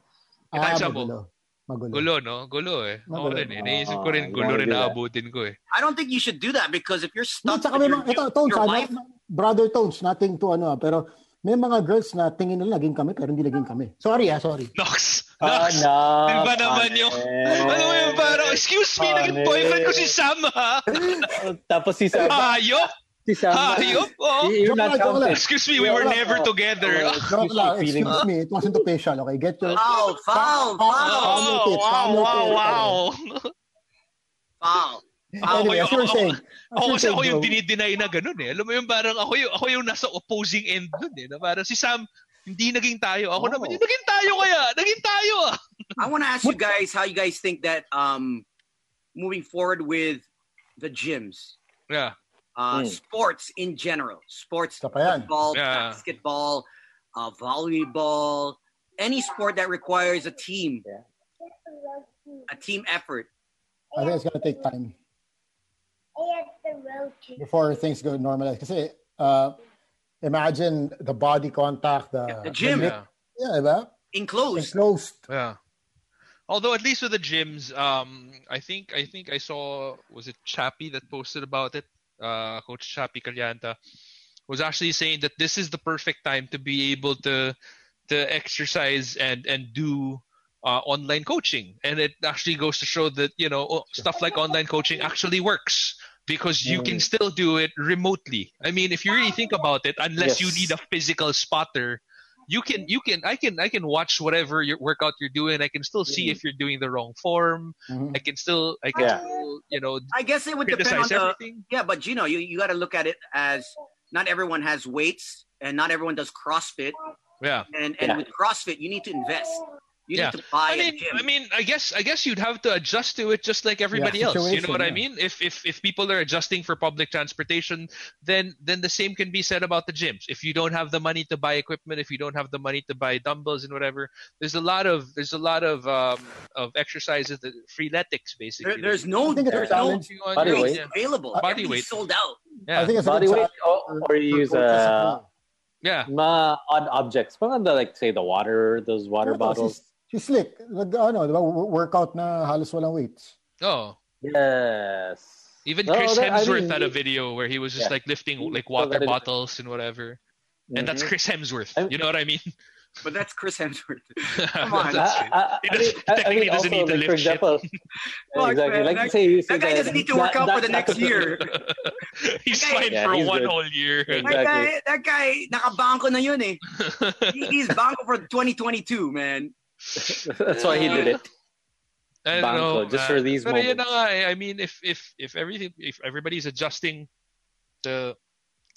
D: Kahit saan mo.
A: Ah, magulo. Magulo.
D: Gulo, no? Gulo eh. Ako
A: Magulo.
D: rin eh. Naisip ko rin,
C: Ah,
D: gulo
C: you wanna
D: rin
C: do that?
D: naabutin ko eh.
E: I don't think you should do that because if you're
A: Hindi,
E: stuck
A: tsaka
E: with
A: may
E: your,
A: mga, ito, Tones,
E: your
A: ah,
E: wife,
A: na- brother Tones, nothing to ano, ah, pero may mga girls na tingin nila naging kami pero hindi naging kami. Sorry ah, sorry.
D: Nox!
C: Ah,
D: Nox!
C: no.
D: Diba naman yung... Ano mo yung parang, excuse me,
C: Pangit.
D: naging boyfriend ko si Sam, ha?
C: Tapos si Sam.
D: Hayop!
C: si Sam.
D: Hayop! Oo.
C: You're not
A: Joke lang, joke lang.
C: counted.
D: Excuse me, we were
A: Wala.
D: never together.
C: Oh,
A: Joke lang,
C: Excuse me, feeling-
A: excuse me, it wasn't official, okay? Get
D: Ah,
A: your...
E: foul, foul, foul,
A: Wow,
D: Wow, wow,
A: wow,
D: wow,
A: wow.
D: wow.
E: foul.
A: Ah, anyway, as you were
D: Ako
A: saying, as you were
D: kasi
A: saying,
D: ako yung
A: Joe,
D: dinideny na ganun eh. Alam mo yung parang ako yung, ako yung nasa opposing end nun eh. Na parang si Sam, hindi naging tayo. Ako
A: Oh.
D: naman yung naging tayo kaya. Naging tayo ah.
E: I want to ask you guys how you guys think that um, moving forward with the gyms,
D: Yeah.
E: uh,
C: Mm.
E: sports in general, sports,
A: Isa pa yan.
E: football,
D: Yeah.
E: basketball, uh, volleyball, any sport that requires a team,
C: Yeah.
E: a team effort.
A: I think it's gonna take time
B: And the road to
A: before things go normalize. Kasi, uh, imagine the body contact, the,
E: The gym.
A: the lip- yeah, diba?
E: Enclosed.
A: Enclosed.
D: Yeah. Although at least with the gyms, um, I think I think I saw was it Chappie that posted about it. Uh, Coach Chappie Calianta was actually saying that this is the perfect time to be able to to exercise and and do uh, online coaching, and it actually goes to show that you know oh, stuff like online coaching actually works because you can still do it remotely. I mean, if you really think about it, unless you
C: Yes.
D: need a physical spotter, you can you can I can I can watch whatever your workout you're doing. I can still see
C: Mm.
D: if you're doing the wrong form.
A: Mhm.
D: I can still I can
C: Yeah.
D: still, you know
E: I guess it would depend on
D: criticize
E: the.
D: everything.
E: Yeah, but Gino, you, you got to look at it as not everyone has weights and not everyone does CrossFit.
D: Yeah.
E: And, and
C: Yeah.
E: with CrossFit, you need to invest. You
D: Yeah.
E: need to buy
D: I
E: a
D: mean,
E: gym.
D: I mean, I guess, I guess you'd have to adjust to it just like everybody else. You know
A: situation,
D: what I
A: yeah.
D: mean? If, if if people are adjusting for public transportation, then then the same can be said about the gyms. If you don't have the money to buy equipment, if you don't have the money to buy dumbbells and whatever, there's a lot of there's a lot of um, of exercises, that freeletics
E: There-
D: basically.
E: there's no,
A: I think it's
E: there's no
A: a challenge.
D: You want-
C: Body
E: weights
C: weight.
E: available.
D: Body
E: Everything's
D: weight.
E: Sold out.
D: Yeah,
A: I think it's a
C: Body
A: good
C: weight,
A: challenge
C: or,
A: for-
C: or
A: for
C: you use
A: coaches as
C: uh,
A: well.
D: yeah.
C: mga odd objects. Mga the, like say the water, those water
A: Ano to,
C: bottles.
A: she's- She's slick. Like, ano, diba? w- Workout na halos walang weights.
D: Oh,
C: Yes.
D: even
C: No,
D: Chris
C: that- I
D: Hemsworth
C: mean,
D: had a video where he was just
C: Yeah.
D: like lifting like
C: So that
D: water
C: it-
D: bottles and whatever, and that's
C: Mhm.
D: Chris Hemsworth.
C: I'm-
D: You know what I mean?
E: But that's Chris Hemsworth.
D: Come
E: on.
C: I- I- I
D: He doesn't-
C: mean, I- I
D: technically
C: mean,
D: doesn't
C: also,
D: need to
C: like, for
D: lift shit.
C: example,
E: Fuck,
C: exactly.
E: man,
C: Like
E: that-
C: you say, you see
E: That guy
C: the-
E: doesn't need to
C: that-
E: work out for
C: that-
E: the next year.
D: he's
E: Okay.
D: fine
C: Yeah,
D: for
C: he's
D: one
C: good.
D: whole year.
C: Exactly.
E: That guy, that guy, nakabangko na yun eh. He- He's banko for 2022, man.
C: That's why he did it.
D: I don't
C: Banco,
D: know.
C: just
D: man.
C: for these
D: Pero yun na
C: moments.
D: nga eh. I mean, if if if everything, if everybody's adjusting, the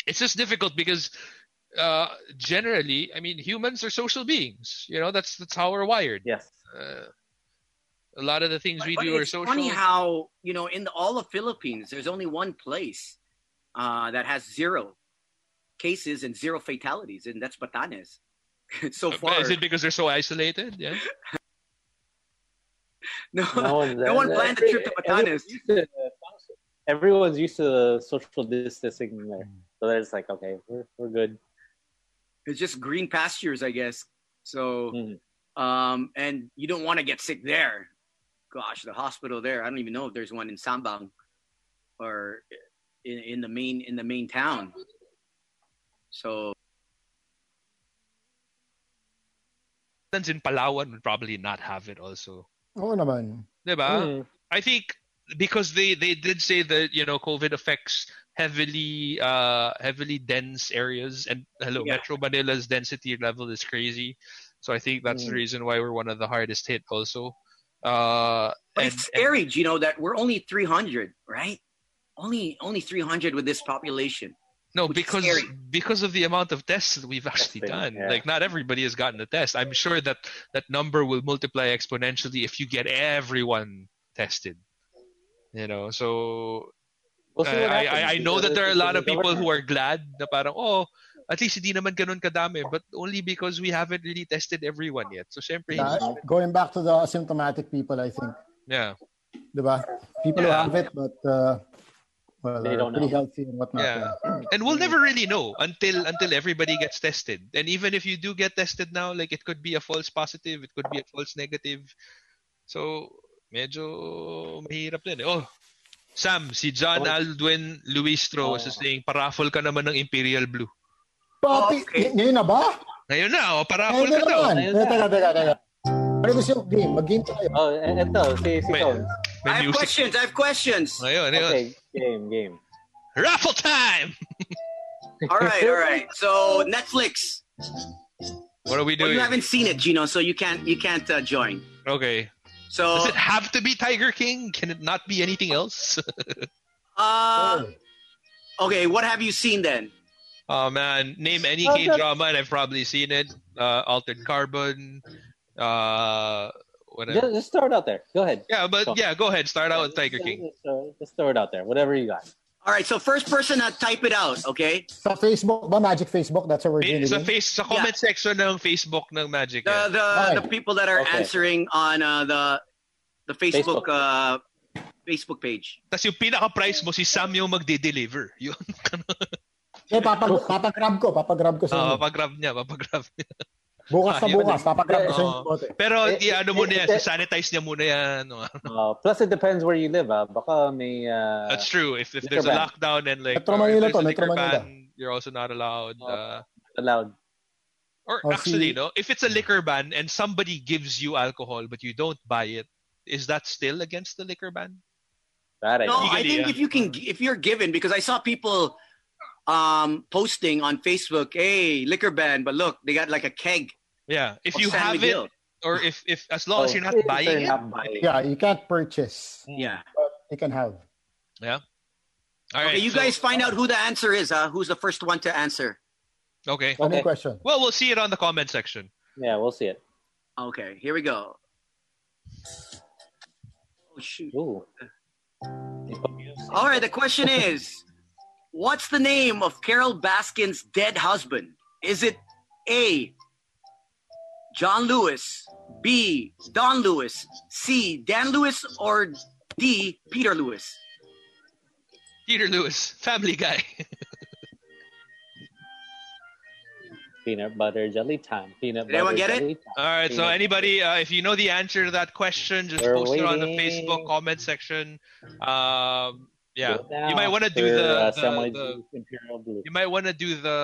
D: it's just difficult because uh generally, I mean, humans are social beings. You know, that's that's how we're wired.
C: Yes.
D: Uh, a lot of the things
E: But,
D: we
E: but
D: do are
E: it's
D: social.
E: funny how you know in the, all of Philippines, there's only one place uh, that has zero cases and zero fatalities, and that's Batanes. so
D: But
E: far,
D: Is it because they're so isolated? Yeah.
E: no,
C: No, one's
E: No one planned a trip to Batanes.
C: Everyone's used to, everyone's used to the social distancing there. So that it's like, okay, we're, we're good.
E: it's just green pastures, I guess. So,
C: Mhm.
D: Mm-hmm.
E: um, and you don't want to get sick there. Gosh, the hospital there. I don't even know if there's one in Sambang or in, in the main in the main town. So
D: Islands in Palawan would probably not have it also.
A: Oo naman.
D: Diba?
E: Hmm.
C: Mm.
D: I think because they they did say that you know COVID affects heavily uh heavily dense areas and hello
E: Yeah.
D: Metro Manila's density level is crazy, so I think that's
E: Hmm.
D: the
C: Mm.
D: reason why we're one of the hardest hit also. Uh,
E: but
D: and-
E: it's scary, Gino, that we're only 300, right? Only only 300 with this population.
D: No,
E: which is
D: because
E: scary.
D: because of the amount of tests that we've actually done,
C: Testing, yeah.
D: like not everybody has gotten a test. I'm sure that that number will multiply exponentially if you get everyone tested. You know, so
C: We'll see what
D: Uh, I, I,
C: happens,
D: I know
C: because
D: that there are a
C: it's-
D: lot of
C: it's
D: people who are
C: government.
D: glad na parang, oh, at least hindi naman ganun kadami, but only because we haven't really tested everyone yet. So, syempre,
A: Yeah,
D: hindi-
A: going back to the asymptomatic people, I think.
D: yeah.
A: Diba? People
D: Yeah.
A: who have it, but uh, well,
C: They
A: are
C: don't
A: pretty
C: know.
A: healthy and whatnot.
D: Yeah. And
C: Mm.
D: we'll never really know until until everybody gets tested. And even if you do get tested now, like it could be a false positive, it could be a false negative. So, medyo mahirap din. eh. Oh, Sam, si John Aldwin Luistro was
C: Oh.
D: saying, paraffol ka naman ng Imperial Blue.
A: Papi,
E: Oh, okay.
A: ng- ngayon na ba?
D: Ngayon na, oh, paraffol
A: Ngayon na
D: ka daw.
A: naman.
C: Ayun
A: Teka,
C: na.
A: teka, teka, teka. Ano gusto yung game? Mag-game tayo.
C: Oh, and ito, si, si
D: Wait.
C: Tones.
D: May
E: I have
D: music.
E: questions. I have questions.
D: Ngayon, ngayon.
C: Okay, game, game.
D: Raffle time!
E: All right, all right. So Netflix.
D: What are we
E: Well,
D: doing?
E: you haven't seen it, Gino, so you can't you can't uh, join.
D: Okay.
E: So
D: Does it have to be Tiger King? Can it not be anything else?
E: uh, okay, what have you seen then?
D: oh man, name any
A: Oh,
D: K
A: that's-
D: drama and I've probably seen it. Uh, Altered Carbon, uh, whatever.
C: Just, just throw it out there. Go ahead.
D: Yeah, but yeah, go ahead. Start out with Tiger
C: Just-
D: King.
C: Just throw, just throw it out there. Whatever you got.
E: All right, so first person to type it out, okay?
A: Sa Facebook ba? Magic Facebook? That's what we're doing.
D: Sa face, sa comment section ng Facebook ng Magic.
E: The
D: yan.
E: the,
A: Right.
E: the people that are
C: Okay.
E: answering on uh, the the Facebook,
C: Facebook.
E: Uh, Facebook page.
D: Tapos yung pinaka-price mo, si Sam yung magde-deliver. Yun.
A: Eh, papag, papagrab ko. Papagrab ko
D: Uh,
A: sa inyo.
D: pag-grab niya, pag-grab niya.
A: Bukas na
D: Ah, yun.
A: bukas. Papagrab ko sa inyo.
D: Oo.
A: bote.
D: Pero
C: Eh,
D: i- ano
C: eh,
D: muna yan,
C: eh,
D: sanitize niya muna yan. ano.
C: Uh, plus, it depends where you live. Ah. Baka may... Uh,
D: That's true. If, if
C: liquor
D: there's a
C: ban.
D: lockdown and like,
A: Metro
D: or if
A: Manila
D: there's a
A: to, Metro
D: liquor
A: Manila.
D: ban, you're also not allowed. Uh,
C: allowed.
D: Or
A: Oh,
D: actually,
A: see-
D: no. If it's a liquor ban and somebody gives you alcohol but you don't buy it, is that still against the liquor ban?
C: That I
E: No,
C: know.
D: Legally,
E: I think
D: yeah.
E: if you can, if you're given, because I saw people um, posting on Facebook, "Hey, liquor ban," but look, they got like a keg.
D: Yeah. If
E: of
D: you
E: San
D: have
E: Miguel.
D: it, or if if as long as
C: Oh,
D: you're not
C: if
D: buying
C: they're
D: it.
C: not buying it.
A: Yeah, you can't purchase.
D: Mm.
E: yeah.
A: You can have.
D: All
E: okay, you
D: so-
E: guys find out who the answer is. Huh? Who's the first one to answer?
D: Okay.
A: Ano
C: Okay.
A: yung question?
D: Well, we'll see it on the comment section.
C: Yeah, we'll see it.
E: Okay, here we go. Oh shoot!
C: Ooh.
E: All right, the question is, what's the name of Carol Baskin's dead husband? Is it A. John Lewis, B. Don Lewis, C. Dan Lewis, or D. Peter Lewis?
D: Peter Lewis, Family Guy.
C: Peanut butter jelly time. Peanut
E: Did anyone
C: butter
E: get it?
C: jelly time.
D: All right. So
C: Yeah.
D: anybody, uh, if you know the answer to that question, just
C: We're
D: post it on the
C: waiting.
D: Facebook comment section. Um, yeah.
C: Go
D: You
C: down
D: might want to do
C: for,
D: the-
C: uh,
D: the-
C: Samuel
D: the-
C: Juice Imperial Blue.
D: You might want to do the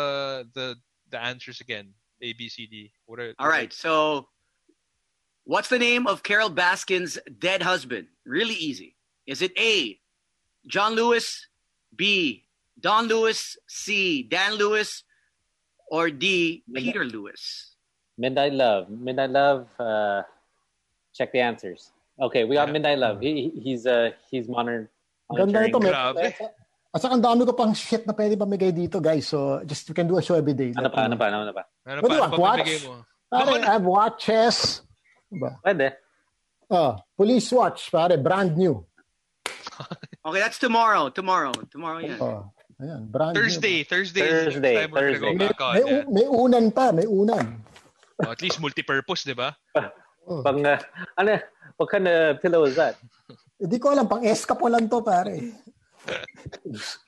D: the the answers again. A B C D. What are
E: All right, so what's the name of Carol Baskin's dead husband? Really easy. Is it A, John Lewis, B, Don Lewis, C, Dan Lewis, or D, Peter Lewis?
C: Midnight Love. Midnight Love. Uh, check the answers. Okay, we got
D: Yeah.
C: Midnight Love. He, he- he's uh he's monitoring. monitoring-
A: Ganda nito, may- eh,
D: Grabe.
A: At saka ang dami ko pang shit na pwede pamigay dito, guys. So, just we can do a show every day.
C: Ano pa? Ano pa? Ano pa?
D: Ano
A: What
D: pa? Ano
A: do you want?
D: pa
A: Watch?
D: pamigay mo? Ano
A: Pare, I have watches. Ano Ba?
C: Pwede.
A: Ah, police watch, pare. Brand new.
E: Okay, that's tomorrow. Tomorrow. Tomorrow, yeah.
A: Ah, ayan, brand
D: Thursday, Thursday. is the
C: Thursday,
D: time we're gonna
A: new.
D: go
C: Thursday.
A: May,
D: back on,
A: may,
D: yeah.
A: may unan pa. May unan.
D: Oh, at least multi-purpose, di ba?
A: Oh.
C: Pang uh, ano? What kind of pillow is that?
A: Hindi ko alam, pang escapo lang to, pare.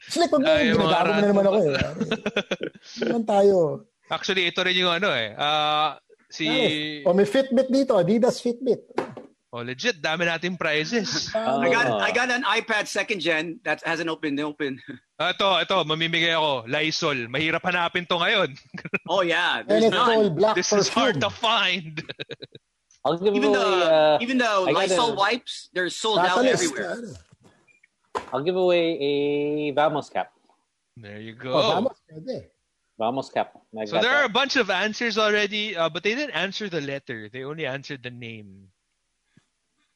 A: It's like, wag mo,
D: Ay, Ah, mga
A: ginagago mo na naman ako eh.
D: rato.
A: pare. Naman tayo.
D: Actually, ito rin yung ano eh. Ah, si...
A: Pare, O may Fitbit dito, Adidas Fitbit.
D: Oh, legit. Dami nating prizes.
A: Ah,
E: I got
C: Ah.
E: I got an iPad second gen that hasn't opened open.
D: Ah, ito, ito. Mamimigay ako. Lysol. Mahirap hanapin to ngayon.
E: Oh yeah,
A: and
E: there's
A: it's all
E: none.
A: black
D: This
A: Ah, perfume.
D: is hard to find.
C: I'll give
E: Even
C: away.
E: the
C: uh,
E: even the
C: I got
E: Lysol
C: a-
E: wipes, they're sold out
A: Catalyst,
E: everywhere.
A: pare.
C: I'll give away a Vamos cap.
D: There you
A: Oh,
D: go.
A: Vamos, pwede.
C: Vamos cap. I
D: So
C: got
D: there are a
C: that.
D: bunch of answers already, uh, but they didn't answer the letter. They only answered the name.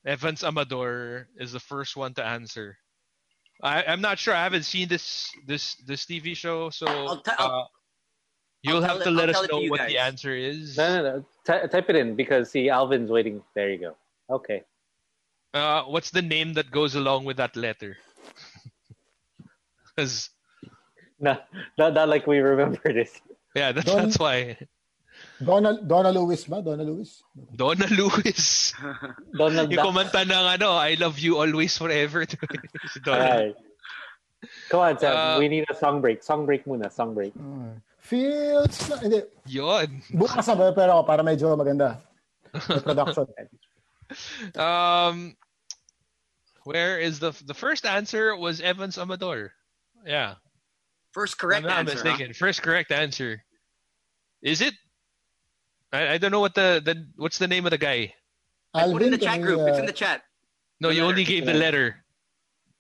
D: Evans Amador is the first one to answer. I, I'm not sure. I haven't seen this this this TV show, so
E: I'll te-
D: uh, you'll have
E: I'll tell
D: to
E: it-
D: let us
E: I'll tell it to
D: know
E: you
D: what the
E: guys.
D: answer is.
C: No, no, no. Ty- type it in because see, Alvin's waiting. There you go. Okay.
D: Uh, what's the name that goes along with that letter? 'Cause-
C: No, not, not like we remember this.
D: yeah, that,
A: Don-
D: that's why
A: Donna, Donna Lewis ba? Donna Lewis?
D: Donna Lewis.
C: Donald
D: Yung
C: Duck.
D: kumanta ng ano, I love you always forever. Si
C: All
D: Donna
C: right. Come on, Sam.
D: Uh,
C: we need a song break. Song break muna. Song break.
A: Ah. Feels... na- Hindi,
D: Yun.
A: bukas na pero ako para medyo maganda. May production.
D: Um, where is the the first answer was Evans Amador? Yeah,
E: First correct
D: I'm not
E: answer. huh?
D: mistaken. First correct answer. Is it? I, I don't know what the, the what's the name of the guy.
E: I put it in the
A: can
E: chat
A: we,
E: group. It's in
A: uh,
E: the chat.
D: No,
E: The
D: you
E: letter.
D: only gave the letter.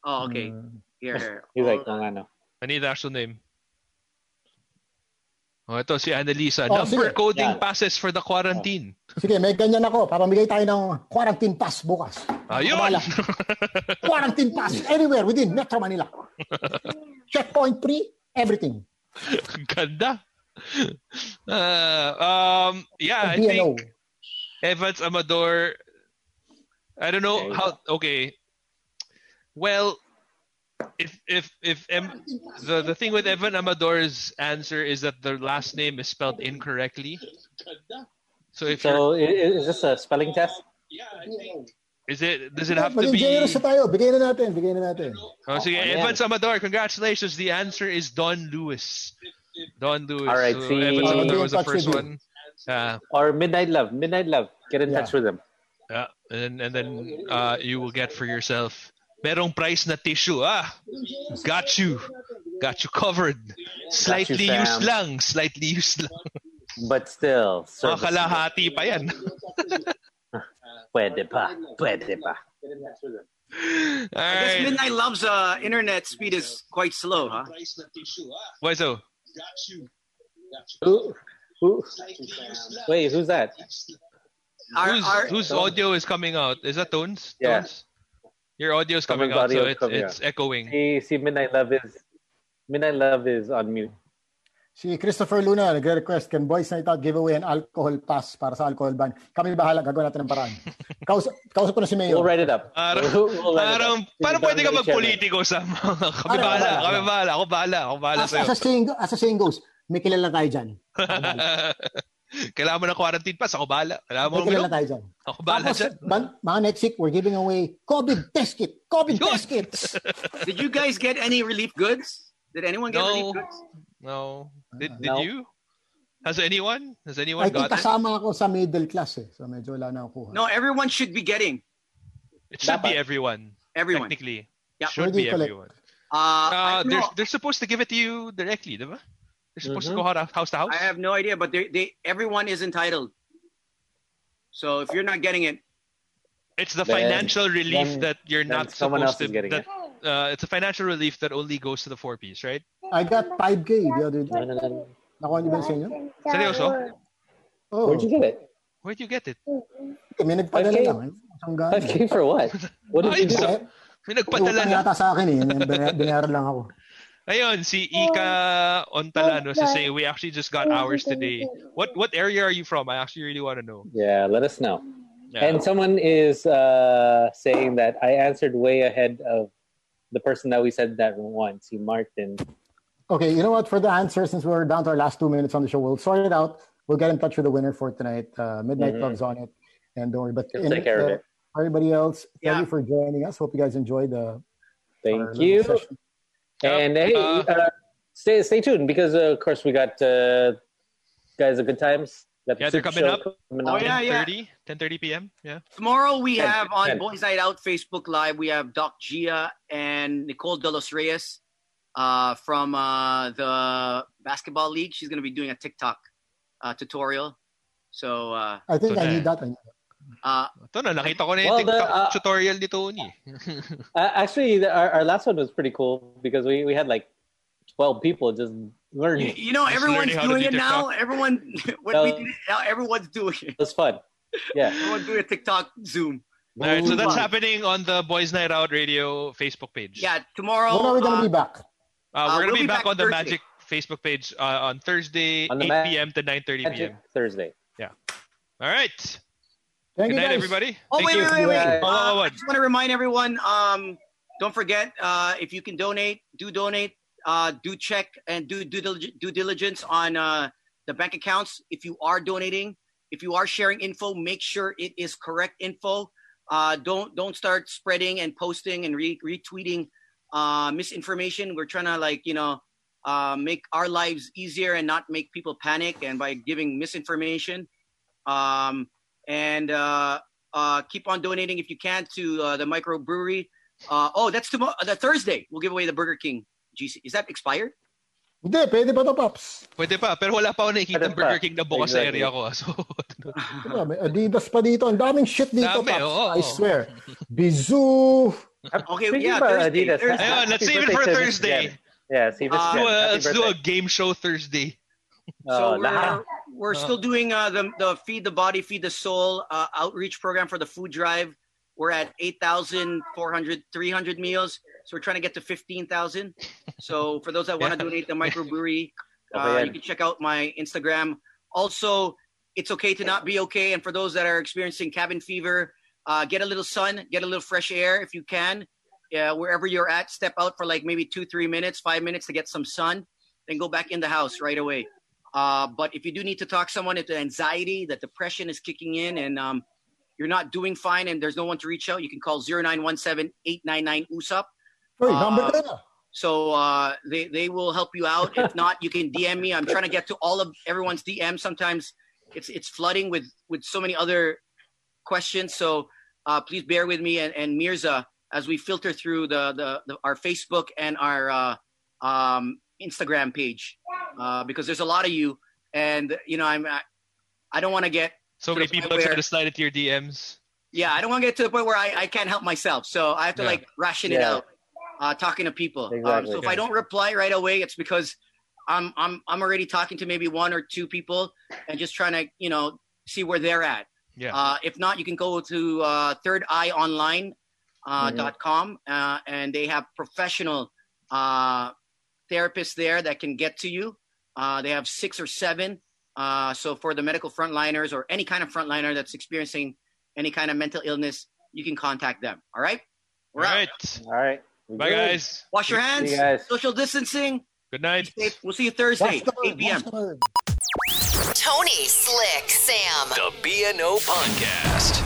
E: Oh, okay.
A: uh,
E: Here.
C: He's
E: Oh,
C: like, no, no, no.
D: I need the actual name. Oh, ito si Annalisa.
A: Oh,
D: Number
A: sige.
D: coding
C: Yeah.
D: passes for the quarantine.
A: Sige, may ganyan ako. Papamigay tayo ng quarantine pass bukas.
D: Ayun!
A: Kabala. quarantine pass anywhere within Metro Manila. Checkpoint free, everything.
D: Ganda. Uh, um, yeah, I
A: BNO.
D: think Evans Amador. I don't
C: There
D: know
C: you
D: how. Okay. Well, if if if em, the the thing with Evan Amador's answer is that their last name is spelled incorrectly. So if you're,
C: So i- i- is this a spelling test?
D: is it does it have to
A: Maging
D: be?
A: generous na tayo. Bigay na natin. Bigay na natin.
D: Oh, sige,
C: Ayan.
D: Evans Amador, congratulations. The answer is Don Lewis. Don Lewis.
C: All right,
D: so
C: see.
D: Evans
C: I'll
D: Amador
A: be in
D: was the
A: touch
D: first
A: with
D: one.
A: you.
D: Uh,
C: Or Midnight Love? Midnight Love. Get in
A: Yeah.
C: touch with them.
D: Yeah, and and then uh, you will get for yourself. Merong price na tissue, ah. Got you. Got you covered. Slightly
C: fam.
D: used lang. Slightly used lang.
C: But
D: Mga
C: still, service-
D: kalahati pa yan.
C: Pwede pa. Pwede pa.
E: I guess
D: Alright.
E: Midnight Love's uh, internet speed is quite slow, huh?
D: Why so?
C: Who? Who? Wait, who's that?
E: Our,
D: whose,
E: our,
D: whose audio is coming out? Is that Tones?
C: Yeah.
D: Tones? Your audio is coming
C: Someone's
D: out, so
C: audio is
D: it's,
C: coming
D: it's echoing.
C: See, see, Midnight Love is Midnight Love is on mute.
A: Si Christopher Luna, nagre-request, can Boys Night Out give away an alcohol pass para sa alcohol ban? Kami bahala, gagawin natin ng paraan. Kausap, kausap ko na si Mayor.
C: We'll write it up.
D: Parang,
C: We'll- we'll write it
D: parang,
C: up.
D: parang pwede ka
C: Definitely share it.
D: magpolitiko sa mga. Kami
A: Ano,
D: bahala,
A: ano,
D: kami
A: ano.
D: bahala, ako bahala, ako bahala
A: as, as,
D: sa'yo.
A: a saying, as a saying goes, may kilala tayo dyan.
D: Kailangan mo ng quarantine pass, ako bahala. Kailangan mo
A: May
D: ng
A: kilala
D: milk,
A: tayo dyan.
D: ako bahala
A: Tapos,
D: dyan.
A: ban- mga next week, we're giving away COVID test kit. COVID
D: Yun!
A: test kits.
E: did you guys get any relief goods? Did anyone
D: No.
E: get relief goods?
D: No. Did, did
C: No.
D: you? Has anyone? Has anyone
A: I think
D: got it?
A: kasama ako sa middle class eh. So medyo wala na ako.
E: No, everyone should be getting.
D: It should be
C: Dapat.
D: everyone.
E: Everyone.
D: Technically.
E: Yeah.
A: Where
D: Should
A: do you
D: be
A: collect?
D: everyone. Uh,
E: Uh, I, don't
D: they're,
E: know.
D: they're supposed to give it to you directly, diba? They're supposed to
C: Mhm.
D: go hou- house to house.
E: I have no idea, but they, they everyone is entitled. So if you're not getting it,
D: It's the
C: Then-
D: financial relief
C: then-
D: that you're
C: then
D: not
C: someone
D: supposed
C: else
D: to
C: is getting
D: that, Uh, it's a financial relief that only goes to the four piece, right?
A: I got 5K the other day.
C: No, no, no, no.
A: Nakuha niyo ba sa inyo?
D: Seryoso?
A: Oh,
C: Where'd you get it?
D: Where'd you get it?
A: may nagpadala
C: 5K?
A: lang. eh. Ang gano.
C: Five K for what? What did you
D: Ay,
C: do?
D: so-
A: Eh,
D: May
A: Patala
D: nagpadala na.
A: yata sa akin eh. Bin- Binayaran lang ako.
D: Ayun, si
E: Oh.
D: Ika Ontalano is saying we actually just got ours today. What what area are you from? I actually really want to know.
C: Yeah, let us know.
A: Uh,
D: Yeah.
C: And someone is uh, saying that I answered way ahead of the person that we said that once. He Martin.
A: Okay, you know what? For the answer, since we're down to our last two minutes on the show, we'll sort it out. We'll get in touch with the winner for tonight. Uh, Midnight
C: Mhm.
A: Club's on it. And don't worry. But
C: We'll
A: in-
C: take care of it.
A: for everybody else, thank
E: Yeah.
A: you for joining us. Hope you guys enjoyed the our
C: Thank
A: little
C: you.
A: session.
C: And hey,
D: Uh,
C: uh, stay stay tuned because uh, of course we got uh, guys of good times. Got the
D: Yeah, they're
C: Super
D: coming
C: Show coming
E: Oh,
C: up.
E: yeah, yeah.
D: 10:30? 10:30 p.m. Yeah.
E: tomorrow we
C: Ten,
E: have on
C: ten.
E: Boys Night Out Facebook Live, we have Doc Gia and Nicole De Los Reyes uh, from uh, the Basketball League. She's going to be doing a TikTok uh, tutorial. So, uh,
A: I think
D: So
A: I
D: there.
A: need that. I need that.
E: uh,
D: Ito na, nakita ko na yung
C: Well, the,
D: TikTok
C: uh,
D: tutorial ni Tony.
C: Uh, actually, the, our, our last one was pretty cool because we, we had like twelve people just
E: you,
C: learning.
E: you know,
D: Just
E: everyone's
D: learning how to
E: doing
D: do
E: it now. Everyone, when we
C: Uh,
E: did it, now everyone's doing it.
C: It was fun. Yeah.
E: Everyone doing a TikTok Zoom.
D: All right, so
E: Move
D: that's
E: on.
D: happening on the Boys Night Out Radio Facebook page.
E: Yeah, tomorrow.
A: When are we going
E: uh,
A: to be back?
D: uh, we're
E: Uh,
D: gonna
E: we'll
D: be,
E: be
D: back,
E: back
D: on the Magic
E: Thursday.
D: Facebook page uh, on Thursday,
C: On the
D: 8
C: Mag-
D: p.m. to 9:30 p.m.
C: Thursday.
D: All right.
A: Thank
D: Good
A: you
D: night,
A: guys.
D: everybody.
E: Oh,
D: Thank
E: wait,
D: you.
E: wait, wait, wait.
C: Yeah.
E: Uh,
D: Oh,
E: I
D: what?
E: just want to remind everyone um, don't forget uh, if you can donate, do donate, uh, do check and do due, dilig- due diligence on uh, the bank accounts. If you are donating, if you are sharing info, make sure it is correct info. Uh, don't don't start spreading and posting and re- retweeting uh, misinformation. We're trying to like you know uh, make our lives easier and not make people panic. And by giving misinformation, um, and uh, uh, keep on donating if you can to uh, the microbrewery. Uh, oh, that's tomorrow. The Thursday we'll give away the Burger King GC. Is that expired?
A: Hindi, pwede pa to, Pops?
D: Pwede pa, pero wala pa ako nakikita
C: Pwede pa.
D: Burger King na bukas sa
C: Exactly.
D: area ko. ah. So,
A: Diba, may Adidas pa dito. Ang daming shit dito,
D: Dami,
A: Pops.
D: oo.
A: I swear. Bizu.
E: Okay,
C: Speaking
E: yeah,
C: about
E: Thursday,
C: Adidas,
E: Thursday.
D: Ayun, let's
C: happy
D: save it
C: birthday
D: for
C: to Mr.
D: Thursday.
C: Jen. Yeah, see if it's
E: Uh,
C: Jen.
D: well,
C: Happy
D: let's do a
C: birthday.
D: game show Thursday.
E: So
C: Oh, lahat.
E: we're, we're still doing uh, the, the Feed the Body, Feed the Soul uh, outreach program for the food drive. We're at 8,400, 300 meals. So we're trying to get to 15,000. So for those that want to donate the microbrewery, uh,
C: Okay.
E: you can check out my Instagram. Also, it's okay to not be okay. And for those that are experiencing cabin fever, uh, get a little sun, get a little fresh air if you can. Yeah, wherever you're at, step out for like maybe two, three minutes, five minutes to get some sun, then go back in the house right away. Uh, but if you do need to talk to someone, if the anxiety, the depression is kicking in, and um, you're not doing fine, and there's no one to reach out, you can call 0917-899-USUP.
A: Uy,
E: Ah.
D: Uh,
A: number ka na.
E: So uh, they they will help you out. If not, you can DM me. I'm trying to get to all of everyone's DM. Sometimes it's it's flooding with with so many other questions. So uh, please bear with me and, and Mirza as we filter through the the, the our Facebook and our uh, um, Instagram page uh, because there's a lot of you, and you know I'm I, I don't want to get
D: So
E: To
D: many
E: the point
D: people try
E: where-
D: to slide into your DMs.
E: yeah, I don't want to get to the point where I, I can't help myself. So I have to
D: Yeah.
E: like ration it
C: Yeah.
E: out, uh, talking to people. Um,
C: Exactly.
E: so if I don't reply right away, it's because I'm, I'm, I'm already talking to maybe one or two people and just trying to, you know, see where they're at.
D: Yeah.
E: Uh, if not, you can go to uh, Third Eye Online uh, dot com, uh, and they have professional uh, therapists there that can get to you. Uh, they have six or seven. Uh, so for the medical frontliners or any kind of frontliner that's experiencing any kind of mental illness, you can contact them. All right.
D: All
E: We're out.
D: right.
C: All right.
D: uh,
C: We're
D: Bye,
C: good.
D: guys.
E: Wash your hands.
C: See you guys.
E: Social distancing.
D: Good
E: Be
D: night.
E: safe. We'll see you Thursday,
A: Watch the
E: 8
A: bird,
E: p.m.
A: watch the bird.
F: Tony, Slick, Sam.
G: The BNO Podcast.